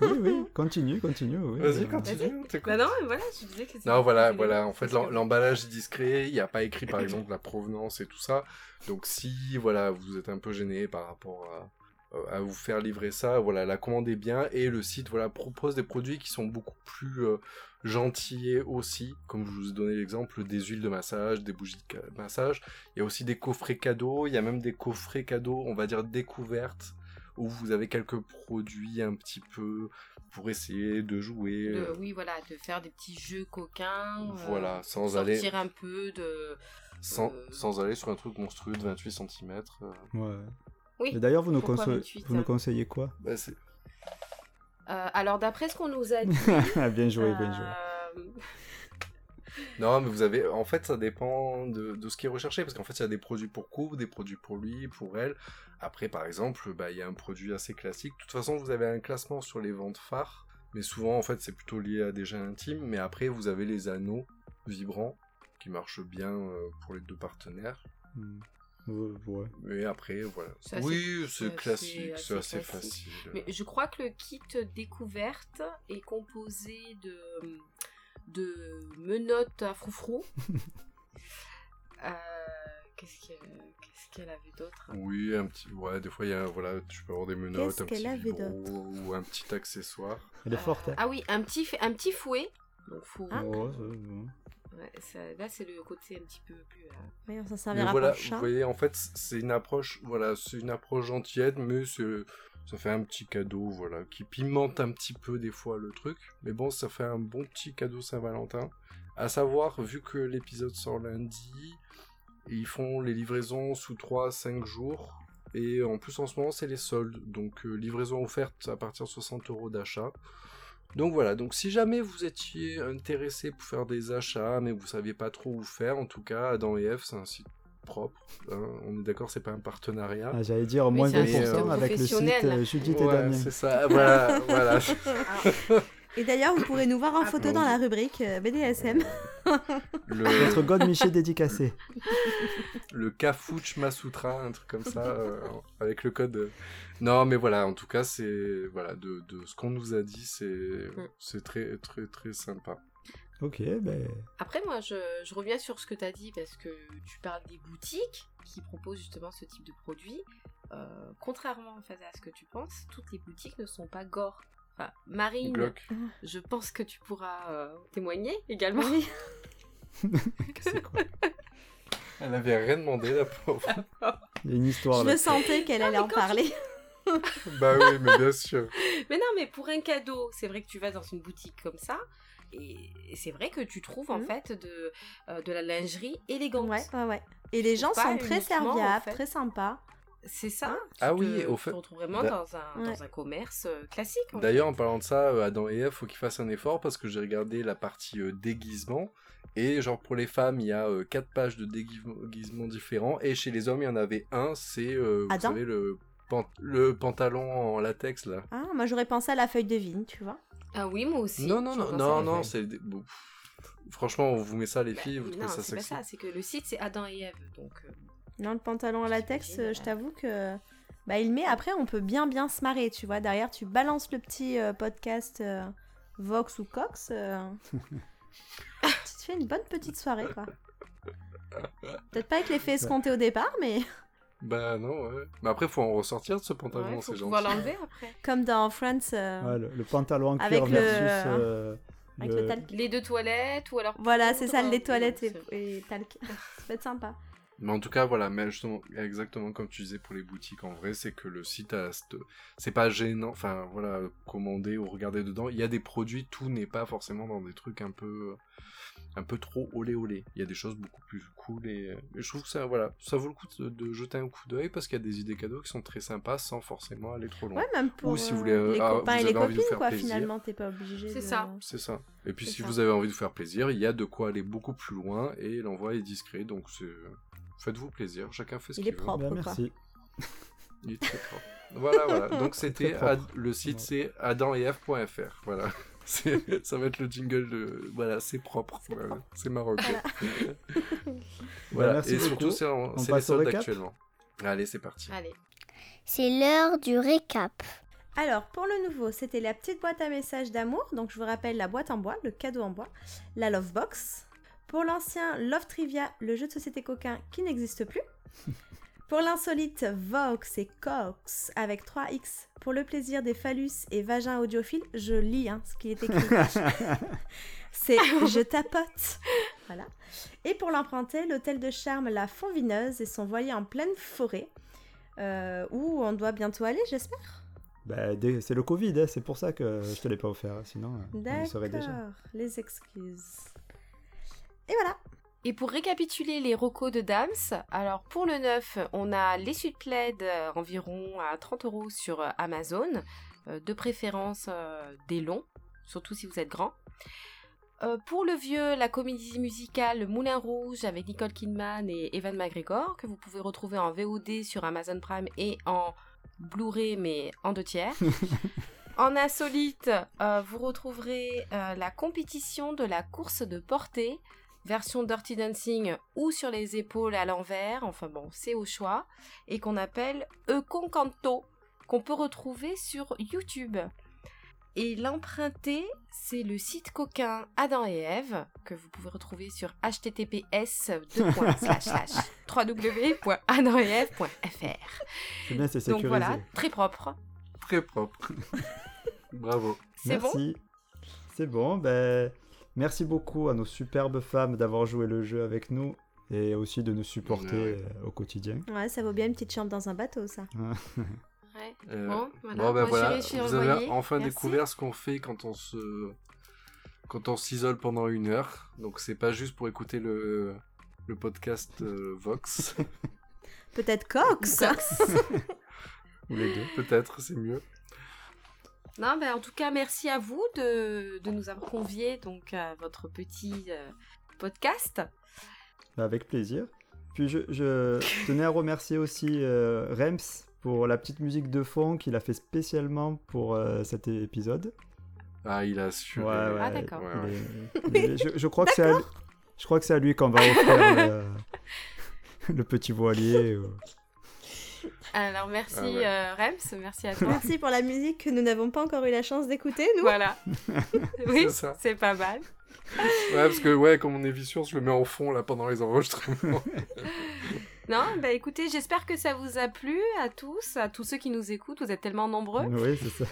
[SPEAKER 4] Oui, oui, continue, continue. Oui,
[SPEAKER 3] Vas-y,
[SPEAKER 4] Euh,
[SPEAKER 3] continue. on t'écoute.
[SPEAKER 6] Bah non, mais voilà, je disais que c'était-
[SPEAKER 3] Non, voilà,
[SPEAKER 6] c'était
[SPEAKER 3] voilà.
[SPEAKER 6] élégant,
[SPEAKER 3] En fait,
[SPEAKER 6] parce
[SPEAKER 3] l'em-
[SPEAKER 6] que-
[SPEAKER 3] l'emballage est discret. Il n'y a pas écrit, par exemple, la provenance et tout ça. Donc, si, voilà, vous êtes un peu gêné par rapport à, à vous faire livrer ça, voilà, la commandez bien. Et le site, voilà, propose des produits qui sont beaucoup plus euh, gentils aussi. Comme je vous ai donné l'exemple des huiles de massage, des bougies de ca- massage. Il y a aussi des coffrets cadeaux. Il y a même des coffrets cadeaux, on va dire, découvertes. Où vous avez quelques produits un petit peu pour essayer de jouer.
[SPEAKER 6] de-
[SPEAKER 3] euh,
[SPEAKER 6] oui, voilà, de faire des petits jeux coquins. euh,
[SPEAKER 3] Voilà, sans aller.
[SPEAKER 6] sortir un peu de.
[SPEAKER 3] Sans,
[SPEAKER 6] Euh,
[SPEAKER 3] sans aller sur un truc monstrueux de euh. 28 cm.
[SPEAKER 4] Ouais.
[SPEAKER 6] Oui,
[SPEAKER 4] Et d'ailleurs, vous, nous,
[SPEAKER 6] pourquoi
[SPEAKER 4] conse-
[SPEAKER 6] 28,
[SPEAKER 4] vous nous
[SPEAKER 6] hein
[SPEAKER 4] conseillez quoi
[SPEAKER 6] Euh, alors, d'après ce qu'on nous a dit.
[SPEAKER 4] Bien joué, bien joué.
[SPEAKER 6] euh,
[SPEAKER 3] Non, mais vous avez. En fait, ça dépend de, de ce qui est recherché. Parce qu'en fait, il y a des produits pour couple, des produits pour lui, pour elle. Après, par exemple, bah, il y a un produit assez classique. De toute façon, vous avez un classement sur les ventes phares. Mais souvent, en fait, c'est plutôt lié à des gels intimes. Mais après, vous avez les anneaux vibrants qui marchent bien euh, pour les deux partenaires.
[SPEAKER 4] Hmm. Ouais, ouais.
[SPEAKER 3] Mais après, voilà.
[SPEAKER 6] C'est assez-
[SPEAKER 3] oui, c'est
[SPEAKER 6] assez-
[SPEAKER 3] classique, c'est
[SPEAKER 6] assez
[SPEAKER 3] assez
[SPEAKER 6] classique.
[SPEAKER 3] facile.
[SPEAKER 6] Mais je crois que le kit découverte est composé de, de menottes à froufrou. Euh, Qu'est-ce qu'elle qu'est-ce qu'elle avait d'autre
[SPEAKER 3] Oui, un petit. Ouais, des fois, il y a, voilà, tu peux avoir des menottes,
[SPEAKER 5] Qu'est-ce
[SPEAKER 3] un petit
[SPEAKER 5] qu'elle avait
[SPEAKER 3] vibro ou un petit accessoire.
[SPEAKER 4] Elle est forte.
[SPEAKER 6] Euh,
[SPEAKER 4] hein.
[SPEAKER 6] Ah oui, un petit, f- un petit fouet. Donc, faut-
[SPEAKER 4] Ouais, c'est bon.
[SPEAKER 6] Ouais, ça- là, c'est le côté un petit peu plus. euh,
[SPEAKER 5] Oui, on s'en
[SPEAKER 3] Mais
[SPEAKER 5] servira
[SPEAKER 3] voilà,
[SPEAKER 5] pour le chat.
[SPEAKER 3] vous voyez, en fait, c- c'est une approche, voilà, c'est une approche gentillette, mais c'est- ça fait un petit cadeau, voilà, qui pimente un petit peu des fois le truc. Mais bon, ça fait un bon petit cadeau Saint-Valentin. À savoir, vu que l'épisode sort lundi, ils font les livraisons sous 3 à 5 jours. Et en plus, en ce moment, c'est les soldes. Donc, euh, livraison offerte à partir de 60 euros d'achat. Donc voilà, donc si jamais vous étiez intéressé pour faire des achats, mais vous saviez pas trop où faire, en tout cas, Adam et F, c'est un site propre. hein. On est d'accord, c'est pas un partenariat.
[SPEAKER 4] Ah, J'allais dire au
[SPEAKER 6] Oui,
[SPEAKER 4] moins
[SPEAKER 6] c'est un
[SPEAKER 4] 20%
[SPEAKER 3] site
[SPEAKER 4] avec le site
[SPEAKER 6] professionnel.
[SPEAKER 4] euh, Judith et
[SPEAKER 3] Ouais,
[SPEAKER 4] Damien.
[SPEAKER 3] c'est ça, voilà, ah, voilà.
[SPEAKER 5] Et d'ailleurs, vous pourrez nous voir
[SPEAKER 6] Ah
[SPEAKER 5] en photo dans la rubrique euh, BDSM.
[SPEAKER 4] Notre
[SPEAKER 3] Le,
[SPEAKER 4] God Miché dédicacé.
[SPEAKER 3] le Kafouch Masutra, un truc comme ça, euh, avec le code. euh. Non, mais voilà, en tout cas, c'est. Voilà, de, de ce qu'on nous a dit, c'est c'est très, très, très sympa.
[SPEAKER 4] Ok, ben.
[SPEAKER 6] Après, moi, je, je reviens sur ce que tu as dit parce que tu parles des boutiques qui proposent justement ce type de produit. Euh, contrairement en fait, à ce que tu penses, toutes les boutiques ne sont pas gore. Enfin, Marine,
[SPEAKER 3] Glock.
[SPEAKER 6] je pense que tu pourras euh, témoigner également.
[SPEAKER 4] C'est quoi
[SPEAKER 3] Elle avait rien demandé, la pauvre.
[SPEAKER 4] Il y a une histoire
[SPEAKER 5] Je
[SPEAKER 4] là.
[SPEAKER 5] le sentais qu'elle allait
[SPEAKER 6] mais
[SPEAKER 5] en
[SPEAKER 6] quand
[SPEAKER 5] parler.
[SPEAKER 3] bah oui, mais bien sûr.
[SPEAKER 6] Mais non, mais pour un cadeau, c'est vrai que tu vas dans une boutique comme ça, et et c'est vrai que tu trouves en
[SPEAKER 5] Mhm.
[SPEAKER 6] fait de, euh, de la lingerie élégante.
[SPEAKER 5] Ouais, ouais, ouais. Et les gens
[SPEAKER 6] Pas
[SPEAKER 5] sont très
[SPEAKER 6] uniquement, en
[SPEAKER 5] serviables,
[SPEAKER 6] fait.
[SPEAKER 5] très sympas.
[SPEAKER 6] C'est ça.
[SPEAKER 3] Ah
[SPEAKER 6] Tu
[SPEAKER 3] oui,
[SPEAKER 6] te-
[SPEAKER 3] au
[SPEAKER 6] tu
[SPEAKER 3] fait.
[SPEAKER 6] te retrouves vraiment
[SPEAKER 3] D'a-
[SPEAKER 6] dans un, dans
[SPEAKER 5] Ouais.
[SPEAKER 6] un commerce euh, classique. en
[SPEAKER 3] D'ailleurs, en parlant de ça, euh, Adam et F, faut qu'ils fassent un effort parce que j'ai regardé la partie euh, déguisement. Et genre pour les femmes, il y a 4 pages de déguisement- déguisements différents. Et chez les hommes, il y en avait un, c'est euh, vous
[SPEAKER 5] Adam
[SPEAKER 3] savez, le, pan- le pantalon en latex là.
[SPEAKER 5] Ah, moi j'aurais pensé à la feuille de vigne, tu vois.
[SPEAKER 6] Ah oui, moi aussi.
[SPEAKER 3] non, non,
[SPEAKER 6] je
[SPEAKER 3] non,
[SPEAKER 6] pensais à
[SPEAKER 3] non,
[SPEAKER 6] la
[SPEAKER 3] non,
[SPEAKER 6] feuille.
[SPEAKER 3] c'est. des- bon, pff, Franchement, on vous met ça les
[SPEAKER 6] Bah,
[SPEAKER 3] filles, vous
[SPEAKER 6] mais
[SPEAKER 3] trouvez
[SPEAKER 6] non,
[SPEAKER 3] ça
[SPEAKER 6] c'est pas
[SPEAKER 3] sexy.
[SPEAKER 6] ça, c'est que le site c'est Adam et Ève, donc euh,
[SPEAKER 5] Non, le pantalon en latex,
[SPEAKER 6] J'imagine,
[SPEAKER 5] euh, je t'avoue que. Bah, il met. Après, on peut bien, bien se marrer, tu vois. Derrière, tu balances le petit euh, podcast euh, Vox ou Cox. euh, tu te fais une bonne petite soirée, quoi. Peut-être pas avec l'effet escompté au départ, mais
[SPEAKER 3] Bah non, ouais. Mais après, faut en ressortir de ce pantalon,
[SPEAKER 6] ouais, faut
[SPEAKER 3] c'est
[SPEAKER 6] pouvoir
[SPEAKER 3] gentil.
[SPEAKER 6] l'enlever après.
[SPEAKER 5] comme dans Friends. euh,
[SPEAKER 4] Ouais, le, le pantalon en cuir
[SPEAKER 5] Avec le-
[SPEAKER 4] versus. euh,
[SPEAKER 5] Avec le talc.
[SPEAKER 6] Les deux toilettes ou alors.
[SPEAKER 5] Voilà, c'est ça,
[SPEAKER 6] poudre,
[SPEAKER 5] les toilettes
[SPEAKER 6] euh,
[SPEAKER 5] et, et talc. ça peut être sympa.
[SPEAKER 3] Mais en tout cas, voilà, mais justement, exactement comme tu disais pour les boutiques, en vrai, c'est que le site, a cette- c'est pas gênant, enfin voilà, commander ou regarder dedans, il y a des produits, tout n'est pas forcément dans des trucs un peu, un peu trop olé olé. Il y a des choses beaucoup plus cool et, euh, et je trouve que ça, voilà, ça vaut le coup de, de jeter un coup d'œil parce qu'il y a des idées cadeaux qui sont très sympas sans forcément aller trop loin.
[SPEAKER 5] Ouais, même pour
[SPEAKER 3] Ou si vous
[SPEAKER 5] euh,
[SPEAKER 3] voulez, euh,
[SPEAKER 5] les
[SPEAKER 3] ah,
[SPEAKER 5] copains
[SPEAKER 3] vous
[SPEAKER 5] et les
[SPEAKER 3] avez envie de vous
[SPEAKER 5] copines,
[SPEAKER 3] faire
[SPEAKER 5] quoi.
[SPEAKER 3] plaisir.
[SPEAKER 5] Finalement, t'es pas obligé.
[SPEAKER 6] C'est
[SPEAKER 5] de-
[SPEAKER 6] ça.
[SPEAKER 3] C'est ça. Et puis
[SPEAKER 6] C'est
[SPEAKER 3] si
[SPEAKER 6] ça.
[SPEAKER 3] vous avez envie de vous faire plaisir, il y a de quoi aller beaucoup plus loin et l'envoi est discret, donc c'est... Faites-vous plaisir, chacun fait ce
[SPEAKER 5] Il
[SPEAKER 3] qu'il
[SPEAKER 5] est
[SPEAKER 3] veut.
[SPEAKER 5] propre,
[SPEAKER 4] Ben,
[SPEAKER 5] quoi.
[SPEAKER 4] merci.
[SPEAKER 3] Il est très propre. voilà, voilà. Donc c'était
[SPEAKER 4] Très propre.
[SPEAKER 3] Ad- le site c'est adamef.fr. Voilà. C'est- Ça va être le jingle de voilà, c'est propre.
[SPEAKER 5] C'est
[SPEAKER 3] Voilà.
[SPEAKER 5] propre.
[SPEAKER 3] C'est marocain.
[SPEAKER 4] Ben,
[SPEAKER 3] Voilà.
[SPEAKER 4] Bah, merci
[SPEAKER 3] Et surtout
[SPEAKER 4] beaucoup.
[SPEAKER 3] c'est en-
[SPEAKER 4] On
[SPEAKER 3] c'est les
[SPEAKER 4] passe au
[SPEAKER 3] soldes
[SPEAKER 4] récap
[SPEAKER 3] actuellement. Allez, c'est parti.
[SPEAKER 6] Allez.
[SPEAKER 1] C'est l'heure du récap.
[SPEAKER 5] Alors, pour le nouveau, c'était la petite boîte à messages d'amour. Donc, je vous rappelle la boîte en bois, le cadeau en bois, la Love Box. Pour l'ancien, Love Trivia, le jeu de société coquin qui n'existe plus. Pour l'insolite, Vox et Cox avec 3X. Pour le plaisir des phallus et vagins audiophiles, je lis hein, ce qui est écrit. C'est je tapote. Voilà. Et pour l'emprunter, l'hôtel de charme La Fonvineuse et son voilier en pleine forêt. euh, où on doit bientôt aller, j'espère.
[SPEAKER 4] Ben, dès- c'est le Covid, hein, c'est pour ça que je te l'ai pas offert. Sinon, euh, on le saurait déjà.
[SPEAKER 5] D'accord, les excuses. Et voilà.
[SPEAKER 6] Et pour récapituler les recos de Dams, alors pour le 9, on a l'essuie de plaid euh, environ à 30 euros sur euh, Amazon, euh, de préférence euh, des longs, surtout si vous êtes grand. Euh, pour le vieux, la comédie musicale Moulin Rouge avec Nicole Kidman et Evan McGregor, que vous pouvez retrouver en VOD sur Amazon Prime et en Blu-ray, mais en deux tiers. en insolite, euh, vous retrouverez euh, la compétition de la course de portée version Dirty Dancing ou sur les épaules à l'envers, enfin bon, c'est au choix, et qu'on appelle Econcanto, qu'on peut retrouver sur YouTube. Et l'emprunté, c'est le site coquin Adam et Ève, que vous pouvez retrouver sur https www.adameteve.fr.
[SPEAKER 4] C'est bien, c'est
[SPEAKER 6] Donc
[SPEAKER 4] sécurisé.
[SPEAKER 6] voilà, très propre.
[SPEAKER 3] Très propre. Bravo.
[SPEAKER 6] C'est bon
[SPEAKER 4] Merci. C'est bon, ben. Merci beaucoup à nos superbes femmes d'avoir joué le jeu avec nous et aussi de nous supporter
[SPEAKER 3] Ouais.
[SPEAKER 4] euh, au quotidien.
[SPEAKER 5] Ouais, ça vaut bien une petite chambre dans un bateau, ça.
[SPEAKER 6] Ouais.
[SPEAKER 3] Euh,
[SPEAKER 6] Bon, voilà.
[SPEAKER 3] Bon, ben
[SPEAKER 6] Moi,
[SPEAKER 3] voilà,
[SPEAKER 6] j'irai chez
[SPEAKER 3] vous
[SPEAKER 6] Revoyer.
[SPEAKER 3] avez enfin
[SPEAKER 6] Merci.
[SPEAKER 3] découvert ce qu'on fait quand on se quand on s'isole pendant une heure. Donc c'est pas juste pour écouter le le podcast euh, Vox.
[SPEAKER 5] Peut-être Cox
[SPEAKER 3] Ou les deux, peut-être, c'est mieux.
[SPEAKER 6] Non, ben, en tout cas, merci à vous de, de nous avoir conviés donc, à votre petit euh, podcast.
[SPEAKER 4] Ben, Avec plaisir. Puis je, je tenais à remercier aussi euh, Rems pour la petite musique de fond qu'il a fait spécialement pour euh, cet épisode.
[SPEAKER 3] Ah, il a su.
[SPEAKER 4] Ouais,
[SPEAKER 6] ah,
[SPEAKER 4] ouais,
[SPEAKER 6] d'accord.
[SPEAKER 3] Ouais,
[SPEAKER 4] Il
[SPEAKER 3] ouais.
[SPEAKER 4] est- il est- je, je crois que c'est à, lui- je crois que c'est à lui qu'on va offrir le, le petit voilier. ou-
[SPEAKER 6] Alors, merci
[SPEAKER 3] Ah ouais.
[SPEAKER 6] euh, Rems, merci à toi.
[SPEAKER 5] Merci pour la musique que nous n'avons pas encore eu la chance d'écouter, nous.
[SPEAKER 6] voilà. oui,
[SPEAKER 3] C'est ça.
[SPEAKER 6] c'est pas mal.
[SPEAKER 3] Ouais, parce que, ouais, comme on est vicieux, on se le met en fond, là, pendant les enregistrements.
[SPEAKER 6] Non, bah écoutez, j'espère que ça vous a plu à tous, à tous ceux qui nous écoutent, vous êtes tellement nombreux.
[SPEAKER 4] Oui, c'est ça.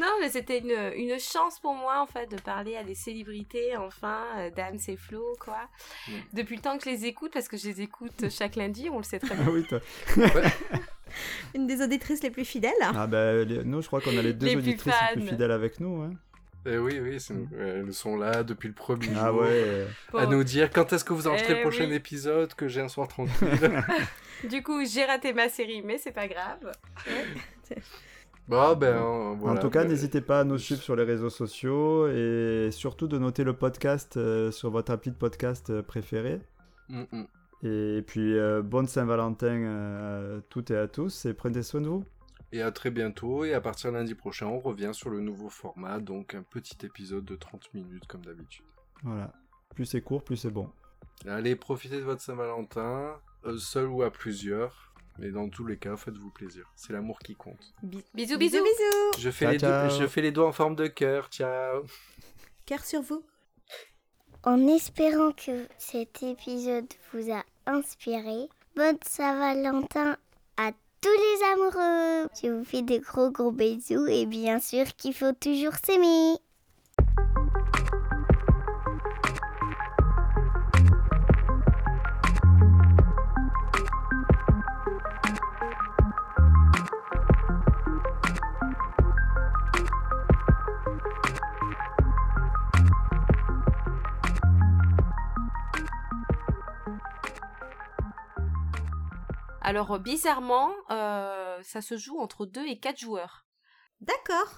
[SPEAKER 6] Non, mais c'était une, une chance pour moi en fait de parler à des célébrités, enfin, euh, Dams et Flo, quoi.
[SPEAKER 3] Mm.
[SPEAKER 6] Depuis le temps que je les écoute, parce que je les écoute chaque lundi, on le sait très bien.
[SPEAKER 4] Ah oui, toi.
[SPEAKER 5] Une des auditrices les plus fidèles.
[SPEAKER 4] Ah ben, les- nous, je crois qu'on a les deux
[SPEAKER 6] Les plus
[SPEAKER 4] auditrices les plus
[SPEAKER 6] fans.
[SPEAKER 4] fidèles avec nous. hein.
[SPEAKER 3] Et Eh oui, oui, c'est- ouais, elles sont là depuis le premier
[SPEAKER 4] Ah
[SPEAKER 3] jour,
[SPEAKER 4] ouais. euh,
[SPEAKER 3] À
[SPEAKER 6] Bon,
[SPEAKER 3] nous dire quand est-ce que vous enregistrez le
[SPEAKER 6] Eh
[SPEAKER 3] prochain
[SPEAKER 6] oui.
[SPEAKER 3] épisode, que j'ai un soir tranquille.
[SPEAKER 6] Du coup, j'ai raté ma série, mais c'est pas grave.
[SPEAKER 3] bon, ben, euh, voilà.
[SPEAKER 4] Mm. en tout cas,
[SPEAKER 3] Ben,
[SPEAKER 4] n'hésitez pas à nous suivre sur les réseaux sociaux et surtout de noter le podcast euh, sur votre appli de podcast euh, préféré.
[SPEAKER 3] mm, mm.
[SPEAKER 4] Et puis, euh, bonne Saint-Valentin euh, à toutes et à tous et prenez soin de vous.
[SPEAKER 3] Et à très bientôt. Et à partir de lundi prochain, on revient sur le nouveau format. Donc, un petit épisode de 30 minutes, comme d'habitude.
[SPEAKER 4] Voilà. Plus c'est court, plus c'est bon.
[SPEAKER 3] Allez, profitez de votre Saint-Valentin, euh, seul ou à plusieurs. Mais dans tous les cas, faites-vous plaisir. C'est l'amour qui compte.
[SPEAKER 5] Bi-
[SPEAKER 6] Bisous,
[SPEAKER 5] bisous,
[SPEAKER 6] bisous.
[SPEAKER 5] bisous.
[SPEAKER 3] Je fais,
[SPEAKER 4] Ciao,
[SPEAKER 3] les,
[SPEAKER 4] ciao.
[SPEAKER 3] Doigts, je fais les doigts en forme de cœur. Ciao.
[SPEAKER 5] Cœur sur vous.
[SPEAKER 1] En espérant que cet épisode vous a inspiré, bonne Saint-Valentin à tous les amoureux. Je vous fais de gros gros bisous et bien sûr qu'il faut toujours s'aimer.
[SPEAKER 6] Alors, euh, bizarrement, euh, ça se joue entre 2 et 4 joueurs.
[SPEAKER 5] D'accord.